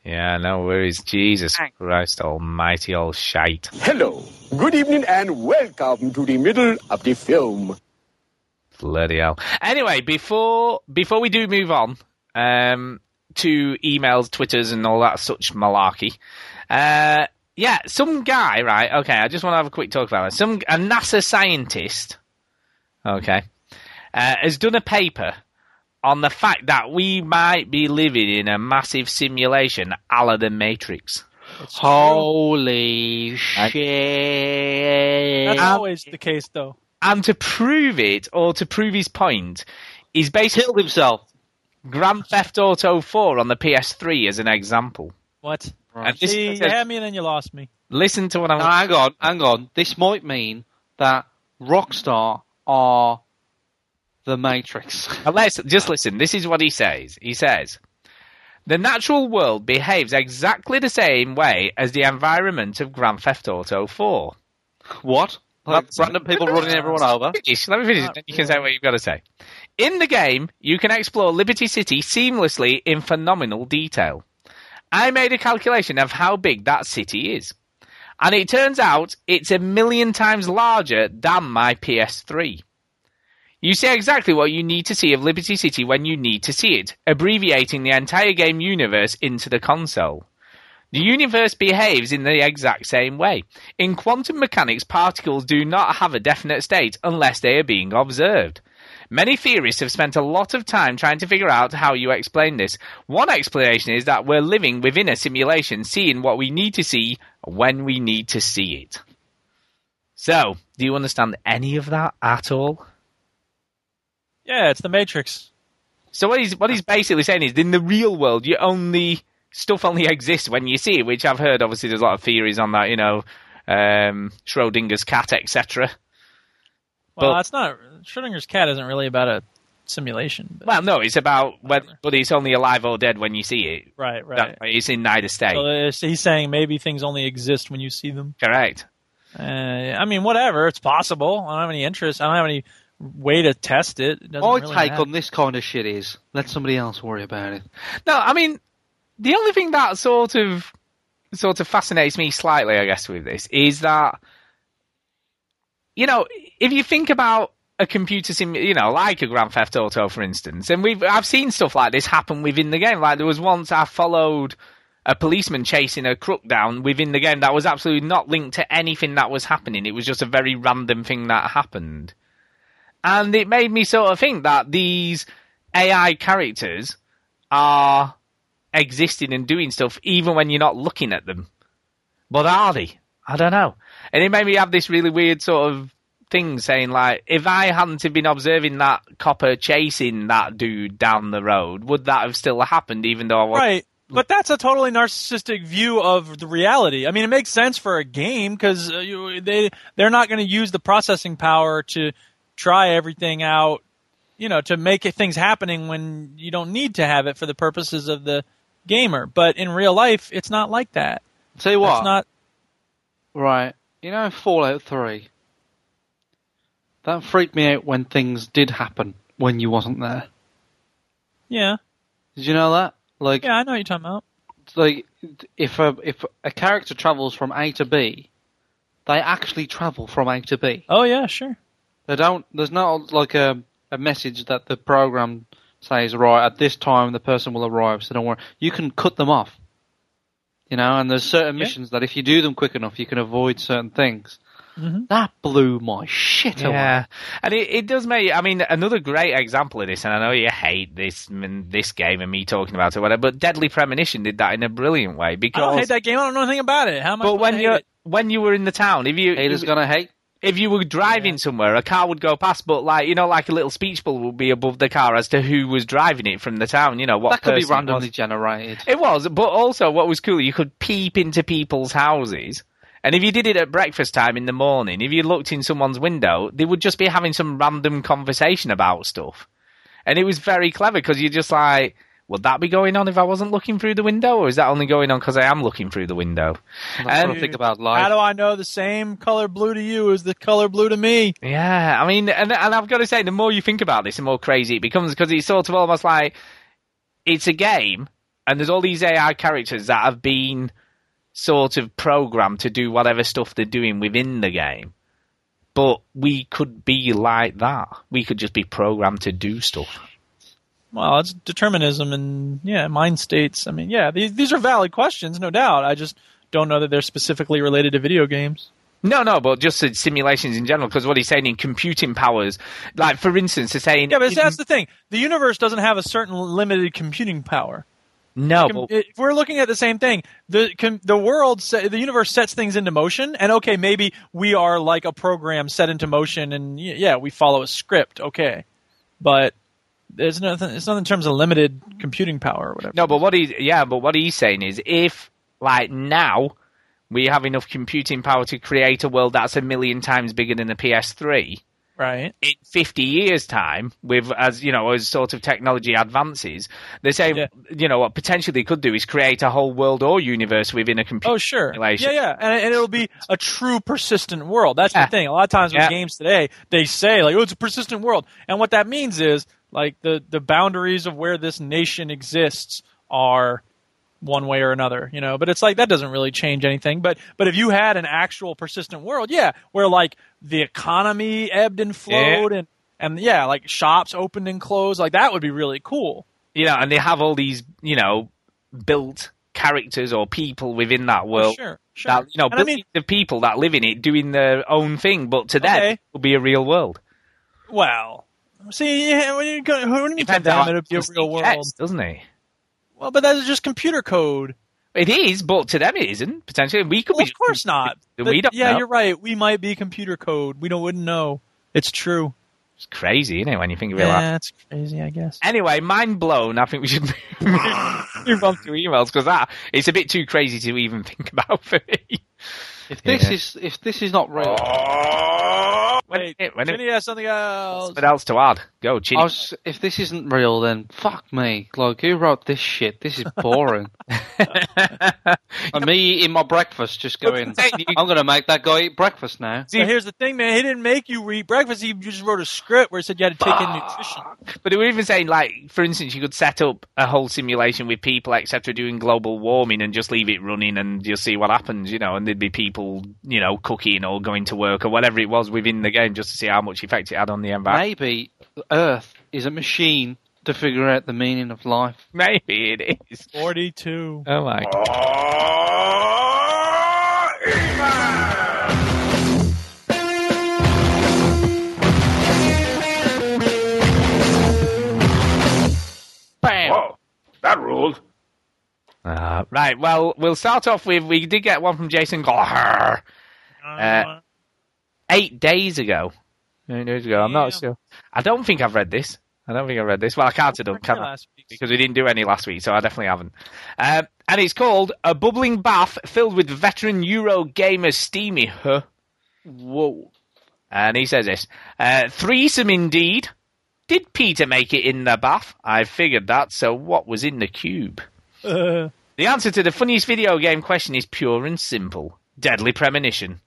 [SPEAKER 1] Yeah, no worries. Jesus Christ almighty old shite.
[SPEAKER 16] Hello, good evening, and welcome to the middle of the film.
[SPEAKER 1] Bloody hell. Anyway, before before we do move on, um, to emails, Twitters, and all that such malarkey. Uh, yeah, some guy, right? Okay, I just want to have a quick talk about this. Some a NASA scientist, okay, uh, has done a paper on the fact that we might be living in a massive simulation, a la the Matrix.
[SPEAKER 2] Holy shit!
[SPEAKER 3] That's always the case, though.
[SPEAKER 1] And to prove it, or to prove his point, he's basically
[SPEAKER 2] killed himself.
[SPEAKER 1] Grand Theft Auto 4 on the PS3 as an example.
[SPEAKER 3] What?
[SPEAKER 1] Right.
[SPEAKER 3] See, you had me and then you lost me.
[SPEAKER 1] Listen to what I'm.
[SPEAKER 2] Now, hang on, hang on. This might mean that Rockstar are the Matrix.
[SPEAKER 1] Now, let's just listen. This is what he says. He says, "The natural world behaves exactly the same way as the environment of Grand Theft Auto 4."
[SPEAKER 2] What? Like random people running everyone over.
[SPEAKER 1] Finish. Let me finish. Then you can say what you've got to say. In the game, you can explore Liberty City seamlessly in phenomenal detail. I made a calculation of how big that city is. And it turns out it's a million times larger than my PS3. You see exactly what you need to see of Liberty City when you need to see it, abbreviating the entire game universe into the console. The universe behaves in the exact same way. In quantum mechanics, particles do not have a definite state unless they are being observed. Many theorists have spent a lot of time trying to figure out how you explain this. One explanation is that we're living within a simulation, seeing what we need to see when we need to see it. So, do you understand any of that at all?
[SPEAKER 3] Yeah, it's the Matrix.
[SPEAKER 1] So what he's what he's basically saying is, in the real world, you only stuff only exists when you see it. Which I've heard. Obviously, there's a lot of theories on that. You know, um, Schrodinger's cat, etc.
[SPEAKER 3] Well,
[SPEAKER 1] But-
[SPEAKER 3] it's not. Schrodinger's cat isn't really about a simulation. But,
[SPEAKER 1] Well, no, it's about whether, but it's only alive or dead when you see it.
[SPEAKER 3] right, right.
[SPEAKER 1] That- it's in neither state.
[SPEAKER 3] So it's- he's saying maybe things only exist when you see them.
[SPEAKER 1] Correct.
[SPEAKER 3] Uh, I mean, whatever. It's possible. I don't have any interest. I don't have any way to test it. it doesn't
[SPEAKER 2] My
[SPEAKER 3] really
[SPEAKER 2] take
[SPEAKER 3] matter.
[SPEAKER 2] on this kind of shit is let somebody else worry about it.
[SPEAKER 1] No, I mean, the only thing that sort of sort of fascinates me slightly, I guess, with this is that you know, if you think about a computer sim, you know, like a Grand Theft Auto, for instance, and we've I've seen stuff like this happen within the game. Like there was once I followed a policeman chasing a crook down within the game that was absolutely not linked to anything that was happening. It was just a very random thing that happened. And it made me sort of think that these AI characters are existing and doing stuff even when you're not looking at them. But are they? I don't know. And it made me have this really weird sort of thing saying like, if I hadn't have been observing that copper chasing that dude down the road, would that have still happened even though I was
[SPEAKER 3] Right. But that's a totally narcissistic view of the reality. I mean, it makes sense for a game because uh, you- they they're not going to use the processing power to try everything out, you know, to make it- things happening when you don't need to have it for the purposes of the gamer. But in real life, it's not like that.
[SPEAKER 2] Tell you what,
[SPEAKER 3] It's not.
[SPEAKER 2] right? You know, Fallout Three. That freaked me out when things did happen when you wasn't there.
[SPEAKER 3] Yeah.
[SPEAKER 2] Did you know that? Like,
[SPEAKER 3] Yeah, I know what you're talking about.
[SPEAKER 2] like if a if a character travels from A to B, they actually travel from A to B.
[SPEAKER 3] Oh yeah, sure.
[SPEAKER 2] They don't. There's not like a a message that the program says right at this time the person will arrive. So don't worry. You can cut them off. You know, and there's certain missions that if you do them quick enough, you can avoid certain things. That blew my shit away.
[SPEAKER 1] Mm-hmm. Yeah, and it, it does make. I mean, another great example of this, and I know you hate this and this game and me talking about it, whatever. But Deadly Premonition did that in a brilliant way
[SPEAKER 3] I don't
[SPEAKER 1] because.
[SPEAKER 3] hate that game. I don't know anything about it. How much?
[SPEAKER 1] but when you when you were in the town, if you
[SPEAKER 2] Haters
[SPEAKER 1] if-
[SPEAKER 2] gonna hate.
[SPEAKER 1] if you were driving somewhere, a car would go past, but like you know, like a little speech bubble would be above the car as to who was driving it from the town. You know what
[SPEAKER 2] That could be
[SPEAKER 1] person it was.
[SPEAKER 2] randomly generated.
[SPEAKER 1] It was, but also what was cool, you could peep into people's houses. And if you did it at breakfast time in the morning, if you looked in someone's window, they would just be having some random conversation about stuff. And it was very clever because you're just like, would that be going on if I wasn't looking through the window, or is that only going on because I am looking through the window?
[SPEAKER 2] I
[SPEAKER 1] Um,
[SPEAKER 2] don't think about
[SPEAKER 3] How
[SPEAKER 2] life.
[SPEAKER 3] do I know the same color blue to you is the color blue to me?
[SPEAKER 1] Yeah, I mean, and and I've got to say, the more you think about this, the more crazy it becomes because it's sort of almost like it's a game, and there's all these AI characters that have been sort of programmed to do whatever stuff they're doing within the game. But we could be like that. We could just be programmed to do stuff.
[SPEAKER 3] well, it's determinism and yeah, mind states. I mean, yeah, these these are valid questions, no doubt. I just don't know that they're specifically related to video games.
[SPEAKER 1] No, no, but just in simulations in general, because what he's saying in computing powers, like for instance, he's saying
[SPEAKER 3] Yeah, but that's the thing. The universe doesn't have a certain limited computing power.
[SPEAKER 1] No,
[SPEAKER 3] Com-
[SPEAKER 1] but-
[SPEAKER 3] if we're looking at the same thing, the com- the world, se- the universe sets things into motion, and okay, maybe we are like a program set into motion, and y- yeah, we follow a script, okay, but there's nothing. It's not in terms of limited computing power or whatever.
[SPEAKER 1] no, but what he yeah, but what he's saying is if like now we have enough computing power to create a world that's a million times bigger than the PS3.
[SPEAKER 3] Right.
[SPEAKER 1] In 50 years' time, with as you know, as sort of technology advances, they say you know what potentially they could do is create a whole world or universe within a computer.
[SPEAKER 3] Oh, sure.
[SPEAKER 1] simulation.
[SPEAKER 3] Yeah, yeah. And, and it'll be a true persistent world. That's
[SPEAKER 1] Yeah.
[SPEAKER 3] the thing. A lot of times with
[SPEAKER 1] Yeah.
[SPEAKER 3] games today, they say, like, oh, it's a persistent world. And what that means is, like, the, the boundaries of where this nation exists are one way or another, you know? But it's like, that doesn't really change anything. But, but if you had an actual persistent world, yeah, where, like, the economy ebbed and flowed and, and, yeah, like, shops opened and closed, like, that would be really cool.
[SPEAKER 1] you know, and they have all these, you know, built characters or people within that world.
[SPEAKER 3] Oh, sure, sure.
[SPEAKER 1] That, you know,
[SPEAKER 3] And I mean-
[SPEAKER 1] billions of people that live in it doing their own thing, but to them,
[SPEAKER 3] Okay.
[SPEAKER 1] it will be a real world.
[SPEAKER 3] Well, see, yeah, when you go, when you come
[SPEAKER 1] Depends how
[SPEAKER 3] down, it'll be a
[SPEAKER 1] it's
[SPEAKER 3] real world.
[SPEAKER 1] text, doesn't it?
[SPEAKER 3] Well, but that is just computer code.
[SPEAKER 1] It is, but to them, it isn't. Potentially, we could be.
[SPEAKER 3] Of course not.
[SPEAKER 1] We
[SPEAKER 3] But-
[SPEAKER 1] don't
[SPEAKER 3] yeah,
[SPEAKER 1] know.
[SPEAKER 3] you're right. We might be computer code. We don't wouldn't know. It's true.
[SPEAKER 1] It's crazy, isn't it? When you think of it like
[SPEAKER 3] Yeah, it's crazy, I guess.
[SPEAKER 1] Anyway, mind blown. I think we should move on to emails because that it's a bit too crazy to even think about for me.
[SPEAKER 2] If this
[SPEAKER 1] Yeah. Oh,
[SPEAKER 2] is if this is not real,
[SPEAKER 3] Oh,
[SPEAKER 1] Wait, when
[SPEAKER 3] Ginny has something else.
[SPEAKER 1] what else to add? Go, Chinny.
[SPEAKER 2] I was, if this isn't real, then fuck me. Like, who wrote this shit? This is boring. and me eating my breakfast, just going, I'm going to make that guy eat breakfast now.
[SPEAKER 3] See, here's the thing, man. He didn't make you eat breakfast. He just wrote a script where it said you had to take in
[SPEAKER 1] Ah.
[SPEAKER 3] nutrition.
[SPEAKER 1] But they were even saying, like, for instance, you could set up a whole simulation with people, etc., doing global warming and just leave it running and just see what happens, you know, and there'd be people, you know, cooking or going to work or whatever it was within the game just to see how much effect it had on the environment.
[SPEAKER 2] Maybe Earth is a machine to figure out the meaning of life.
[SPEAKER 1] Maybe it is.
[SPEAKER 3] 42.
[SPEAKER 1] Oh my
[SPEAKER 2] Bam!
[SPEAKER 8] Whoa, Oh, that ruled.
[SPEAKER 1] Uh, right, well, we'll start off with we did get one from Jason Goller. Uh, eight days ago. Eight days ago, I'm not sure. I don't think I've read this. I don't think I've read this. Well, I can't have done, can I?
[SPEAKER 3] last week.
[SPEAKER 1] because we didn't do any last week, so I definitely haven't. Um, and it's called A Bubbling Bath Filled with Veteran Euro Gamer Steamy, huh?
[SPEAKER 2] Whoa.
[SPEAKER 1] And he says this uh, Threesome indeed. Did Peter make it in the bath? I figured that, so what was in the cube?
[SPEAKER 3] Uh,
[SPEAKER 1] The answer to the funniest video game question is pure and simple Deadly Premonition.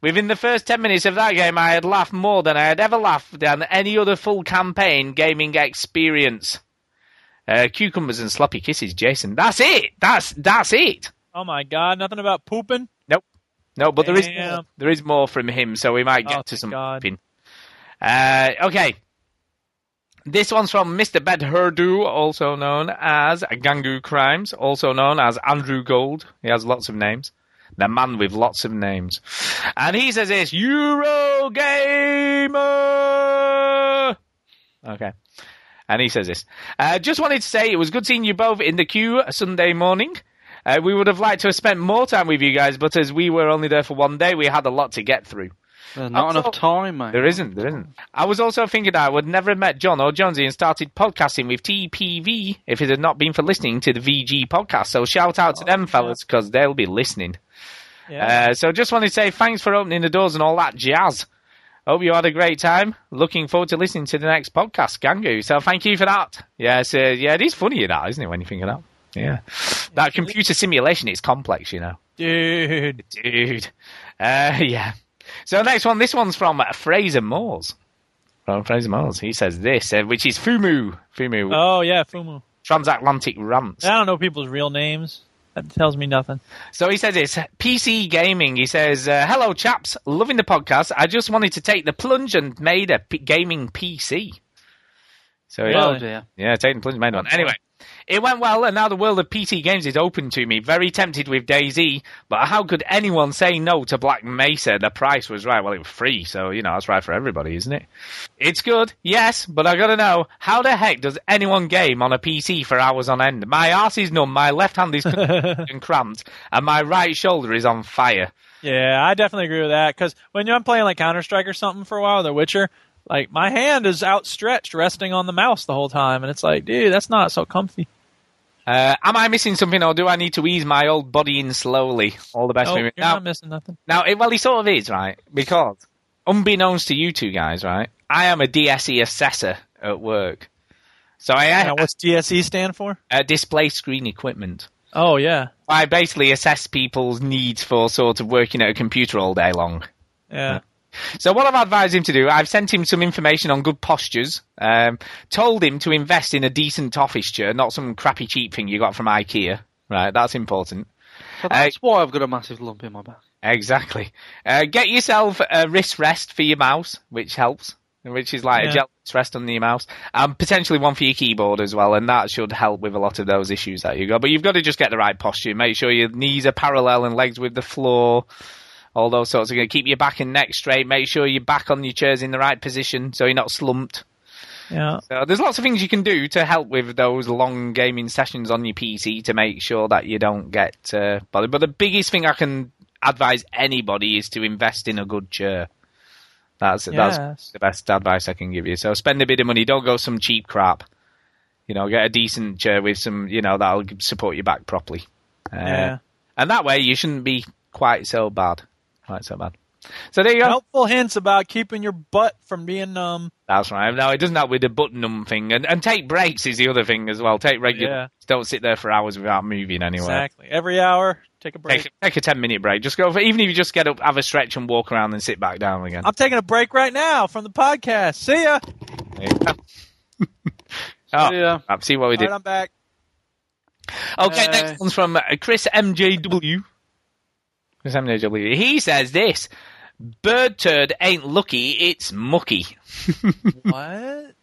[SPEAKER 1] Within the first 10 minutes of that game, I had laughed more than I had ever laughed than any other full campaign gaming experience. Uh, cucumbers and sloppy kisses, Jason. That's it. That's that's it.
[SPEAKER 3] oh my God! Nothing about pooping.
[SPEAKER 1] Nope. No, but there is more.
[SPEAKER 3] Damn.
[SPEAKER 1] there is more from him, so we might get
[SPEAKER 3] Oh,
[SPEAKER 1] to
[SPEAKER 3] thank
[SPEAKER 1] some.
[SPEAKER 3] God.
[SPEAKER 1] pooping. Uh, okay. This one's from Mr. Bed Herdu, also known as Gangu Crimes, also known as Andrew Gold. He has lots of names. The man with lots of names. And he says this Eurogamer! Okay. And he says this. Uh, just wanted to say it was good seeing you both in the queue Sunday morning. Uh, we would have liked to have spent more time with you guys, but as we were only there for one day, we had a lot to get through.
[SPEAKER 2] There's Uh, not
[SPEAKER 1] Also-
[SPEAKER 2] enough time, mate.
[SPEAKER 1] There isn't, there isn't. I was also thinking I would never have met John or Jonesy and started podcasting with TPV if it had not been for listening to the VG podcast. So shout out to them, fellas, because they'll be listening. Uh, so just wanted to say thanks for opening the doors and all that jazz. Hope you had a great time. Looking forward to listening to the next podcast, Gangu. So thank you for that. Yeah, so, yeah, it is funny that, isn't it, when you think of that? Yeah. That computer simulation, it's complex, you know.
[SPEAKER 3] Dude.
[SPEAKER 1] Dude. Uh, yeah. So next one, this one's from Fraser Moores. From Fraser Moores. He says this, uh, which is Fumu. Fumu.
[SPEAKER 3] Oh yeah, Fumu.
[SPEAKER 1] Transatlantic Rants.
[SPEAKER 3] I don't know people's real names. That tells me nothing.
[SPEAKER 1] So he says it's PC gaming. He says, uh, "Hello, chaps. Loving the podcast. I just wanted to take the plunge and made a p- gaming PC." So yeah,
[SPEAKER 2] Oh, dear.
[SPEAKER 1] yeah, Tatum Plum's main one. Anyway, it went well, and now the world of PT games is open to me. Very tempted with Daisy, but how could anyone say no to Black Mesa? The price was right. Well, it was free, so you know that's right for everybody, isn't it? It's good, yes, but I gotta know how the heck does anyone game on a PC for hours on end? My arse is numb, my left hand is concussed and cramped, and my right shoulder is on fire.
[SPEAKER 3] Yeah, I definitely agree with that because when I'm playing like Counter Strike or something for a while, The Witcher, like my hand is outstretched, resting on the mouse the whole time, and it's like, dude, that's not so comfy.
[SPEAKER 1] Uh, am I missing something, or do I need to ease my old body in slowly? All the best.
[SPEAKER 3] Nope,
[SPEAKER 1] we-
[SPEAKER 3] Oh, you're
[SPEAKER 1] now,
[SPEAKER 3] not missing nothing.
[SPEAKER 1] now, it, well, he sort of is, right? Because unbeknownst to you two guys, right, I am a DSE assessor at work. So I,
[SPEAKER 3] Now, what's DSE stand for?
[SPEAKER 1] uh, display screen equipment.
[SPEAKER 3] Oh yeah,
[SPEAKER 1] I basically assess people's needs for sort of working at a computer all day long.
[SPEAKER 3] yeah.
[SPEAKER 1] So what I've advised him to do, I've sent him some information on good postures, um, told him to invest in a decent office chair, not some crappy cheap thing you got from IKEA. Right, that's important.
[SPEAKER 2] So that's why I've got a massive lump in my back.
[SPEAKER 1] Exactly. Uh, get yourself a wrist rest for your mouse, which helps, which is like
[SPEAKER 2] Yeah.
[SPEAKER 1] a gel wrist rest on your mouse, and potentially one for your keyboard as well, and that should help with a lot of those issues that you got. But you've got to just get the right posture. Make sure your knees are parallel and legs with the floor. All those sorts of going keep your back and neck straight. Make sure your back on your chair's in the right position so you're not slumped.
[SPEAKER 3] Yeah.
[SPEAKER 1] So Uh, there's lots of things you can do to help with those long gaming sessions on your PC to make sure that you don't get uh, bothered. But the biggest thing I can advise anybody is to invest in a good chair. That's that's
[SPEAKER 3] Yes.
[SPEAKER 1] the best advice I can give you. So spend a bit of money. Don't go some cheap crap. You know, get a decent chair with some. You know, that'll support your back properly. Uh,
[SPEAKER 3] Yeah.
[SPEAKER 1] And that way, you shouldn't be quite so bad. Quite so bad. So there you go.
[SPEAKER 3] Helpful hints about keeping your butt from being numb.
[SPEAKER 1] That's right. No, it doesn't help with the butt numb thing, and and take breaks is the other thing as well. Take regular.
[SPEAKER 3] Yeah.
[SPEAKER 1] Don't sit there for hours without moving anywhere.
[SPEAKER 3] Exactly. Every hour, take a break.
[SPEAKER 1] Take, take a ten minute break. Just go for even if you just get up, have a stretch, and walk around, and sit back down again.
[SPEAKER 3] I'm taking a break right now from the podcast. See ya.
[SPEAKER 1] There you go. oh,
[SPEAKER 2] yeah.
[SPEAKER 1] See what we
[SPEAKER 3] All
[SPEAKER 1] did.
[SPEAKER 3] right, I'm back.
[SPEAKER 1] Okay,
[SPEAKER 3] Uh,
[SPEAKER 1] next one's from uh, Chris MJW. Chris MJW. He says this: "Bird turd ain't lucky; it's mucky."
[SPEAKER 3] What?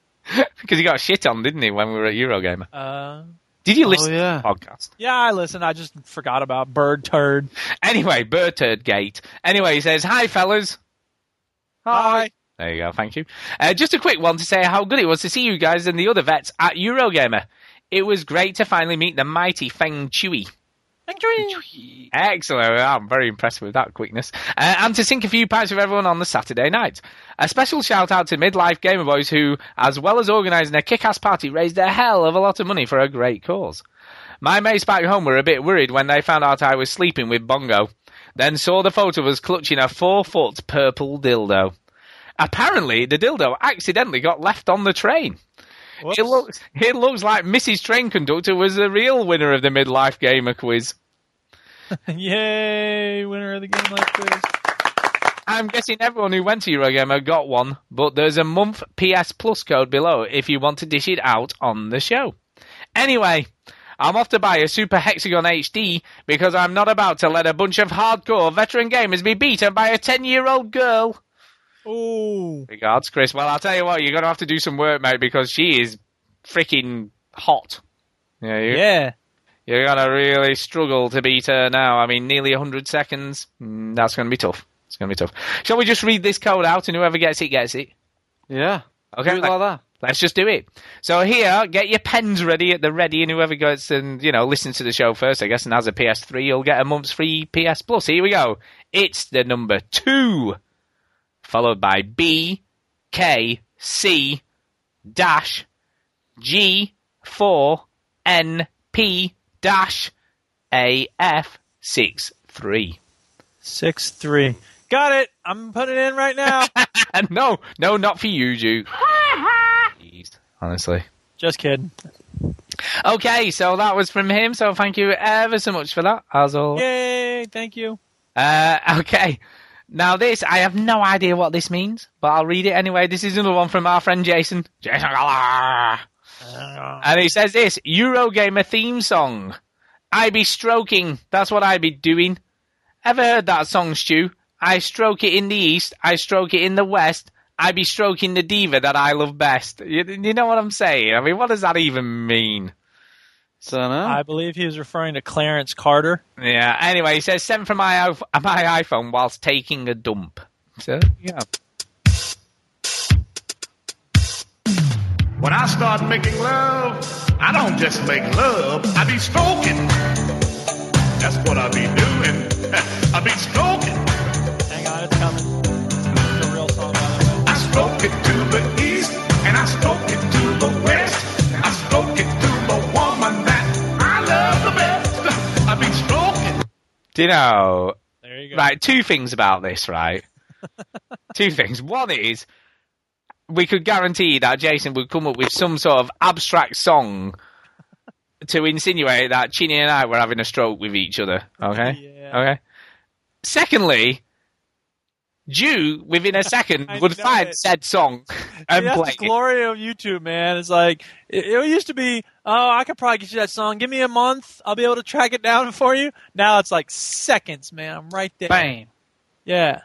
[SPEAKER 1] because he got shit on, didn't he, when we were at Eurogamer?
[SPEAKER 3] Uh,
[SPEAKER 1] Did you
[SPEAKER 3] Oh,
[SPEAKER 1] listen to
[SPEAKER 2] yeah.
[SPEAKER 1] the podcast?
[SPEAKER 3] yeah, I listen. I just forgot about bird turd.
[SPEAKER 1] Anyway, Bird Turd Gate. Anyway, he says, Hi, fellas.
[SPEAKER 3] Hi.
[SPEAKER 1] There you go, thank you. Uh, just a quick one to say how good it was to see you guys and the other vets at Eurogamer. It was great to finally meet the mighty Feng Chui. Excellent. I'm very impressed with that quickness. Uh, and to sink a few pints with everyone on the Saturday night. A special shout out to Midlife Gamer Boys, who, as well as organising a kick ass party, raised a hell of a lot of money for a great cause. My mates back home were a bit worried when they found out I was sleeping with Bongo, then saw the photo of us clutching a four foot purple dildo. Apparently, the dildo accidentally got left on the train. It looks, it looks like Mrs. Train Conductor was the real winner of the Midlife Gamer quiz.
[SPEAKER 3] Yay! Winner of the game like quiz.
[SPEAKER 1] I'm guessing everyone who went to Eurogamer got one, but there's a month PS Plus code below if you want to dish it out on the show. Anyway, I'm off to buy a Super Hexagon HD because I'm not about to let a bunch of hardcore veteran gamers be beaten by a 10 year old girl.
[SPEAKER 3] Ooh.
[SPEAKER 1] Regards, Chris. Well, I'll tell you what, you're going to have to do some work, mate, because she is freaking hot. Yeah, you,
[SPEAKER 3] Yeah.
[SPEAKER 1] you're going to really struggle to beat her now. I mean, nearly 100 seconds. Mm, that's going to be tough. It's going to be tough. Shall we just read this code out and whoever gets it, gets it?
[SPEAKER 2] Yeah.
[SPEAKER 1] Okay.
[SPEAKER 2] Do it like that.
[SPEAKER 1] Let's just do it. So here, get your pens ready at the ready, and whoever gets and you know listens to the show first, I guess, and has a PS3, you'll get a month's free PS Plus. Here we go. It's the number two, followed by B, K, C, dash, G, four, N, P, dash, A, F, six, three.
[SPEAKER 3] Six three. Got it. I'm putting it in right now.
[SPEAKER 1] And no, no, not for you, Duke. Jeez, honestly.
[SPEAKER 3] Just kidding.
[SPEAKER 1] Okay, so that was from him. So thank you ever so much for that, as always.
[SPEAKER 3] Yay! Thank you.
[SPEAKER 1] Uh, okay. Now this, I have no idea what this means, but I'll read it anyway. This is another one from our friend Jason. Jason Galar. And he says this, Eurogamer theme song. I be stroking. That's what I be doing. Ever heard that song, Stu? I stroke it in the east. I stroke it in the west. I be stroking the diva that I love best. You, you know what I'm saying? I mean, what does that even mean? So no.
[SPEAKER 3] I believe he was referring to Clarence Carter.
[SPEAKER 1] Yeah. Anyway, he says send from my iPh- my iPhone whilst taking a dump. So yeah.
[SPEAKER 8] When I start making love, I don't just make love, I be stroking. That's what I be doing. I be stroking.
[SPEAKER 3] Hang on, it's coming. It's a real song, by the way.
[SPEAKER 8] I stroke it to the east, and I stroke it to the west. I stroke it to the woman that I love the best. I be stroking.
[SPEAKER 1] Do you know?
[SPEAKER 3] There you go.
[SPEAKER 1] Right, two things about this, right? two things. One is we could guarantee that Jason would come up with some sort of abstract song to insinuate that Chini and I were having a stroke with each other. Okay?
[SPEAKER 3] Yeah.
[SPEAKER 1] Okay. Secondly, Jew within a second
[SPEAKER 3] I
[SPEAKER 1] would
[SPEAKER 3] know
[SPEAKER 1] find
[SPEAKER 3] it.
[SPEAKER 1] said song
[SPEAKER 3] See,
[SPEAKER 1] and
[SPEAKER 3] that's
[SPEAKER 1] play
[SPEAKER 3] the glory of YouTube, man. It's like it, it used to be. Oh, I could probably get you that song. Give me a month, I'll be able to track it down for you. Now it's like seconds, man. I'm right there.
[SPEAKER 1] it. Bang.
[SPEAKER 3] Yeah.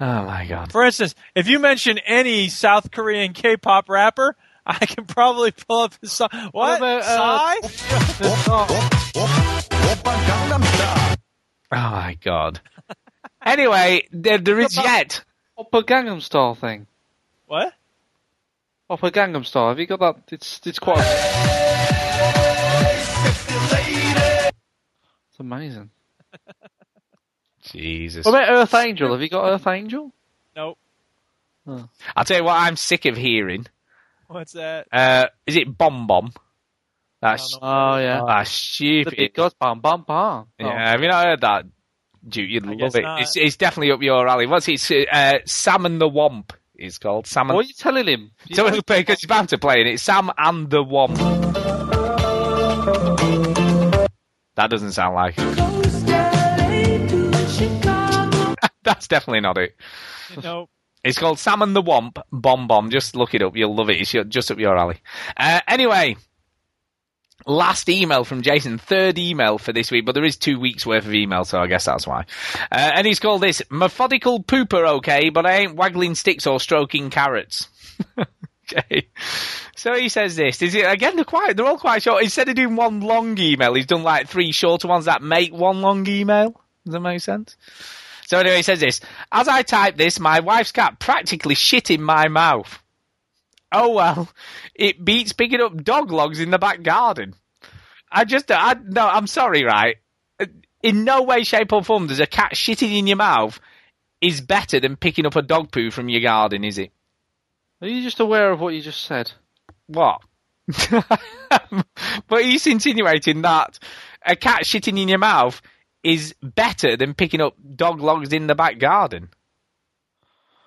[SPEAKER 1] Oh my god.
[SPEAKER 3] For instance, if you mention any South Korean K-pop rapper, I can probably pull up his song. What?
[SPEAKER 2] about, uh,
[SPEAKER 3] Psy?
[SPEAKER 1] Oh my god. anyway, there, there is yet
[SPEAKER 2] Oppa Gangnam Style thing.
[SPEAKER 3] What?
[SPEAKER 2] Oppa Gangnam Style. Have you got that? It's it's quite. It's amazing.
[SPEAKER 1] Jesus.
[SPEAKER 2] What about Earth Angel? Have you got Earth Angel?
[SPEAKER 3] Nope.
[SPEAKER 1] I'll tell you what I'm sick of hearing.
[SPEAKER 3] What's that?
[SPEAKER 1] Uh, is it Bomb Bomb? That's
[SPEAKER 2] Oh yeah.
[SPEAKER 1] ah,
[SPEAKER 2] The
[SPEAKER 1] stupid.
[SPEAKER 2] big gods, bam bam bam.
[SPEAKER 1] Yeah, have you not heard that? Dude, you'd
[SPEAKER 3] guess
[SPEAKER 1] love it.
[SPEAKER 3] not.
[SPEAKER 1] It's, it's definitely up your alley. What's it? Uh, Sam and the Womp. It's called Sam
[SPEAKER 2] Oh. What are
[SPEAKER 1] and.
[SPEAKER 2] you telling him? You
[SPEAKER 1] So
[SPEAKER 2] know-
[SPEAKER 1] it's because it's bound to play, and it's Sam and the Womp. That doesn't sound like it. That's definitely not it.
[SPEAKER 3] Nope.
[SPEAKER 1] It's called Sam and the Womp Bomb Bomb. Just look it up. You'll love it. It's your, just up your alley. Uh, anyway, last email from Jason. Third email for this week, but there is two weeks' worth of email, so I guess that's why. Uh, and he's called this Methodical Pooper, okay, but I ain't waggling sticks or stroking carrots. okay. So he says this. Is it, again, they're, quite, they're all quite short. Instead of doing one long email, he's done like three shorter ones that make one long email. Does that make sense? So anyway, he says this. As I type this, my wife's cat practically shit in my mouth. Oh well, it beats picking up dog logs in the back garden. I just, I no, I'm sorry, right? In no way, shape, or form does a cat shitting in your mouth is better than picking up a dog poo from your garden, is it?
[SPEAKER 2] Are you just aware of what you just said?
[SPEAKER 1] What? but he's insinuating that a cat shitting in your mouth is better than picking up dog logs in the back garden.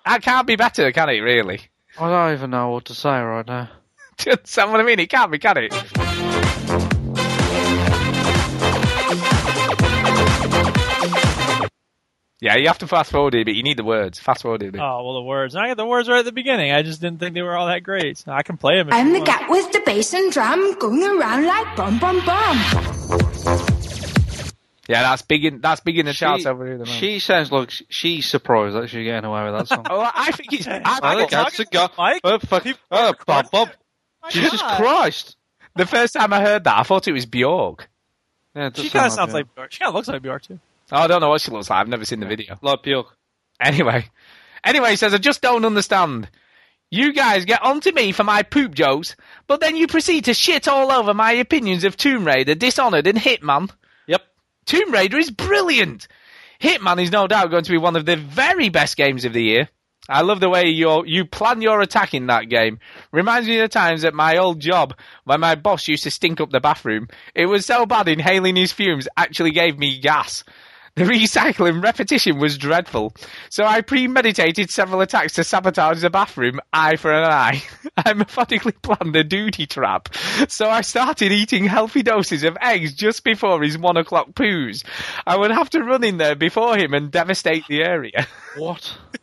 [SPEAKER 1] That can't be better, can it, really?
[SPEAKER 2] I don't even know what to say right now.
[SPEAKER 1] Do you understand what I mean? It can't be, can it? Yeah, you have to fast forward here, but you need the words. Fast forward here.
[SPEAKER 3] Oh well, the words. I got the words right at the beginning. I just didn't think they were all that great. So I can play them. if
[SPEAKER 11] I'm
[SPEAKER 3] you
[SPEAKER 11] the
[SPEAKER 3] want.
[SPEAKER 11] cat with the bass and drum going around like bum bum bum.
[SPEAKER 1] Yeah, that's big in that's big in the charts over here. at the moment.
[SPEAKER 2] she sounds like sh- she's surprised that she's getting away with that song.
[SPEAKER 1] Oh, I think it's. I,
[SPEAKER 2] I
[SPEAKER 1] I-
[SPEAKER 2] think that's a go-
[SPEAKER 3] Mike,
[SPEAKER 2] Oh, fuck. Oh, bum, bum.
[SPEAKER 3] My
[SPEAKER 2] Jesus
[SPEAKER 3] God.
[SPEAKER 2] Christ.
[SPEAKER 1] the first time I heard that, I thought it was Bjork.
[SPEAKER 2] Yeah, it does
[SPEAKER 3] She kind of sounds
[SPEAKER 2] sound Bjork.
[SPEAKER 3] like Bjork. She kind of looks like Bjork too.
[SPEAKER 1] Oh, I don't know what she looks like. I've never seen the video.
[SPEAKER 2] Like Bjork.
[SPEAKER 1] Anyway, anyway, he says I just don't understand. You guys get onto me for my poop jokes, but then you proceed to shit all over my opinions of Tomb Raider, Dishonored, and Hitman.
[SPEAKER 2] Yep.
[SPEAKER 1] Tomb Raider is brilliant. Hitman is no doubt going to be one of the very best games of the year. I love the way you you plan your attack in that game. Reminds me of the times at my old job when my boss used to stink up the bathroom. It was so bad inhaling his fumes actually gave me gas. The recycling repetition was dreadful, so I premeditated several attacks to sabotage the bathroom, eye for an eye. I methodically planned a duty trap, so I started eating healthy doses of eggs just before his one o'clock poos. I would have to run in there before him and devastate the area.
[SPEAKER 2] What?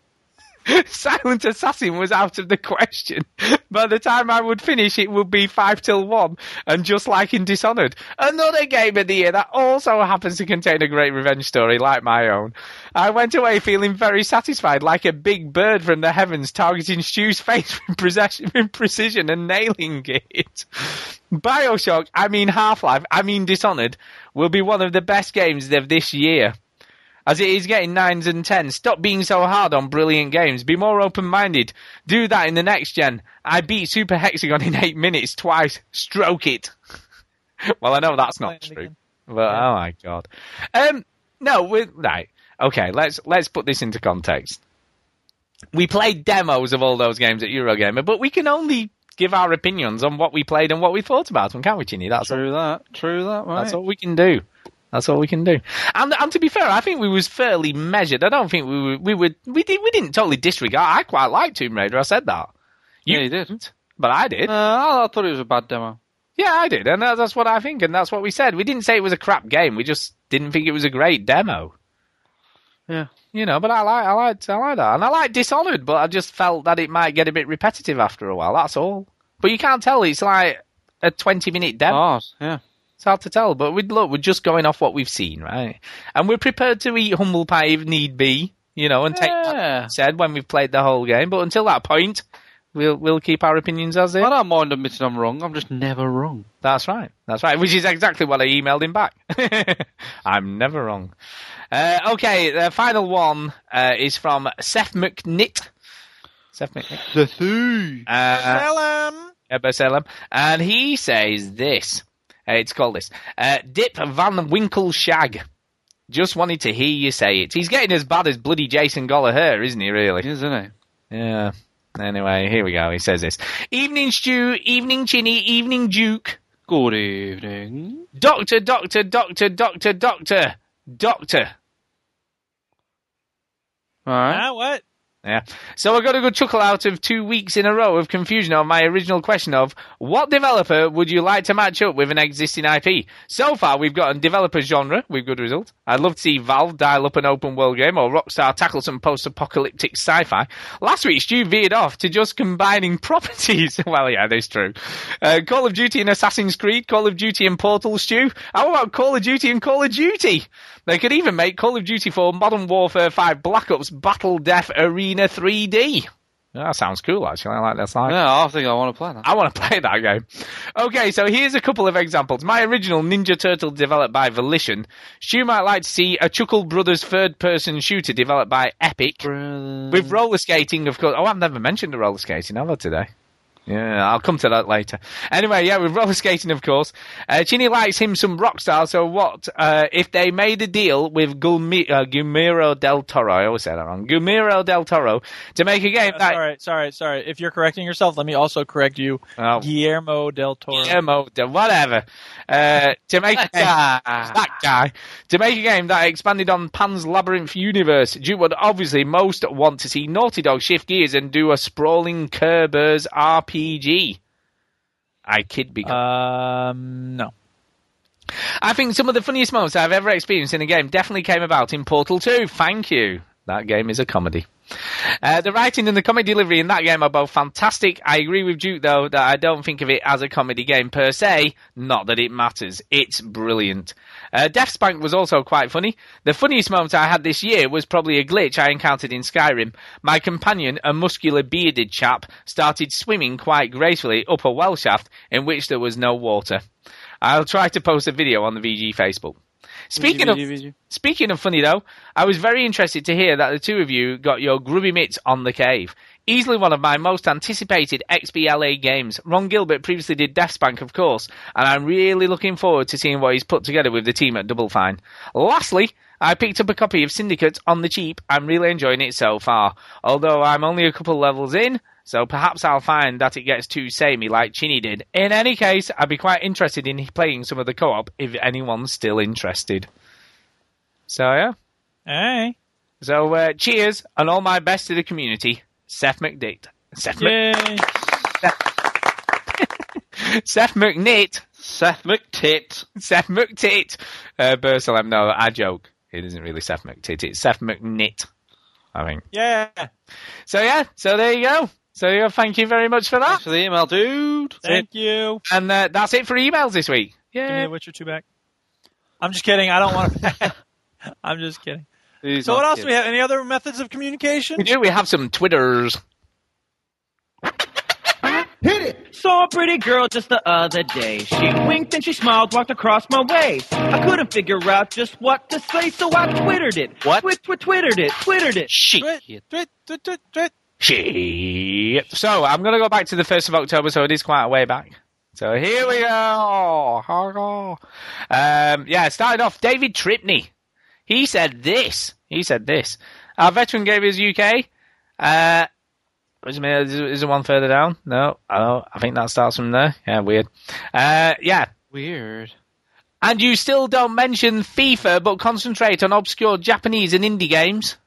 [SPEAKER 1] Silent Assassin was out of the question. By the time I would finish, it would be five till one, and just like in Dishonored, another game of the year that also happens to contain a great revenge story like my own. I went away feeling very satisfied, like a big bird from the heavens targeting Stu's face with precision, with precision and nailing it. Bioshock, I mean Half Life, I mean Dishonored, will be one of the best games of this year. As it is getting nines and tens, stop being so hard on brilliant games. Be more open minded. Do that in the next gen. I beat Super Hexagon in eight minutes twice. Stroke it. well, I know that's not true. But oh my god. Um, no, we right. Okay, let's let's put this into context. We played demos of all those games at Eurogamer, but we can only give our opinions on what we played and what we thought about them, can't we, Ginny? That's
[SPEAKER 2] true that. True that. Right.
[SPEAKER 1] That's all we can do. That's all we can do. And and to be fair, I think we was fairly measured. I don't think we were, we were we did we didn't totally disregard. I quite liked Tomb Raider. I said that.
[SPEAKER 2] yeah, you didn't.
[SPEAKER 1] But I did.
[SPEAKER 2] Uh, I thought it was a bad demo.
[SPEAKER 1] Yeah, I did, and that- that's what I think, and that's what we said. We didn't say it was a crap game. We just didn't think it was a great demo.
[SPEAKER 2] Yeah.
[SPEAKER 1] You know, but I like I liked I like that, and I like Dishonored, but I just felt that it might get a bit repetitive after a while. That's all. But you can't tell. It's like a twenty-minute demo.
[SPEAKER 2] Oh, yeah.
[SPEAKER 1] It's hard to tell, but we look, we're just going off what we've seen, right? And we're prepared to eat humble pie if need be, you know, and take
[SPEAKER 2] Yeah.
[SPEAKER 1] that said when we've played the whole game. But until that point, we'll we'll keep our opinions as is.
[SPEAKER 2] I don't mind admitting I'm wrong. I'm just never wrong.
[SPEAKER 1] That's right. That's right. Which is exactly what I emailed him back. I'm never wrong. Uh, okay, the final one uh, is from Seth McNitt. Seth McNitt.
[SPEAKER 2] Seth.
[SPEAKER 1] Uh,
[SPEAKER 3] Salem.
[SPEAKER 1] Ebbersellum, and he says this. Uh, it's called this. Uh, Dip Van Winkle Shag. Just wanted to hear you say it. He's getting as bad as bloody Jason Gollaher, isn't he, really?
[SPEAKER 2] Isn't
[SPEAKER 1] he? Yeah. Anyway, here we go. He says this. Evening, Stew. Evening, Chinny. Evening, Duke.
[SPEAKER 2] Good evening.
[SPEAKER 1] Doctor, doctor, doctor, doctor, doctor, doctor.
[SPEAKER 2] All right.
[SPEAKER 3] Ah, what?
[SPEAKER 1] Yeah. So I got a good chuckle out of two weeks in a row of confusion on my original question of what developer would you like to match up with an existing IP? So far, we've gotten developer genre with good result. I'd love to see Valve dial up an open world game or Rockstar tackle some post apocalyptic sci fi. Last week, Stu veered off to just combining properties. well, yeah, that's true. Uh, Call of Duty and Assassin's Creed, Call of Duty and Portal, Stu. How about Call of Duty and Call of Duty? They could even make Call of Duty 4 Modern Warfare 5 Black Ops Battle Death Arena 3D. Yeah, that sounds cool, actually. I like that slide.
[SPEAKER 2] Yeah, I think I want to play that.
[SPEAKER 1] I want to play that game. Okay, so here's a couple of examples. My original Ninja Turtle developed by Volition. Stu might like to see a Chuckle Brothers third person shooter developed by Epic. With roller skating, of course. Oh, I've never mentioned the roller skating, have I, today? Yeah, I'll come to that later. Anyway, yeah, with roller skating, of course. Uh, Chini likes him some rock star, so what uh, if they made a deal with Gulmi- uh, Gumiro del Toro? I always say that wrong. Gumiro del Toro to make a game
[SPEAKER 3] Uh,
[SPEAKER 1] that.
[SPEAKER 3] sorry, sorry, sorry. If you're correcting yourself, let me also correct you.
[SPEAKER 1] Oh.
[SPEAKER 3] Guillermo del Toro.
[SPEAKER 1] Guillermo del- whatever. Uh, to make a game, that guy to make a game that expanded on Pan's Labyrinth universe, you would obviously most want to see Naughty Dog shift gears and do a sprawling Kerber's RPG. I kid because
[SPEAKER 3] Um, no.
[SPEAKER 1] I think some of the funniest moments I've ever experienced in a game definitely came about in Portal 2. Thank you. That game is a comedy. Uh, the writing and the comedy delivery in that game are both fantastic. I agree with Duke, though, that I don't think of it as a comedy game per se. Not that it matters. It's brilliant. Uh, Death Spank was also quite funny. The funniest moment I had this year was probably a glitch I encountered in Skyrim. My companion, a muscular bearded chap, started swimming quite gracefully up a well shaft in which there was no water. I'll try to post a video on the VG Facebook. Speaking
[SPEAKER 2] VG,
[SPEAKER 1] of
[SPEAKER 2] VG.
[SPEAKER 1] speaking of funny though, I was very interested to hear that the two of you got your grubby mitts on the cave. Easily one of my most anticipated XBLA games. Ron Gilbert previously did Death Spank, of course, and I'm really looking forward to seeing what he's put together with the team at Double Fine. Lastly, I picked up a copy of Syndicate on the cheap. I'm really enjoying it so far, although I'm only a couple levels in. So perhaps I'll find that it gets too samey like Chinny did. In any case, I'd be quite interested in playing some of the co-op if anyone's still interested. So yeah.
[SPEAKER 3] Hey.
[SPEAKER 1] So uh, cheers and all my best to the community. Seth McDitt. Seth, Mc-
[SPEAKER 3] Yay.
[SPEAKER 1] Seth McNitt.
[SPEAKER 2] Seth McTit.
[SPEAKER 1] Seth McTit. Uh, Bursalem, no, I joke. It isn't really Seth McTit. It's Seth McNitt. I think.
[SPEAKER 3] Yeah.
[SPEAKER 1] So yeah. So there you go. So yeah, thank you very much for that.
[SPEAKER 2] for the email, dude.
[SPEAKER 3] Thank you.
[SPEAKER 1] And uh, that's it for emails this week.
[SPEAKER 3] Give me
[SPEAKER 1] Yeah.
[SPEAKER 3] the Witcher two back. I'm just kidding. I don't want to. I'm just kidding.
[SPEAKER 2] He's
[SPEAKER 3] so what
[SPEAKER 2] not
[SPEAKER 3] else do we
[SPEAKER 2] kidding.
[SPEAKER 3] have? Any other methods of communication?
[SPEAKER 1] We do. We have some Twitters.
[SPEAKER 4] Hit it! Saw a pretty girl just the other day. She winked and she smiled, walked across my way. I couldn't figure out just what to say, so I twittered it. What? Twit, twit, twittered it, twittered it.
[SPEAKER 3] Twit, twit, twit, twit, twit.
[SPEAKER 1] Shit. So I'm going to go back to the 1st of October, so it is quite a way back. So here we go. Hurrah. Um, yeah, it started off David Tripney. He said this. He said this. Our veteran gamers UK. Uh, wait a minute, is, is there one further down? No. Oh, I think that starts from there. Yeah, weird. Uh, yeah.
[SPEAKER 2] Weird.
[SPEAKER 1] And you still don't mention FIFA, but concentrate on obscure Japanese and indie games.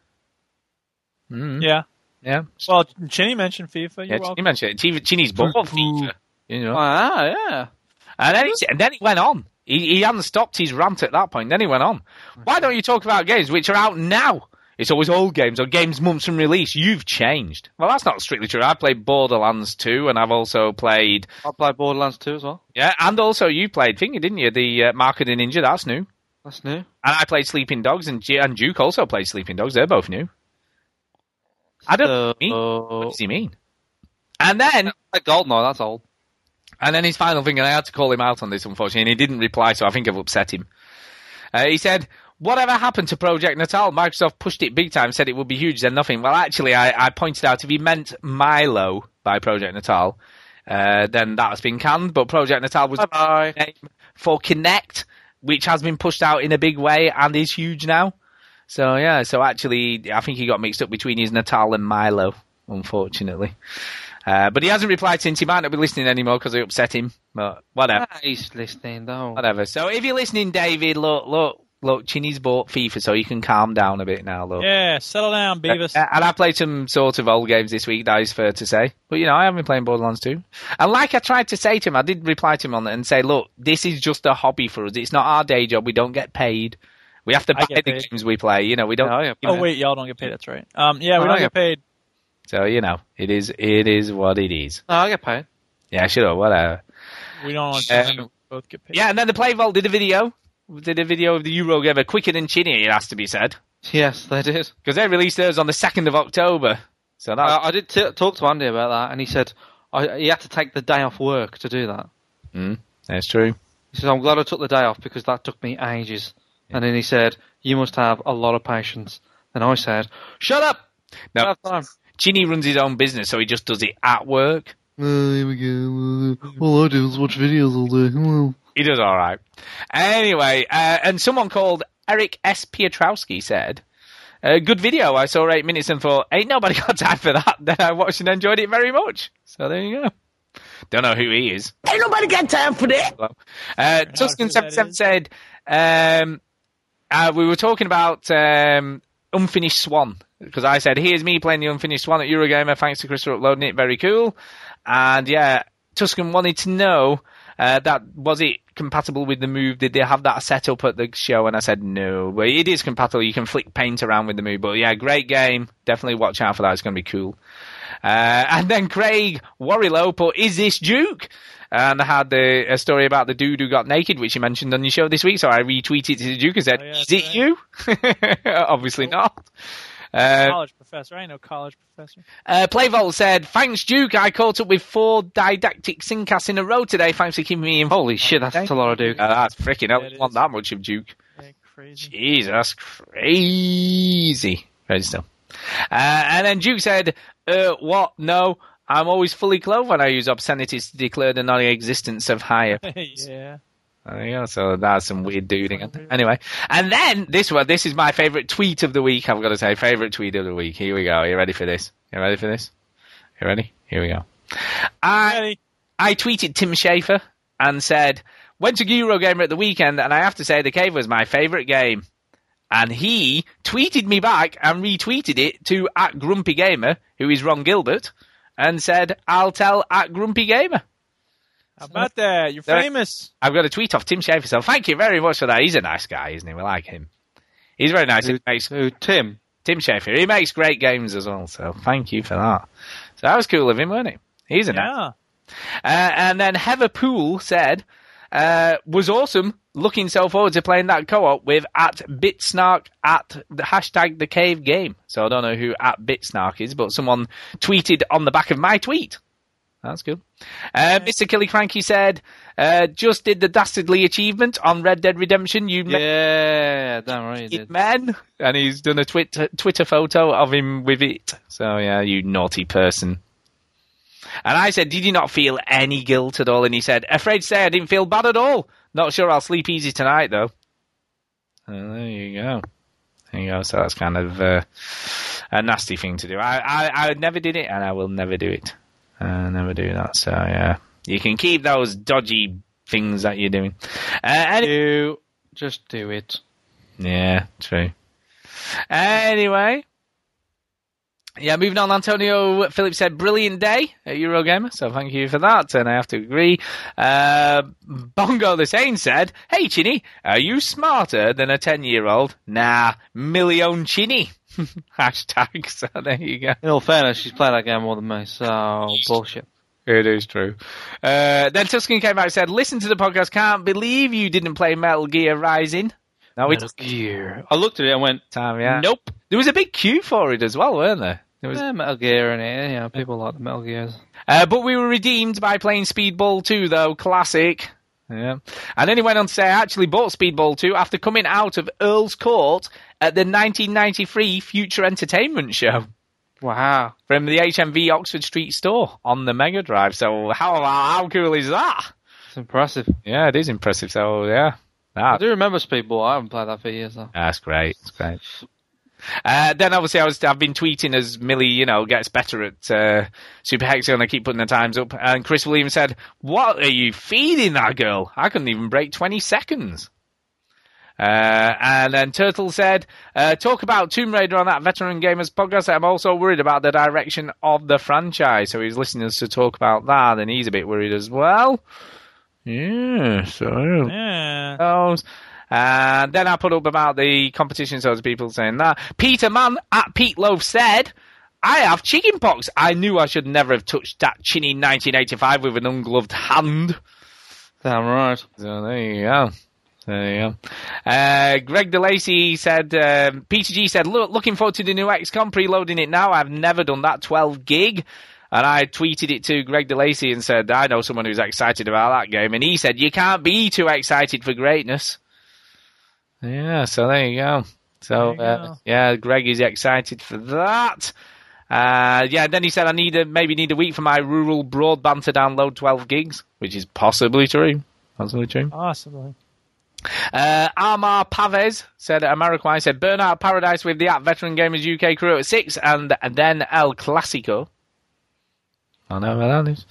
[SPEAKER 4] Hmm?
[SPEAKER 3] Yeah.
[SPEAKER 1] Yeah.
[SPEAKER 3] Well, Chinny mentioned FIFA. You're
[SPEAKER 1] Yeah, he
[SPEAKER 3] welcome.
[SPEAKER 1] mentioned it. Chi- Chini's bought FIFA. You know.
[SPEAKER 2] Ah, yeah.
[SPEAKER 1] Uh, And then he, s- and then he went on. He, he hadn't stopped his rant at that point. Then he went on. Why don't you talk about games which are out now? It's always old games or games months from release. You've changed. Well, that's not strictly true. I played Borderlands 2, and I've also played.
[SPEAKER 2] I played Borderlands 2 as well.
[SPEAKER 1] Yeah, and also you played Thingy, didn't you? The uh, Mark of the Ninja. That's new.
[SPEAKER 2] That's new.
[SPEAKER 1] And I played Sleeping Dogs, and, Ju- and Duke also played Sleeping Dogs. They're both new. I don't
[SPEAKER 2] Uh,
[SPEAKER 1] know what you mean. What does he mean? And then.
[SPEAKER 2] I gold no, that's old.
[SPEAKER 1] And then his final thing, and I had to call him out on this, unfortunately, and he didn't reply, so I think I've upset him. Uh, he said, Whatever happened to Project Natal? Microsoft pushed it big time, said it would be huge, then nothing. Well, actually, I, I pointed out if he meant Milo by Project Natal, uh, then that's been canned, but Project Natal was
[SPEAKER 2] the
[SPEAKER 1] name for Kinect, which has been pushed out in a big way and is huge now. So, yeah, so actually, I think he got mixed up between his Natal and Milo, unfortunately. Uh, but he hasn't replied since. He might not be listening anymore because I upset him. But whatever.
[SPEAKER 2] Ah, he's listening though.
[SPEAKER 1] Whatever. So if you're listening, David, look, look, look. Chinny's bought FIFA, so you can calm down a bit now, look.
[SPEAKER 3] Yeah, settle down, Beavis.
[SPEAKER 1] Uh, And I played some sort of old games this week. That is fair to say. But you know, I have been playing Borderlands 2. And like I tried to say to him, I did reply to him on it and say, look, this is just a hobby for us. It's not our day job. We don't get paid. We have to
[SPEAKER 3] I
[SPEAKER 1] buy the
[SPEAKER 3] get paid.
[SPEAKER 1] games we play. You know, we don't.
[SPEAKER 3] Oh wait, y'all don't get paid. That's right. Um, yeah, we
[SPEAKER 1] Oh,
[SPEAKER 3] don't
[SPEAKER 1] I
[SPEAKER 3] get
[SPEAKER 1] get-
[SPEAKER 3] paid.
[SPEAKER 1] So you know, it is. It is what it is.
[SPEAKER 2] No, I get paid.
[SPEAKER 1] Yeah, sure, whatever.
[SPEAKER 3] We don't
[SPEAKER 1] Uh,
[SPEAKER 3] both get paid.
[SPEAKER 1] Yeah, and then the Play Vault did a video. Did a video of the Eurogamer quicker than Chinny, it has to be said.
[SPEAKER 2] Yes, they did.
[SPEAKER 1] Because they released theirs on the 2nd of October. So that.
[SPEAKER 2] I, I did t- talk to Andy about that, and he said I, he had to take the day off work to do that.
[SPEAKER 1] Mm, that's true.
[SPEAKER 2] He said, "I'm glad I took the day off because that took me ages." And then he said, "You must have a lot of patience." And I said, "Shut up."
[SPEAKER 1] No.
[SPEAKER 2] Don't have time.
[SPEAKER 1] Chinny runs his own business, so he just does it at work.
[SPEAKER 2] Uh, here we go. all I do is watch videos all day.
[SPEAKER 1] He does all right. Anyway, uh, and someone called Eric S. Piotrowski said, uh, "Good video. I saw eight minutes and thought, ain't nobody got time for that." Then I watched and enjoyed it very much. So there you go. Don't know who he is.
[SPEAKER 4] Ain't nobody got time for that.
[SPEAKER 1] Uh, Tuscan seven seven said um, uh, we were talking about um, unfinished Swan because I said here's me playing the unfinished Swan at Eurogamer. Thanks to Chris for uploading it. Very cool. And yeah, Tuscan wanted to know uh, that was it compatible with the move? Did they have that set up at the show? And I said no, but it is compatible. You can flick paint around with the move. But yeah, great game. Definitely watch out for that. It's going to be cool. Uh, and then Craig Warrilow put, "Is this Duke?" And I had the, a story about the dude who got naked, which you mentioned on your show this week. So I retweeted to Duke and said,
[SPEAKER 3] Oh, yeah,
[SPEAKER 1] "Is it you?" Obviously not. Uh,
[SPEAKER 3] college professor. I ain't no college professor.
[SPEAKER 1] uh, Playvolt said, "Thanks, Duke. I caught up with four didactic syncasts in a row today. Thanks for keeping me involved."
[SPEAKER 2] Holy shit, that's a lot of Duke.
[SPEAKER 1] Uh, that's freaking. I
[SPEAKER 3] Yeah, it
[SPEAKER 1] don't want that much of Duke.
[SPEAKER 3] Crazy.
[SPEAKER 1] Jesus, crazy. Crazy stuff. Uh, and then Duke said, uh, what? No, I'm always fully clothed when I use obscenities to declare the non-existence of higher.
[SPEAKER 3] yeah.
[SPEAKER 1] There you go. So that's some weird dude again. Anyway, and then this one, this is my favorite tweet of the week. I've got to say, favorite tweet of the week. Here we go. Are you ready for this? You ready for this? You ready? Here we go. I I tweeted Tim Schafer and said, went to Eurogamer at the weekend, and I have to say, the cave was my favorite game. And he tweeted me back and retweeted it to at Grumpy Gamer, who is Ron Gilbert, and said, I'll tell at Grumpy Gamer.
[SPEAKER 3] How about that? You're
[SPEAKER 1] There-
[SPEAKER 3] famous.
[SPEAKER 1] I've got a tweet off Tim Schafer. So thank you very much for that. He's a nice guy, isn't he? We like him. He's very nice. Who,
[SPEAKER 2] Tim?
[SPEAKER 1] Tim Schafer. He makes great games as well, so thank you for that. So that was cool of him, wasn't it? He's an
[SPEAKER 3] yeah.
[SPEAKER 1] Uh, and then Heather Poole said, uh, was awesome. Looking so forward to playing that co-op with at Bitsnark at the hashtag the cave game. So I don't know who at Bitsnark is, but someone tweeted on the back of my tweet. That's good. Uh, Mr. Killy Cranky said, uh, just did the dastardly achievement on Red Dead Redemption. You ma-
[SPEAKER 2] Yeah, damn right. he did.
[SPEAKER 1] man. And he's done a twit- Twitter photo of him with it. So, yeah, you naughty person. And I said, Did you not feel any guilt at all? And he said, Afraid to say I didn't feel bad at all. Not sure I'll sleep easy tonight, though. And there you go. There you go. So that's kind of uh, a nasty thing to do. I, I, I never did it, and I will never do it. I never do that. So, yeah. You can keep those dodgy things that you're doing. Uh, and-
[SPEAKER 2] Just do it.
[SPEAKER 1] yeah, true. Anyway. Yeah, moving on. Antonio Phillips said, brilliant day at Eurogamer, so thank you for that, and I have to agree. Uh, Bongo the Sane said, hey, Chinny, are you smarter than a 10 year old? Nah, million Chinny. Hashtag, so there you go.
[SPEAKER 2] In all fairness, she's played that game more than me, so bullshit.
[SPEAKER 1] It is true. Uh, then Tuscan came out and said, listen to the podcast, can't believe you didn't play Metal Gear Rising. No, it's
[SPEAKER 2] Gear. I looked at it and went,
[SPEAKER 1] time, yeah.
[SPEAKER 2] nope.
[SPEAKER 1] There was a big queue for it as well, weren't there? There was
[SPEAKER 2] Yeah, Metal Gear in it. Yeah, people like the Metal Gears.
[SPEAKER 1] Uh, but we were redeemed by playing Speedball 2, though. Classic. Yeah. And then he went on to say, I actually bought Speedball 2 after coming out of Earl's Court at the 1993 Future Entertainment Show
[SPEAKER 2] Wow.
[SPEAKER 1] from the HMV Oxford Street store on the Mega Drive. So how, how cool is that?
[SPEAKER 2] It's impressive.
[SPEAKER 1] Yeah, it is impressive. So, yeah.
[SPEAKER 2] I
[SPEAKER 1] That,
[SPEAKER 2] do remember Speedball. I haven't played that for years, though.
[SPEAKER 1] that's great. That's great. Uh, then obviously I was I've been tweeting as Millie you know gets better at uh, Super Hexagon. I keep putting the times up, and Chris Williams said, "What are you feeding that girl? I couldn't even break twenty seconds." Uh, and then Turtle said, uh, "Talk about Tomb Raider on that Veteran Gamers podcast. I'm also worried about the direction of the franchise." So he's listening to talk about that, and he's a bit worried as well. Yeah, so
[SPEAKER 3] Yeah.
[SPEAKER 1] those. And then I put up about the competition, so there's people saying that. Peter Mann at Pete Loaf said, I have chickenpox. I knew I should never have touched that chinny 1985 with an ungloved hand.
[SPEAKER 2] Damn right.
[SPEAKER 1] So there you go. There you go. Uh, Greg DeLacy said, um, Peter G said, Look, looking forward to the new XCOM, preloading it now. I've never done that 12 gig. And I tweeted it to Greg DeLacy and said, I know someone who's excited about that game. And he said, You can't be too excited for greatness. Yeah, so there you go. So,
[SPEAKER 3] There you
[SPEAKER 1] uh,
[SPEAKER 3] go.
[SPEAKER 1] yeah, Greg is excited for that. Uh, yeah, then he said, I need a, maybe need a week for my rural broadband to download 12 gigs, which is possibly true. Possibly true.
[SPEAKER 3] Possibly.
[SPEAKER 1] Uh, Amar Pavez said, Ameriquai said, Burnout Paradise with the app Veteran Gamers UK crew at 6 and, and then El Clasico. I don't know where that is.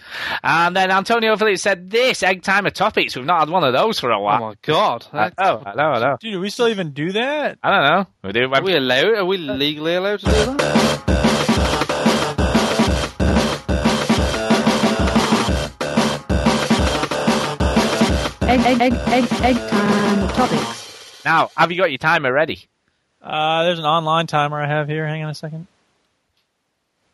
[SPEAKER 1] And then Antonio Phillips said, This egg timer topics. We've not had one of those for a
[SPEAKER 2] Oh
[SPEAKER 1] while.
[SPEAKER 2] my god.
[SPEAKER 1] I know, I know, I know.
[SPEAKER 3] Dude, do we still even do that?
[SPEAKER 1] I don't know. We do.
[SPEAKER 2] Are we allowed? Are we legally allowed to do that?
[SPEAKER 14] Egg, egg, egg, egg, egg time topics.
[SPEAKER 1] Now, have you got your timer ready?
[SPEAKER 3] Uh, there's an online timer I have here. Hang on a second.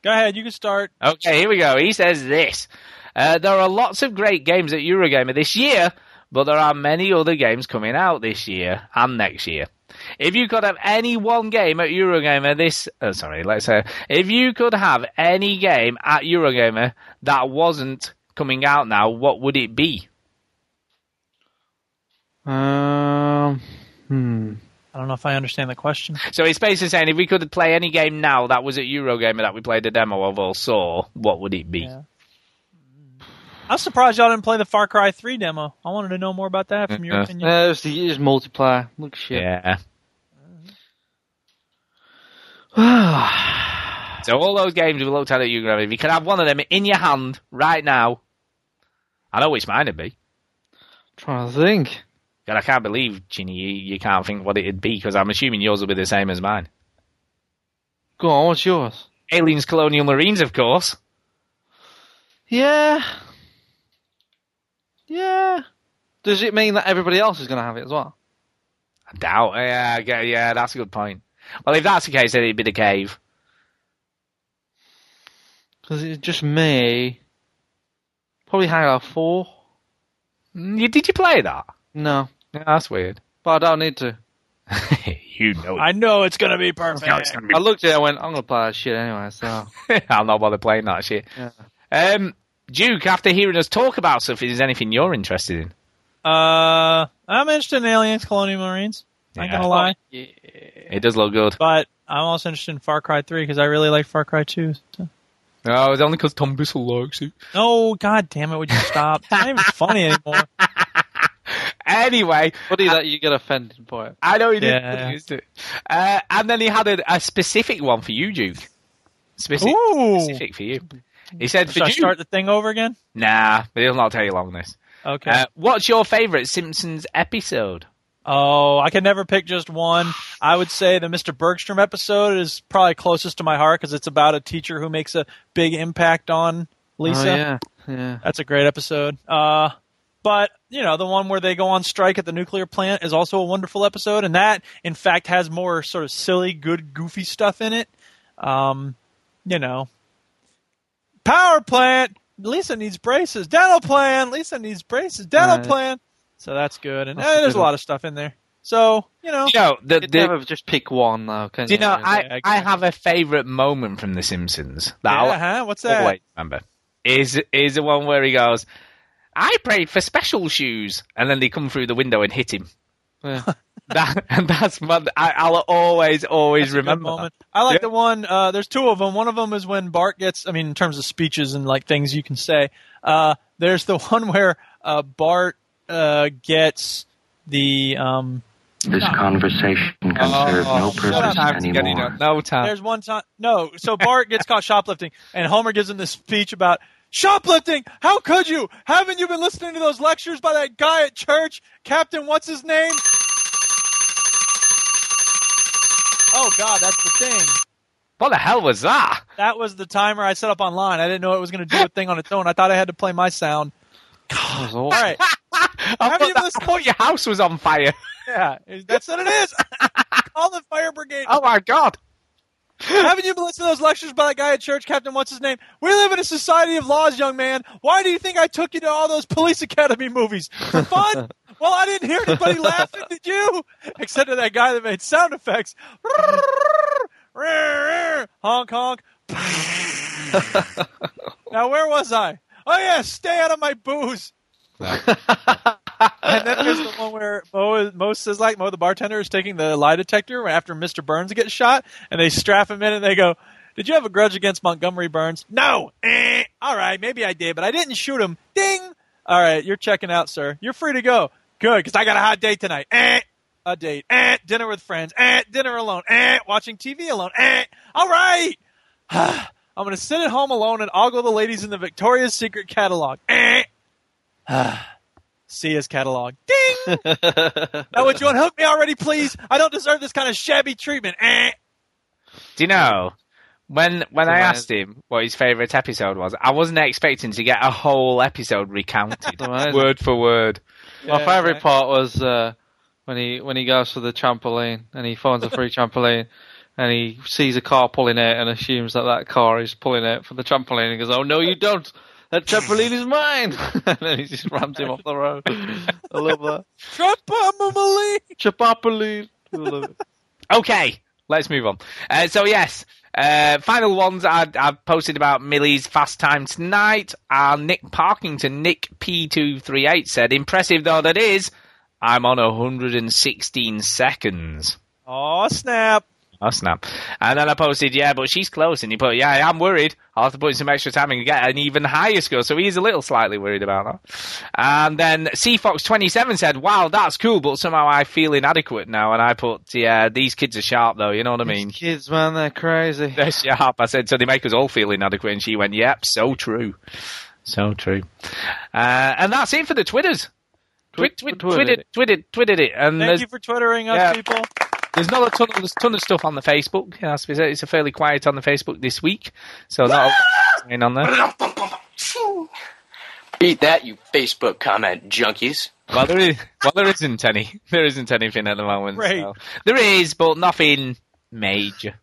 [SPEAKER 3] Go ahead. You can start.
[SPEAKER 1] Okay, here we go. He says this. Uh, there are lots of great games at Eurogamer this year, but there are many other games coming out this year and next year. If you could have any one game at Eurogamer this, oh, sorry, let's say, if you could have any game at Eurogamer that wasn't coming out now, what would it be?
[SPEAKER 2] Um, hmm.
[SPEAKER 3] I don't know if I understand the question.
[SPEAKER 1] So it's basically saying if we could play any game now that was at Eurogamer that we played a demo of or saw, what would it be?
[SPEAKER 3] Yeah. I'm surprised y'all didn't play the Far Cry 3 demo. I wanted to know more about that from your
[SPEAKER 1] Uh-uh.
[SPEAKER 3] opinion.
[SPEAKER 2] Yeah, it's the it's multiplayer. Look shit.
[SPEAKER 1] Yeah. so all those games we looked at at Eurogamer, if you could have one of them in your hand right now, I know which mine would be.
[SPEAKER 2] trying to think.
[SPEAKER 1] God, I can't believe, Ginny, you, you can't think what it'd be because I'm assuming yours will be the same as mine.
[SPEAKER 2] Go on, what's yours?
[SPEAKER 1] Aliens, Colonial Marines, of course.
[SPEAKER 2] Yeah. Yeah. Does it mean that everybody else is going to have it as well?
[SPEAKER 1] I doubt. Yeah, I get- yeah, that's a good point. Well, if that's the case, then it'd be the cave.
[SPEAKER 2] Because it's just me. Probably Hangout 4.
[SPEAKER 1] You, Mm, did you play that?
[SPEAKER 2] No.
[SPEAKER 1] that's weird.
[SPEAKER 2] But I don't need to.
[SPEAKER 1] you know
[SPEAKER 3] I know it's gonna be perfect.
[SPEAKER 2] I looked at it and went, I'm going to play that shit anyway, so.
[SPEAKER 1] I'll not bother playing that shit. Um, Duke, after hearing us talk about stuff, is there anything you're interested in?
[SPEAKER 3] Uh, I'm interested in aliens, colonial marines. Not
[SPEAKER 1] Yeah.
[SPEAKER 3] gonna lie,
[SPEAKER 1] It does look good.
[SPEAKER 3] but I'm also interested in Far Cry Three because I really like Far Cry Two.
[SPEAKER 1] Oh, it's only because Tom Bissell likes it.
[SPEAKER 3] No, god damn it! Would you stop? It's not even funny anymore.
[SPEAKER 1] Anyway,
[SPEAKER 2] What do you, that you get offended by it?
[SPEAKER 1] I know he did.
[SPEAKER 2] Yeah, yeah.
[SPEAKER 1] Yeah, Uh, and then he had a, a specific one for you, Duke. Specific,
[SPEAKER 3] Ooh.
[SPEAKER 1] specific for you. He said for
[SPEAKER 3] Should I
[SPEAKER 1] you.
[SPEAKER 3] start the thing over again?
[SPEAKER 1] Nah, it'll not take you long. This.
[SPEAKER 3] Okay.
[SPEAKER 1] Uh, what's your favourite Simpsons episode?
[SPEAKER 3] Oh, I can never pick just one. I would say the Mr. Bergstrom episode is probably closest to my heart because it's about a teacher who makes a big impact on Lisa.
[SPEAKER 2] Oh, yeah. Yeah.
[SPEAKER 3] That's a great episode. Uh, but you know, the one where they go on strike at the nuclear plant is also a wonderful episode, and that, in fact, has more sort of silly, good, goofy stuff in it. Um, you know, power plant. Lisa needs braces. Dental plan. Lisa needs braces. Dental
[SPEAKER 2] Right.
[SPEAKER 3] plan. So that's good, and
[SPEAKER 2] That's
[SPEAKER 3] eh,
[SPEAKER 2] a
[SPEAKER 3] there's
[SPEAKER 2] good
[SPEAKER 3] a lot
[SPEAKER 2] one.
[SPEAKER 3] of stuff in there. So you know,
[SPEAKER 1] You know, the,
[SPEAKER 2] You'd
[SPEAKER 1] the-
[SPEAKER 2] never just pick one, though, can
[SPEAKER 1] do you know,
[SPEAKER 2] Yeah,
[SPEAKER 1] I, I have a favourite moment from The Simpsons that I'll
[SPEAKER 3] yeah, huh? what's that?
[SPEAKER 1] always remember. Is is the one where he goes, "I prayed for special shoes," and then they come through the window and hit him.
[SPEAKER 2] yeah.
[SPEAKER 1] That and that's my, I, I'll always always
[SPEAKER 3] That's a good
[SPEAKER 1] remember. that.
[SPEAKER 3] moment. I like
[SPEAKER 1] Yeah.
[SPEAKER 3] the one. Uh, there's two of them. One of them is when Bart gets. I mean, in terms of speeches and like things you can say. Uh, there's the one where uh, Bart uh, gets the. Um,
[SPEAKER 12] This conversation can serve
[SPEAKER 1] Oh,
[SPEAKER 12] no purpose anymore.
[SPEAKER 1] No time.
[SPEAKER 3] there's one time. No, so Bart gets caught shoplifting, and Homer gives him this speech about shoplifting. How could you? Haven't you been listening to those lectures by that guy at church, Captain? What's his name? Oh God, that's the thing.
[SPEAKER 1] What the hell was that?
[SPEAKER 3] That was the timer I set up online. I didn't know it was going to do a thing on its own. I thought I had to play my sound.
[SPEAKER 2] That was
[SPEAKER 3] All
[SPEAKER 2] awful.
[SPEAKER 3] right.
[SPEAKER 1] I
[SPEAKER 3] Haven't
[SPEAKER 1] thought,
[SPEAKER 3] even
[SPEAKER 1] that- I
[SPEAKER 3] listened-
[SPEAKER 1] thought your house was on fire.
[SPEAKER 3] Yeah, that's what it is. Call the fire brigade.
[SPEAKER 1] Oh my god!
[SPEAKER 3] Haven't you been listening to those lectures by that guy at church, Captain? What's his name? We live in a society of laws, young man. Why do you think I took you to all those police academy movies for fun? well, I didn't hear anybody laughing, did you? Except to that guy that made sound effects. honk honk. now where was I? Oh yeah, stay out of my booze. and then there's the one where Mo, Mo says like Mo the bartender is taking the lie detector after Mr. Burns gets shot, and they strap him in, and they go, "Did you have a grudge against Montgomery Burns?" No. Eh. All right, maybe I did, but I didn't shoot him. Ding. All right, you're checking out, sir. You're free to go. Good, because I got a hot date tonight. Eh. A date. Eh. Dinner with friends. Eh. Dinner alone. Eh. Watching TV alone. Eh. All right. I'm gonna sit at home alone and ogle the ladies in the Victoria's Secret catalog. Eh. See his catalog. Ding. Now, would you unhook me already, please? I don't deserve this kind of shabby treatment. Eh.
[SPEAKER 1] Do you know when when I
[SPEAKER 2] Amazing.
[SPEAKER 1] asked him what his favourite episode was? I wasn't expecting to get a whole episode recounted
[SPEAKER 2] Amazing.
[SPEAKER 1] word for word.
[SPEAKER 2] My
[SPEAKER 3] Yeah,
[SPEAKER 2] favorite
[SPEAKER 3] right.
[SPEAKER 2] part was uh, when he when he goes for the trampoline and he finds a free trampoline and he sees a car pulling out and assumes that that car is pulling out for the trampoline and goes, "Oh no, you don't! That trampoline is mine!" and then he just rams him off the road. I love that
[SPEAKER 3] Trump Mumali.
[SPEAKER 2] trampoline. I love it.
[SPEAKER 1] Okay, let's move on. Uh, so yes, uh, final ones I, I posted about Millie's fast time tonight. Our Nick Parkington, Nick P two three eight said, "Impressive though that is, I'm on 116 seconds."
[SPEAKER 3] Oh snap!
[SPEAKER 1] Oh snap! And then I posted, "Yeah, but she's close." And he put, "Yeah, I am worried. I'll have to put in some extra time and get an even higher score." So he's a little slightly worried about that. And then C Fox twenty seven said, "Wow, that's cool, but somehow I feel inadequate now." And I put, "Yeah, these kids are sharp though. You know what I mean?
[SPEAKER 2] Kids, man, they're crazy.
[SPEAKER 1] They're sharp." I said, "So they make us all feel inadequate." And she went, "Yep, so true, so true." Uh, and that's it for the Twitters. Twi- twi-
[SPEAKER 2] Twittered
[SPEAKER 1] Twittered, twittered, twittered it, and
[SPEAKER 3] Thank
[SPEAKER 1] there's,
[SPEAKER 3] you for twittering us,
[SPEAKER 1] Yeah.
[SPEAKER 3] people.
[SPEAKER 1] there's not a ton, there's a ton of stuff on the Facebook. It has to be said, It's a fairly quiet on the Facebook this week, so not a lot on there.
[SPEAKER 9] Beat that, you Facebook comment junkies.
[SPEAKER 1] Well, there is, well, there isn't any. There isn't anything at the moment.
[SPEAKER 3] Great.
[SPEAKER 1] so. There is, but nothing Major.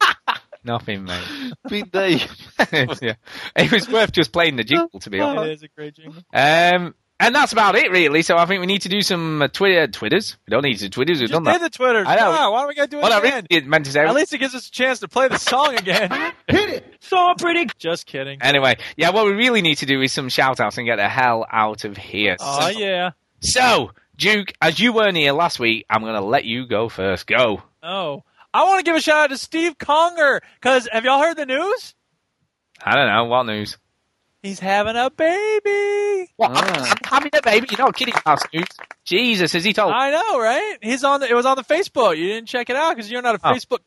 [SPEAKER 1] Nothing, mate.
[SPEAKER 2] Beat the
[SPEAKER 1] yeah. It was worth just playing the jingle, to be honest.
[SPEAKER 3] It is a great jingle.
[SPEAKER 1] Um, and that's about it, really. So I think we need to do some uh, Twitter Twitters. We don't need to Twitters. We've
[SPEAKER 3] Just
[SPEAKER 1] done
[SPEAKER 3] play
[SPEAKER 1] that.
[SPEAKER 3] the Twitter.
[SPEAKER 1] I know.
[SPEAKER 3] why do we gotta do it
[SPEAKER 1] Well, I
[SPEAKER 3] again?
[SPEAKER 1] really did meant to say.
[SPEAKER 3] At least it gives us a chance to play the song again. Hit it. So pretty. Just kidding.
[SPEAKER 1] Anyway, yeah, what we really need to do is some shout outs and get the hell out of here.
[SPEAKER 3] Oh
[SPEAKER 1] so,
[SPEAKER 3] yeah.
[SPEAKER 1] so, Duke, as you weren't here last week, I'm going to let you go first. Go.
[SPEAKER 3] Oh, I want to give a shout out to Steve Conger because have y'all heard the news?
[SPEAKER 1] I don't know. What news?
[SPEAKER 3] He's having a baby.
[SPEAKER 1] Ah. Having a baby? You're not kidding. That's news. Jesus, has he told?
[SPEAKER 3] I know, right? He's on. The, it was on the Facebook. You didn't check it out because you're not a
[SPEAKER 1] Oh.
[SPEAKER 3] Facebook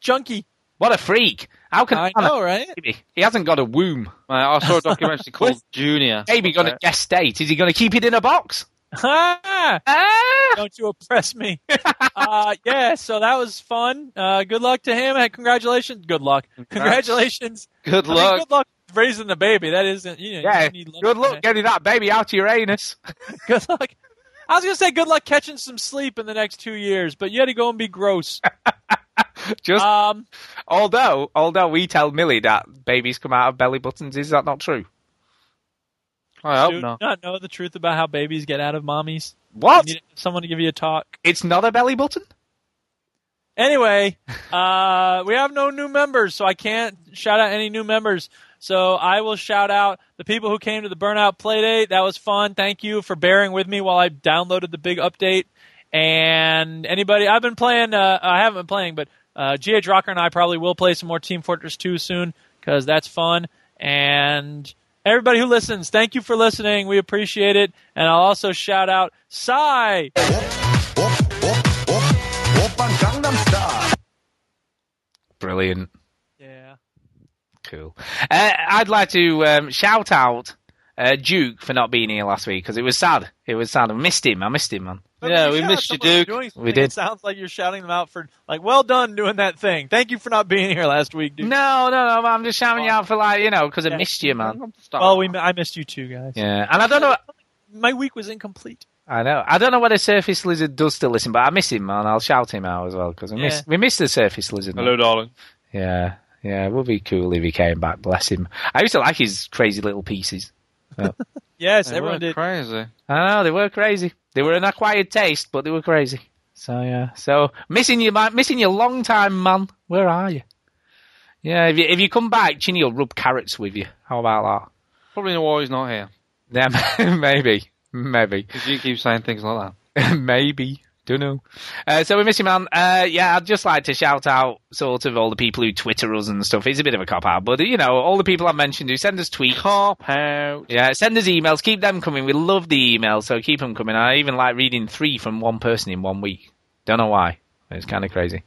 [SPEAKER 3] junkie.
[SPEAKER 1] What a freak. How can
[SPEAKER 3] I
[SPEAKER 1] a
[SPEAKER 3] know, right?
[SPEAKER 1] baby? He hasn't got a womb.
[SPEAKER 2] I saw a documentary called Junior.
[SPEAKER 1] Baby going to gestate. Is he going to keep it in a box?
[SPEAKER 3] Ah! Don't you oppress me. uh, yeah, so that was fun. Uh, good luck to him. And congratulations. Good luck. Congratulations.
[SPEAKER 2] Good
[SPEAKER 3] I mean,
[SPEAKER 2] luck.
[SPEAKER 3] good luck raising the baby. That isn't, you know, you
[SPEAKER 1] Yeah.
[SPEAKER 3] need luck
[SPEAKER 1] Good
[SPEAKER 3] for
[SPEAKER 1] luck
[SPEAKER 3] that.
[SPEAKER 1] getting that baby out of your anus.
[SPEAKER 3] Good luck. I was going to say good luck catching some sleep in the next two years, but you had to go and be gross.
[SPEAKER 1] Just
[SPEAKER 3] um,
[SPEAKER 1] although although we tell Millie that babies come out of belly buttons, is that not true? I
[SPEAKER 3] Do you not know the truth about how babies get out of mommies?
[SPEAKER 1] What?
[SPEAKER 3] You need someone to give you a talk.
[SPEAKER 1] It's not a belly button.
[SPEAKER 3] Anyway, uh, we have no new members, so I can't shout out any new members. So I will shout out the people who came to the Burnout Playdate. That was fun. Thank you for bearing with me while I downloaded the big update. And anybody, I've been playing. Uh, I haven't been playing, but uh, GH Rocker and I probably will play some more Team Fortress 2 soon because that's fun. And everybody who listens, thank you for listening. We appreciate it. And I'll also shout out Sai.
[SPEAKER 1] Brilliant.
[SPEAKER 3] Yeah.
[SPEAKER 1] Cool. Uh, I'd like to um, shout out uh, Duke for not being here last week because it was sad. It was sad. I missed him. I missed him, man.
[SPEAKER 2] Yeah, we missed you, Duke.
[SPEAKER 1] We did.
[SPEAKER 3] It sounds like you're shouting them out for like, well done doing that thing. Thank you for not being here last week, Duke.
[SPEAKER 1] No, no, no. I'm just shouting you out for like you know because I missed you, man.
[SPEAKER 3] Well, Oh, we I missed you too, guys.
[SPEAKER 1] Yeah, and I don't know.
[SPEAKER 3] My week was incomplete.
[SPEAKER 1] I know. I don't know whether Surface Lizard does still listen, but I miss him, man. I'll shout him out as well because we
[SPEAKER 3] Yeah.
[SPEAKER 1] miss we miss the Surface Lizard. man.
[SPEAKER 2] Hello, darling.
[SPEAKER 1] Yeah, yeah, it would be cool if he came back. Bless him. I used to like his crazy little pieces. But-
[SPEAKER 3] Yes,
[SPEAKER 2] They
[SPEAKER 3] everyone
[SPEAKER 2] were
[SPEAKER 3] did.
[SPEAKER 2] Crazy.
[SPEAKER 1] I know they were crazy. They were an acquired taste, but they were crazy. So yeah, so missing you, man. Missing you long time, man. Where are you? Yeah, if you if you come back, Chinny will rub carrots with you. How about
[SPEAKER 2] Probably know why he's not here.
[SPEAKER 1] that? Yeah, maybe, maybe.
[SPEAKER 2] Because you keep saying things like
[SPEAKER 1] Maybe. Don't know. Uh, so we miss you, man. Uh, yeah, I'd just like to shout out sort of all the people who Twitter us and stuff. It's a bit of a cop out, but you know, all the people I mentioned who send us tweets.
[SPEAKER 2] Cop out.
[SPEAKER 1] Yeah, send us emails. Keep them coming. We love the emails, so keep them coming. I even like reading three from one person in one week. Don't know why. It's kind of crazy.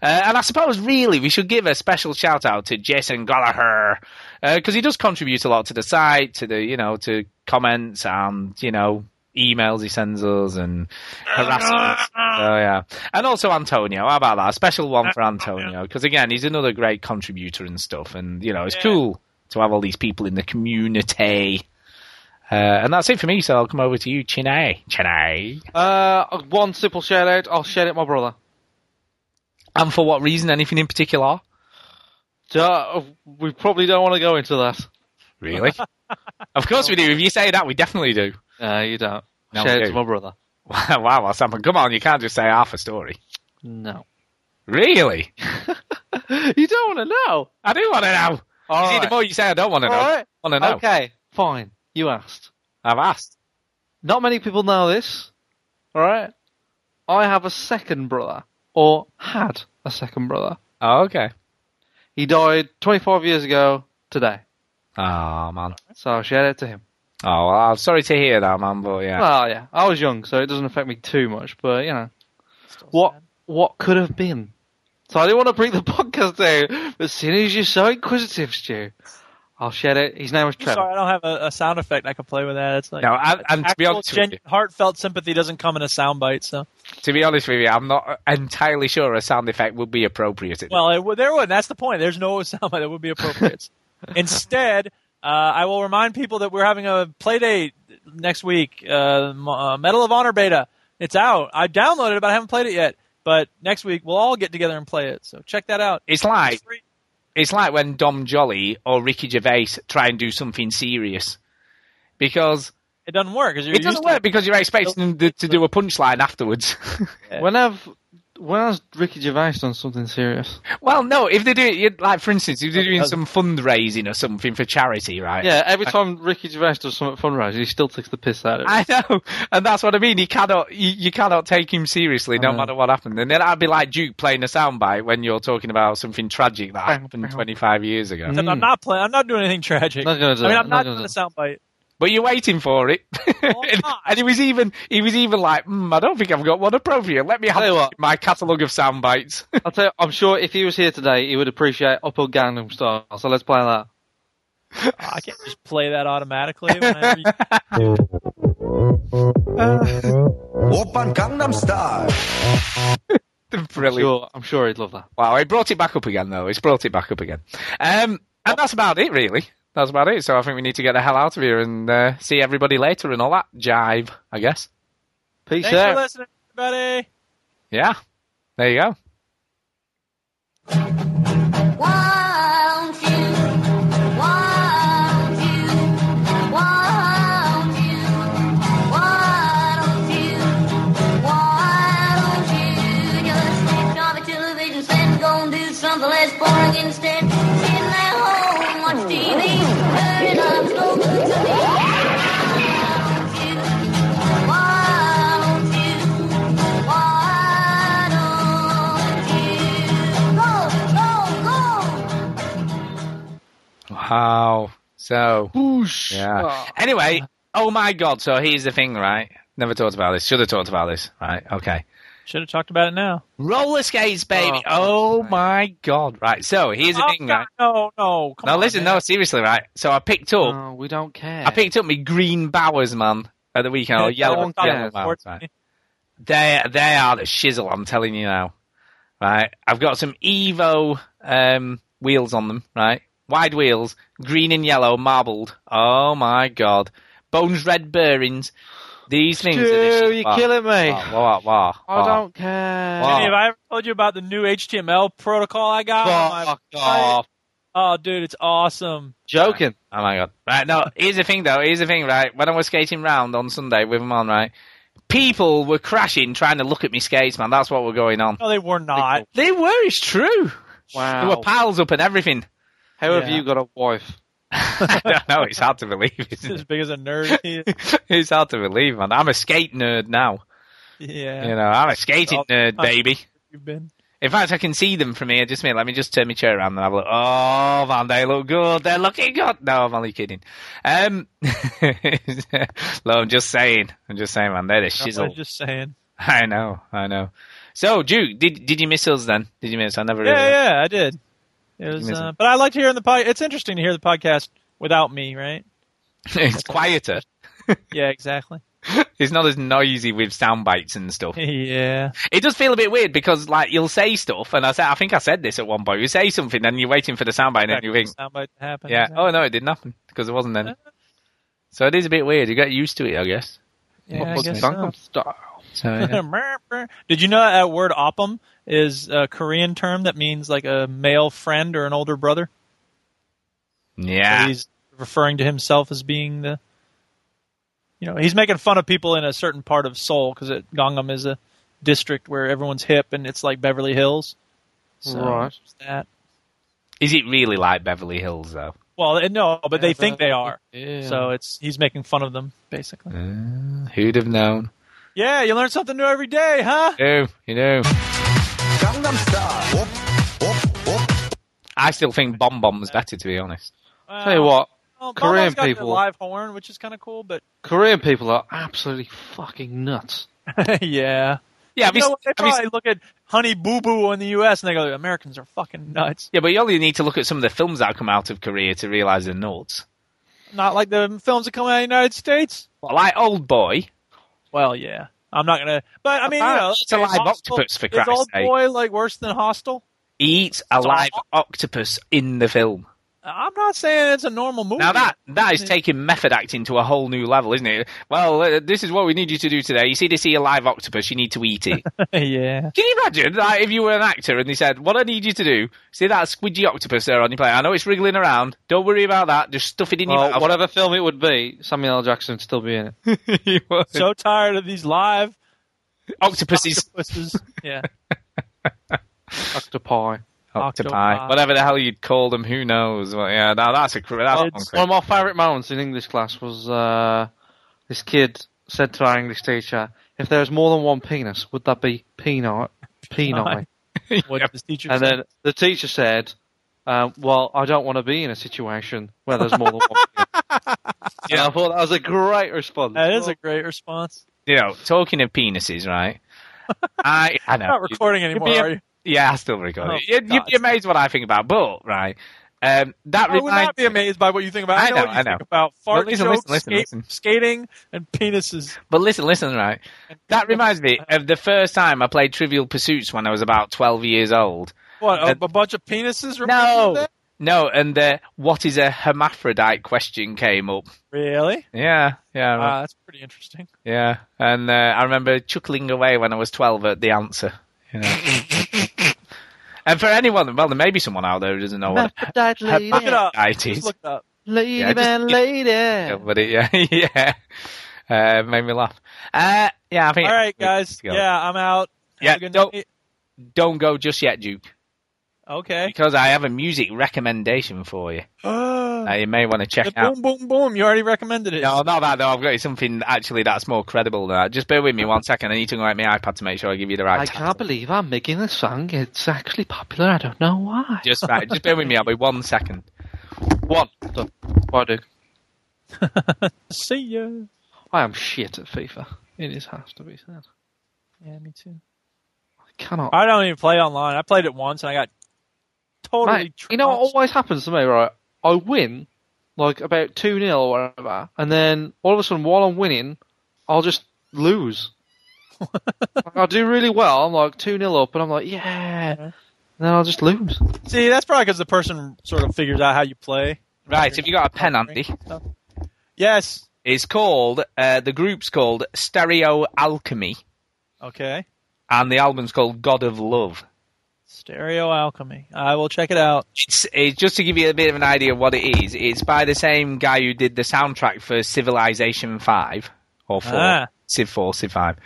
[SPEAKER 1] Uh, and I suppose, really, we should give a special shout out to Jason Gallagher because he does contribute a lot to the site, to the you know, to comments and you know, emails he sends us and harassment. oh yeah, and also Antonio. How about that? A special one for Antonio because again, he's another great contributor and stuff. And you know, it's cool to have all these people in the community. Uh, and that's it for me. So I'll come over to you, Chinay. Chinay.
[SPEAKER 2] that. Uh, one simple shout out. I'll shout out my brother.
[SPEAKER 1] And for what reason? Anything in particular?
[SPEAKER 2] Duh, uh, we probably don't want to go into that.
[SPEAKER 1] Really? of course we do. If you say that, we definitely do.
[SPEAKER 2] Uh, you don't.
[SPEAKER 1] No,
[SPEAKER 2] shout
[SPEAKER 1] we
[SPEAKER 2] out
[SPEAKER 1] do.
[SPEAKER 2] to my brother.
[SPEAKER 1] Wow, wow, that's something. Come on, you can't just say half a story.
[SPEAKER 2] No.
[SPEAKER 1] Really?
[SPEAKER 2] You don't want to know.
[SPEAKER 1] I do want to know.
[SPEAKER 2] All
[SPEAKER 1] you see,
[SPEAKER 2] right.
[SPEAKER 1] the more you say, I don't want to know.
[SPEAKER 2] All right.
[SPEAKER 1] I want to know.
[SPEAKER 2] Okay, fine. You asked.
[SPEAKER 1] I've asked.
[SPEAKER 2] Not many people know this. All right. I have a second brother, or had a second brother.
[SPEAKER 1] Oh, okay.
[SPEAKER 2] He died 25 years ago today.
[SPEAKER 1] Oh, man.
[SPEAKER 2] So shout out to him.
[SPEAKER 1] Oh, well, I'm sorry to hear that, man, but yeah.
[SPEAKER 2] Well, yeah, I was young, so it doesn't affect me too much. But you know, what what could have been? So I didn't want to bring the podcast down, but seeing as you're so inquisitive, Stu, I'll shout it. His name was
[SPEAKER 3] I'm
[SPEAKER 2] Trevor.
[SPEAKER 3] sorry, I don't have a, a sound effect I can play with that. It's like
[SPEAKER 1] No, I- and to be
[SPEAKER 3] actual
[SPEAKER 1] honest with
[SPEAKER 3] gen-
[SPEAKER 1] you-
[SPEAKER 3] heartfelt sympathy doesn't come in a sound bite. So
[SPEAKER 1] To be honest with you, I'm not entirely sure a sound effect would be appropriate. at
[SPEAKER 3] well, it, w- there would. That's the point. There's no sound bite that would be appropriate. Instead, uh, I will remind people that we're having a play date next week. Uh, m- uh, Medal of Honor beta. It's out. I downloaded it, but I haven't played it yet. But next week we'll all get together and play it. So check that out.
[SPEAKER 1] It's like it's like when Dom Jolly or Ricky Gervais try and do something serious because
[SPEAKER 3] it doesn't work. 'cause you're
[SPEAKER 1] it doesn't
[SPEAKER 3] used to
[SPEAKER 1] work because you're expecting them to do a punchline afterwards.
[SPEAKER 2] When I've when has Ricky Gervais done something serious?
[SPEAKER 1] well, no, if they do it, you'd- like for instance, if they're doing some fundraising or something for charity, right?
[SPEAKER 2] Yeah, every time Ricky Gervais does something fundraising, he still takes the piss out of it.
[SPEAKER 1] I know, and that's what I mean. He cannot, you, you cannot take him seriously, no
[SPEAKER 2] know.
[SPEAKER 1] matter what happened. And then I'd be like Duke playing a soundbite when you're talking about something tragic that happened 25 years ago.
[SPEAKER 3] Except I'm not playing. I'm not doing anything tragic.
[SPEAKER 1] Not gonna do
[SPEAKER 3] I mean,
[SPEAKER 1] it.
[SPEAKER 3] I'm
[SPEAKER 1] Not
[SPEAKER 3] not,
[SPEAKER 1] gonna
[SPEAKER 3] doing
[SPEAKER 1] do
[SPEAKER 3] a soundbite.
[SPEAKER 1] But you're waiting for it, and he was even he was even like, mm, I don't think I've got one appropriate. Let me have my catalogue of sound bites.
[SPEAKER 2] I'll tell you, I'm sure if he was here today, he would appreciate Upper Gangnam Style. So let's play that.
[SPEAKER 3] I can't just play that automatically. whenever you-
[SPEAKER 5] Oppan Gangnam Style.
[SPEAKER 1] Brilliant.
[SPEAKER 2] Sure, I'm sure he'd love that.
[SPEAKER 1] Wow, he brought it back up again, though. He's brought it back up again. Um, and that's about it, really. That's about it. So I think we need to get the hell out of here and uh, see everybody later and all that jive, I guess.
[SPEAKER 2] Peace
[SPEAKER 3] Thanks for listening, everybody.
[SPEAKER 1] Yeah. There you go.
[SPEAKER 11] Won't you? Won't you? Won't you? Why don't you? Why don't you just switch on the television set and go and do something less boring instead? Sitting at home, watch TV, turning up slow movies. Why don't you? Why don't you? Why don't you? Go, go, go!
[SPEAKER 1] Wow. So. Yeah.
[SPEAKER 11] Ah.
[SPEAKER 1] Anyway, oh my God. So here's the thing, right? Never talked about this. Should have talked about this, right? Okay.
[SPEAKER 3] Should have talked about it now.
[SPEAKER 1] Roller skates, baby. Oh, my God. Right. So here's the
[SPEAKER 3] Oh,
[SPEAKER 1] thing, right?
[SPEAKER 3] No, no. Come
[SPEAKER 1] Now
[SPEAKER 3] on,
[SPEAKER 1] listen,
[SPEAKER 3] man.
[SPEAKER 1] no, seriously, right? So I picked up.
[SPEAKER 2] No, we don't care.
[SPEAKER 1] I picked up my green bowers, man, at the weekend. Or
[SPEAKER 2] Yeah,
[SPEAKER 1] yellow,
[SPEAKER 2] don't care,
[SPEAKER 1] yellow bowers, right. They they are the shizzle. I'm telling you now. Right, I've got some Evo um, wheels on them. Right, wide wheels, green and yellow, marbled. Oh my god, bones red bearings. These things. are the
[SPEAKER 2] Stu,
[SPEAKER 1] shit- Oh,
[SPEAKER 2] you're killing me.
[SPEAKER 1] Wah, wah, wah,
[SPEAKER 2] I
[SPEAKER 1] wah.
[SPEAKER 2] don't care.
[SPEAKER 1] Wow.
[SPEAKER 3] Jimmy, have I ever told you about the new HTML protocol I got? on my
[SPEAKER 2] Fuck
[SPEAKER 3] website?
[SPEAKER 2] off.
[SPEAKER 3] Oh, dude, it's awesome.
[SPEAKER 2] Joking.
[SPEAKER 1] Oh my god. Right, no, here's the thing though, here's the thing, right? When I was skating round on Sunday with them on, right, people were crashing trying to look at me skates, man. That's what were going on.
[SPEAKER 3] No, they were not.
[SPEAKER 1] They were, it's true. There were
[SPEAKER 2] Wow.
[SPEAKER 1] piles up and everything.
[SPEAKER 2] How have
[SPEAKER 3] Yeah.
[SPEAKER 2] you got a wife?
[SPEAKER 1] I don't know, it's hard to believe.
[SPEAKER 3] He's
[SPEAKER 1] isn't
[SPEAKER 3] as big as a nerd. He is.
[SPEAKER 1] it? It's hard to believe, man. I'm a skate nerd now.
[SPEAKER 3] yeah. Oh,
[SPEAKER 1] You know, I'm a skating
[SPEAKER 3] All the
[SPEAKER 1] nerd,
[SPEAKER 3] time
[SPEAKER 1] baby.
[SPEAKER 3] You've been.
[SPEAKER 1] In fact, I can see them from here. Just me. Let me just turn my chair around and have a look. Oh, man, they look good. They're looking good. No, I'm only kidding. Um, no, I'm just saying. I'm just saying, man. They're the
[SPEAKER 3] I was
[SPEAKER 1] shizzle.
[SPEAKER 3] just saying.
[SPEAKER 1] I know. I know. So, Duke, did did you miss us then? Did you miss? I never. really...
[SPEAKER 3] Yeah, yeah, I did. It was,
[SPEAKER 1] miss
[SPEAKER 3] uh,
[SPEAKER 1] him?
[SPEAKER 3] but I liked hearing the pod. It's interesting to hear the podcast without me, right?
[SPEAKER 1] it's quieter.
[SPEAKER 3] Yeah, exactly.
[SPEAKER 1] It's not as noisy with sound bites and stuff.
[SPEAKER 3] yeah.
[SPEAKER 1] It does feel a bit weird because, like, you'll say stuff, and I said, I think I said this at one point. You say something, and you're waiting for the soundbite, and then you think,
[SPEAKER 3] Soundbite to happen.
[SPEAKER 1] Yeah.
[SPEAKER 3] exactly.
[SPEAKER 1] Oh no, it did nothing because there wasn't any. So it is a bit weird. You get used to it, I guess.
[SPEAKER 3] Yeah, I
[SPEAKER 2] Upper
[SPEAKER 3] guess so.
[SPEAKER 2] Gangnam Style.
[SPEAKER 1] So yeah.
[SPEAKER 3] Did you know that word oppum is a Korean term that means like a male friend or an older brother? So
[SPEAKER 1] yeah.
[SPEAKER 3] he's referring to himself as being the, you know, he's making fun of people in a certain part of Seoul because Gangnam is a district where everyone's hip and it's like Beverly Hills. So
[SPEAKER 2] Right.
[SPEAKER 3] it's That.
[SPEAKER 1] Is it really like Beverly Hills though?
[SPEAKER 3] Well, eh, no, but they
[SPEAKER 2] Yeah,
[SPEAKER 3] think
[SPEAKER 2] but-
[SPEAKER 3] they are.
[SPEAKER 2] yeah.
[SPEAKER 3] So it's he's making fun of them basically.
[SPEAKER 1] Who'd have known?
[SPEAKER 3] Yeah, you learn something new every day, huh?
[SPEAKER 1] Who? You know.
[SPEAKER 5] Gangnam Style. Op, op, op.
[SPEAKER 1] I still think Bomb Bomb's better, to be honest.
[SPEAKER 2] Tell you
[SPEAKER 3] Uh,
[SPEAKER 2] what,
[SPEAKER 3] Well,
[SPEAKER 2] Korean
[SPEAKER 3] Bono's got the
[SPEAKER 2] people-
[SPEAKER 3] live horn, which is kind of cool, but
[SPEAKER 2] Korean people are absolutely fucking nuts.
[SPEAKER 3] yeah.
[SPEAKER 1] Yeah, have
[SPEAKER 3] you
[SPEAKER 1] you
[SPEAKER 3] know
[SPEAKER 1] s-
[SPEAKER 3] what? They
[SPEAKER 1] have you s-
[SPEAKER 3] probably look at Honey Boo Boo in the U.S. and they go, "Americans are fucking nuts."
[SPEAKER 1] Yeah, but you only need to look at some of the films that come out of Korea to realise they're nuts.
[SPEAKER 3] Not like the films that come out of the United States.
[SPEAKER 1] Like Old Boy.
[SPEAKER 3] Well, yeah. I'm not gonna, but I mean, you
[SPEAKER 1] Ah,
[SPEAKER 3] know,
[SPEAKER 1] it's a live
[SPEAKER 3] Hostel-
[SPEAKER 1] octopus, for
[SPEAKER 3] Is
[SPEAKER 1] Christ's
[SPEAKER 3] Old
[SPEAKER 1] sake.
[SPEAKER 3] Boy like worse than Hostel?
[SPEAKER 1] He eats a live octopus in the film.
[SPEAKER 3] I'm not saying it's a normal movie.
[SPEAKER 1] Now that that is taking method acting to a whole new level, isn't it? Well, uh, this is what we need you to do today. You see to see a live octopus, you need to eat it.
[SPEAKER 3] yeah.
[SPEAKER 1] Can you imagine like, if you were an actor and they said, "What I need you to do, see that squidgy octopus there on your plate? I know it's wriggling around. Don't worry about that. Just stuff it in your
[SPEAKER 2] Well,
[SPEAKER 1] mouth."
[SPEAKER 2] whatever film it would be, Samuel L. Jackson would still be in it.
[SPEAKER 3] So tired of these live
[SPEAKER 1] octopuses.
[SPEAKER 3] octopuses. yeah.
[SPEAKER 2] Octopi.
[SPEAKER 1] Octopi, whatever the hell you'd call them, who knows? Well, yeah, now that's a cr- that's
[SPEAKER 2] Well,
[SPEAKER 1] one cr-
[SPEAKER 2] one of my favourite moments in English class was uh, this kid said to our English teacher, "If there was more than one penis, would that be penile?" Penile.
[SPEAKER 3] What this teacher
[SPEAKER 2] and
[SPEAKER 3] said.
[SPEAKER 2] then the teacher said, um, "Well, I don't want to be in a situation where there's more than one." penis. And I thought that was a great response.
[SPEAKER 3] That is a great response.
[SPEAKER 1] you know, talking of penises, right? I, I know.
[SPEAKER 3] Not recording anymore,
[SPEAKER 1] You'd be-
[SPEAKER 3] are you?
[SPEAKER 1] Yeah, I still record
[SPEAKER 3] Oh,
[SPEAKER 1] it. You'd, you'd be amazed what I think about, but right. Um, that
[SPEAKER 3] I would not
[SPEAKER 1] reminds.
[SPEAKER 3] be amazed by what you think about.
[SPEAKER 1] I
[SPEAKER 3] I know,
[SPEAKER 1] know,
[SPEAKER 3] what you
[SPEAKER 1] I know.
[SPEAKER 3] think about fart
[SPEAKER 1] But listen,
[SPEAKER 3] jokes,
[SPEAKER 1] listen, listen,
[SPEAKER 3] skate-
[SPEAKER 1] listen.
[SPEAKER 3] skating, and penises.
[SPEAKER 1] But listen, listen, right. That reminds me of the first time I played Trivial Pursuits when I was about twelve years old.
[SPEAKER 3] What a,
[SPEAKER 1] And-
[SPEAKER 3] a bunch of penises? repeated
[SPEAKER 1] No,
[SPEAKER 3] that?
[SPEAKER 1] no, and the what is a hermaphrodite question came up.
[SPEAKER 3] really?
[SPEAKER 1] Yeah, yeah,
[SPEAKER 3] Wow, that's pretty interesting.
[SPEAKER 1] yeah. And uh, I remember chuckling away when I was twelve at the answer. You know. and for anyone, well, there may be someone out there who doesn't know what
[SPEAKER 2] Hermaphrodite lady.
[SPEAKER 3] Look it up.
[SPEAKER 1] It
[SPEAKER 3] Just
[SPEAKER 1] is.
[SPEAKER 3] look it up.
[SPEAKER 2] Lady
[SPEAKER 1] Yeah, just-
[SPEAKER 2] man, lady.
[SPEAKER 1] Yeah, but it, yeah, yeah, uh, made me laugh. Uh, yeah, I think.
[SPEAKER 3] All right, guys.
[SPEAKER 1] Go.
[SPEAKER 3] Yeah, I'm out.
[SPEAKER 1] yeah.
[SPEAKER 3] Have a good
[SPEAKER 1] Don't
[SPEAKER 3] night.
[SPEAKER 1] don't go just yet, Duke,
[SPEAKER 3] Okay.
[SPEAKER 1] because I have a music recommendation for you. Uh,
[SPEAKER 3] the
[SPEAKER 1] you may want to check out.
[SPEAKER 3] boom, boom, boom. You already recommended it.
[SPEAKER 1] No, not that though. I've got you something actually that's more credible than that. Just bear with me one second. I need to go out my iPad to make sure I give you the right.
[SPEAKER 2] I
[SPEAKER 1] time.
[SPEAKER 2] can't believe I'm making this song. It's actually popular. I don't know why.
[SPEAKER 1] Just right. Just bear with me. I'll be one second.
[SPEAKER 2] One. Done. Bye, Duke.
[SPEAKER 3] See ya.
[SPEAKER 2] I am shit at FIFA. It is has to be said.
[SPEAKER 3] Yeah, me too.
[SPEAKER 2] Cannot.
[SPEAKER 3] I don't even play online. I played it once and I got totally.
[SPEAKER 2] Mate, you know what
[SPEAKER 3] trounced.
[SPEAKER 2] always happens to me, right? I win, like about 2 0 or whatever, and then all of a sudden, while I'm winning, I'll just lose. like, I do really well. I'm like 2 0 up, and I'm like, yeah. And then I'll just lose.
[SPEAKER 3] oh, See, that's probably because the person sort of figures out how you play.
[SPEAKER 1] Right. Have you got a pen, Andy?
[SPEAKER 3] Yes.
[SPEAKER 1] It's called. Uh, the group's called Stereo Alchemy,
[SPEAKER 3] Okay.
[SPEAKER 1] and the album's called God of Love.
[SPEAKER 3] Stereo Alchemy. I will check it out.
[SPEAKER 1] It's, it's just to give you a bit of an idea of what it is. It's by the same guy who did the soundtrack for Civilization Five or Four,
[SPEAKER 3] Ah.
[SPEAKER 1] Civ Four, Civ Five.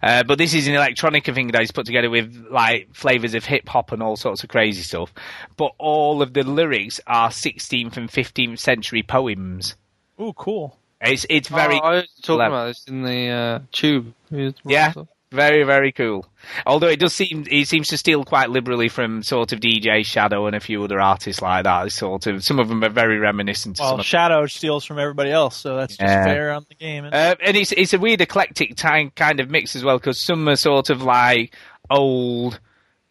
[SPEAKER 1] Uh, but this is an electronica thing that he's put together with like flavors of hip hop and all sorts of crazy stuff. But all of the lyrics are 16th and 15th century poems.
[SPEAKER 3] Ooh, cool.
[SPEAKER 1] It's it's very
[SPEAKER 2] Oh, I was talking
[SPEAKER 1] clever.
[SPEAKER 2] about this in the uh, tube.
[SPEAKER 1] Yeah. Very, very cool. Although it does seem he seems to steal quite liberally from sort of DJ Shadow and a few other artists like that. It's Sort of some of them are very reminiscent. to some
[SPEAKER 3] Well,
[SPEAKER 1] of
[SPEAKER 3] Shadow steals from everybody else, so that's just
[SPEAKER 1] Yeah.
[SPEAKER 3] fair on the game. isn't it?
[SPEAKER 1] Uh, and it's it's a weird eclectic time kind of mix as well because some are sort of like old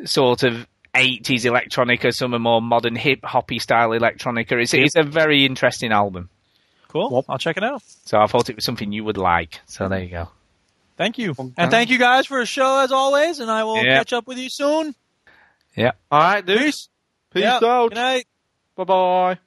[SPEAKER 1] sort of. 80s electronica, some are more modern hip hoppy style electronica. It's, it's a very interesting album.
[SPEAKER 3] cool. I'll check it out.
[SPEAKER 1] So I thought it was something you would like. So there you go.
[SPEAKER 3] Thank you. And thank you guys for a show as always, and I will
[SPEAKER 1] Yeah.
[SPEAKER 3] catch up with you soon.
[SPEAKER 1] Yeah.
[SPEAKER 2] All right, dude. Peace,
[SPEAKER 3] Yeah.
[SPEAKER 2] out.
[SPEAKER 3] Good night.
[SPEAKER 2] Bye bye.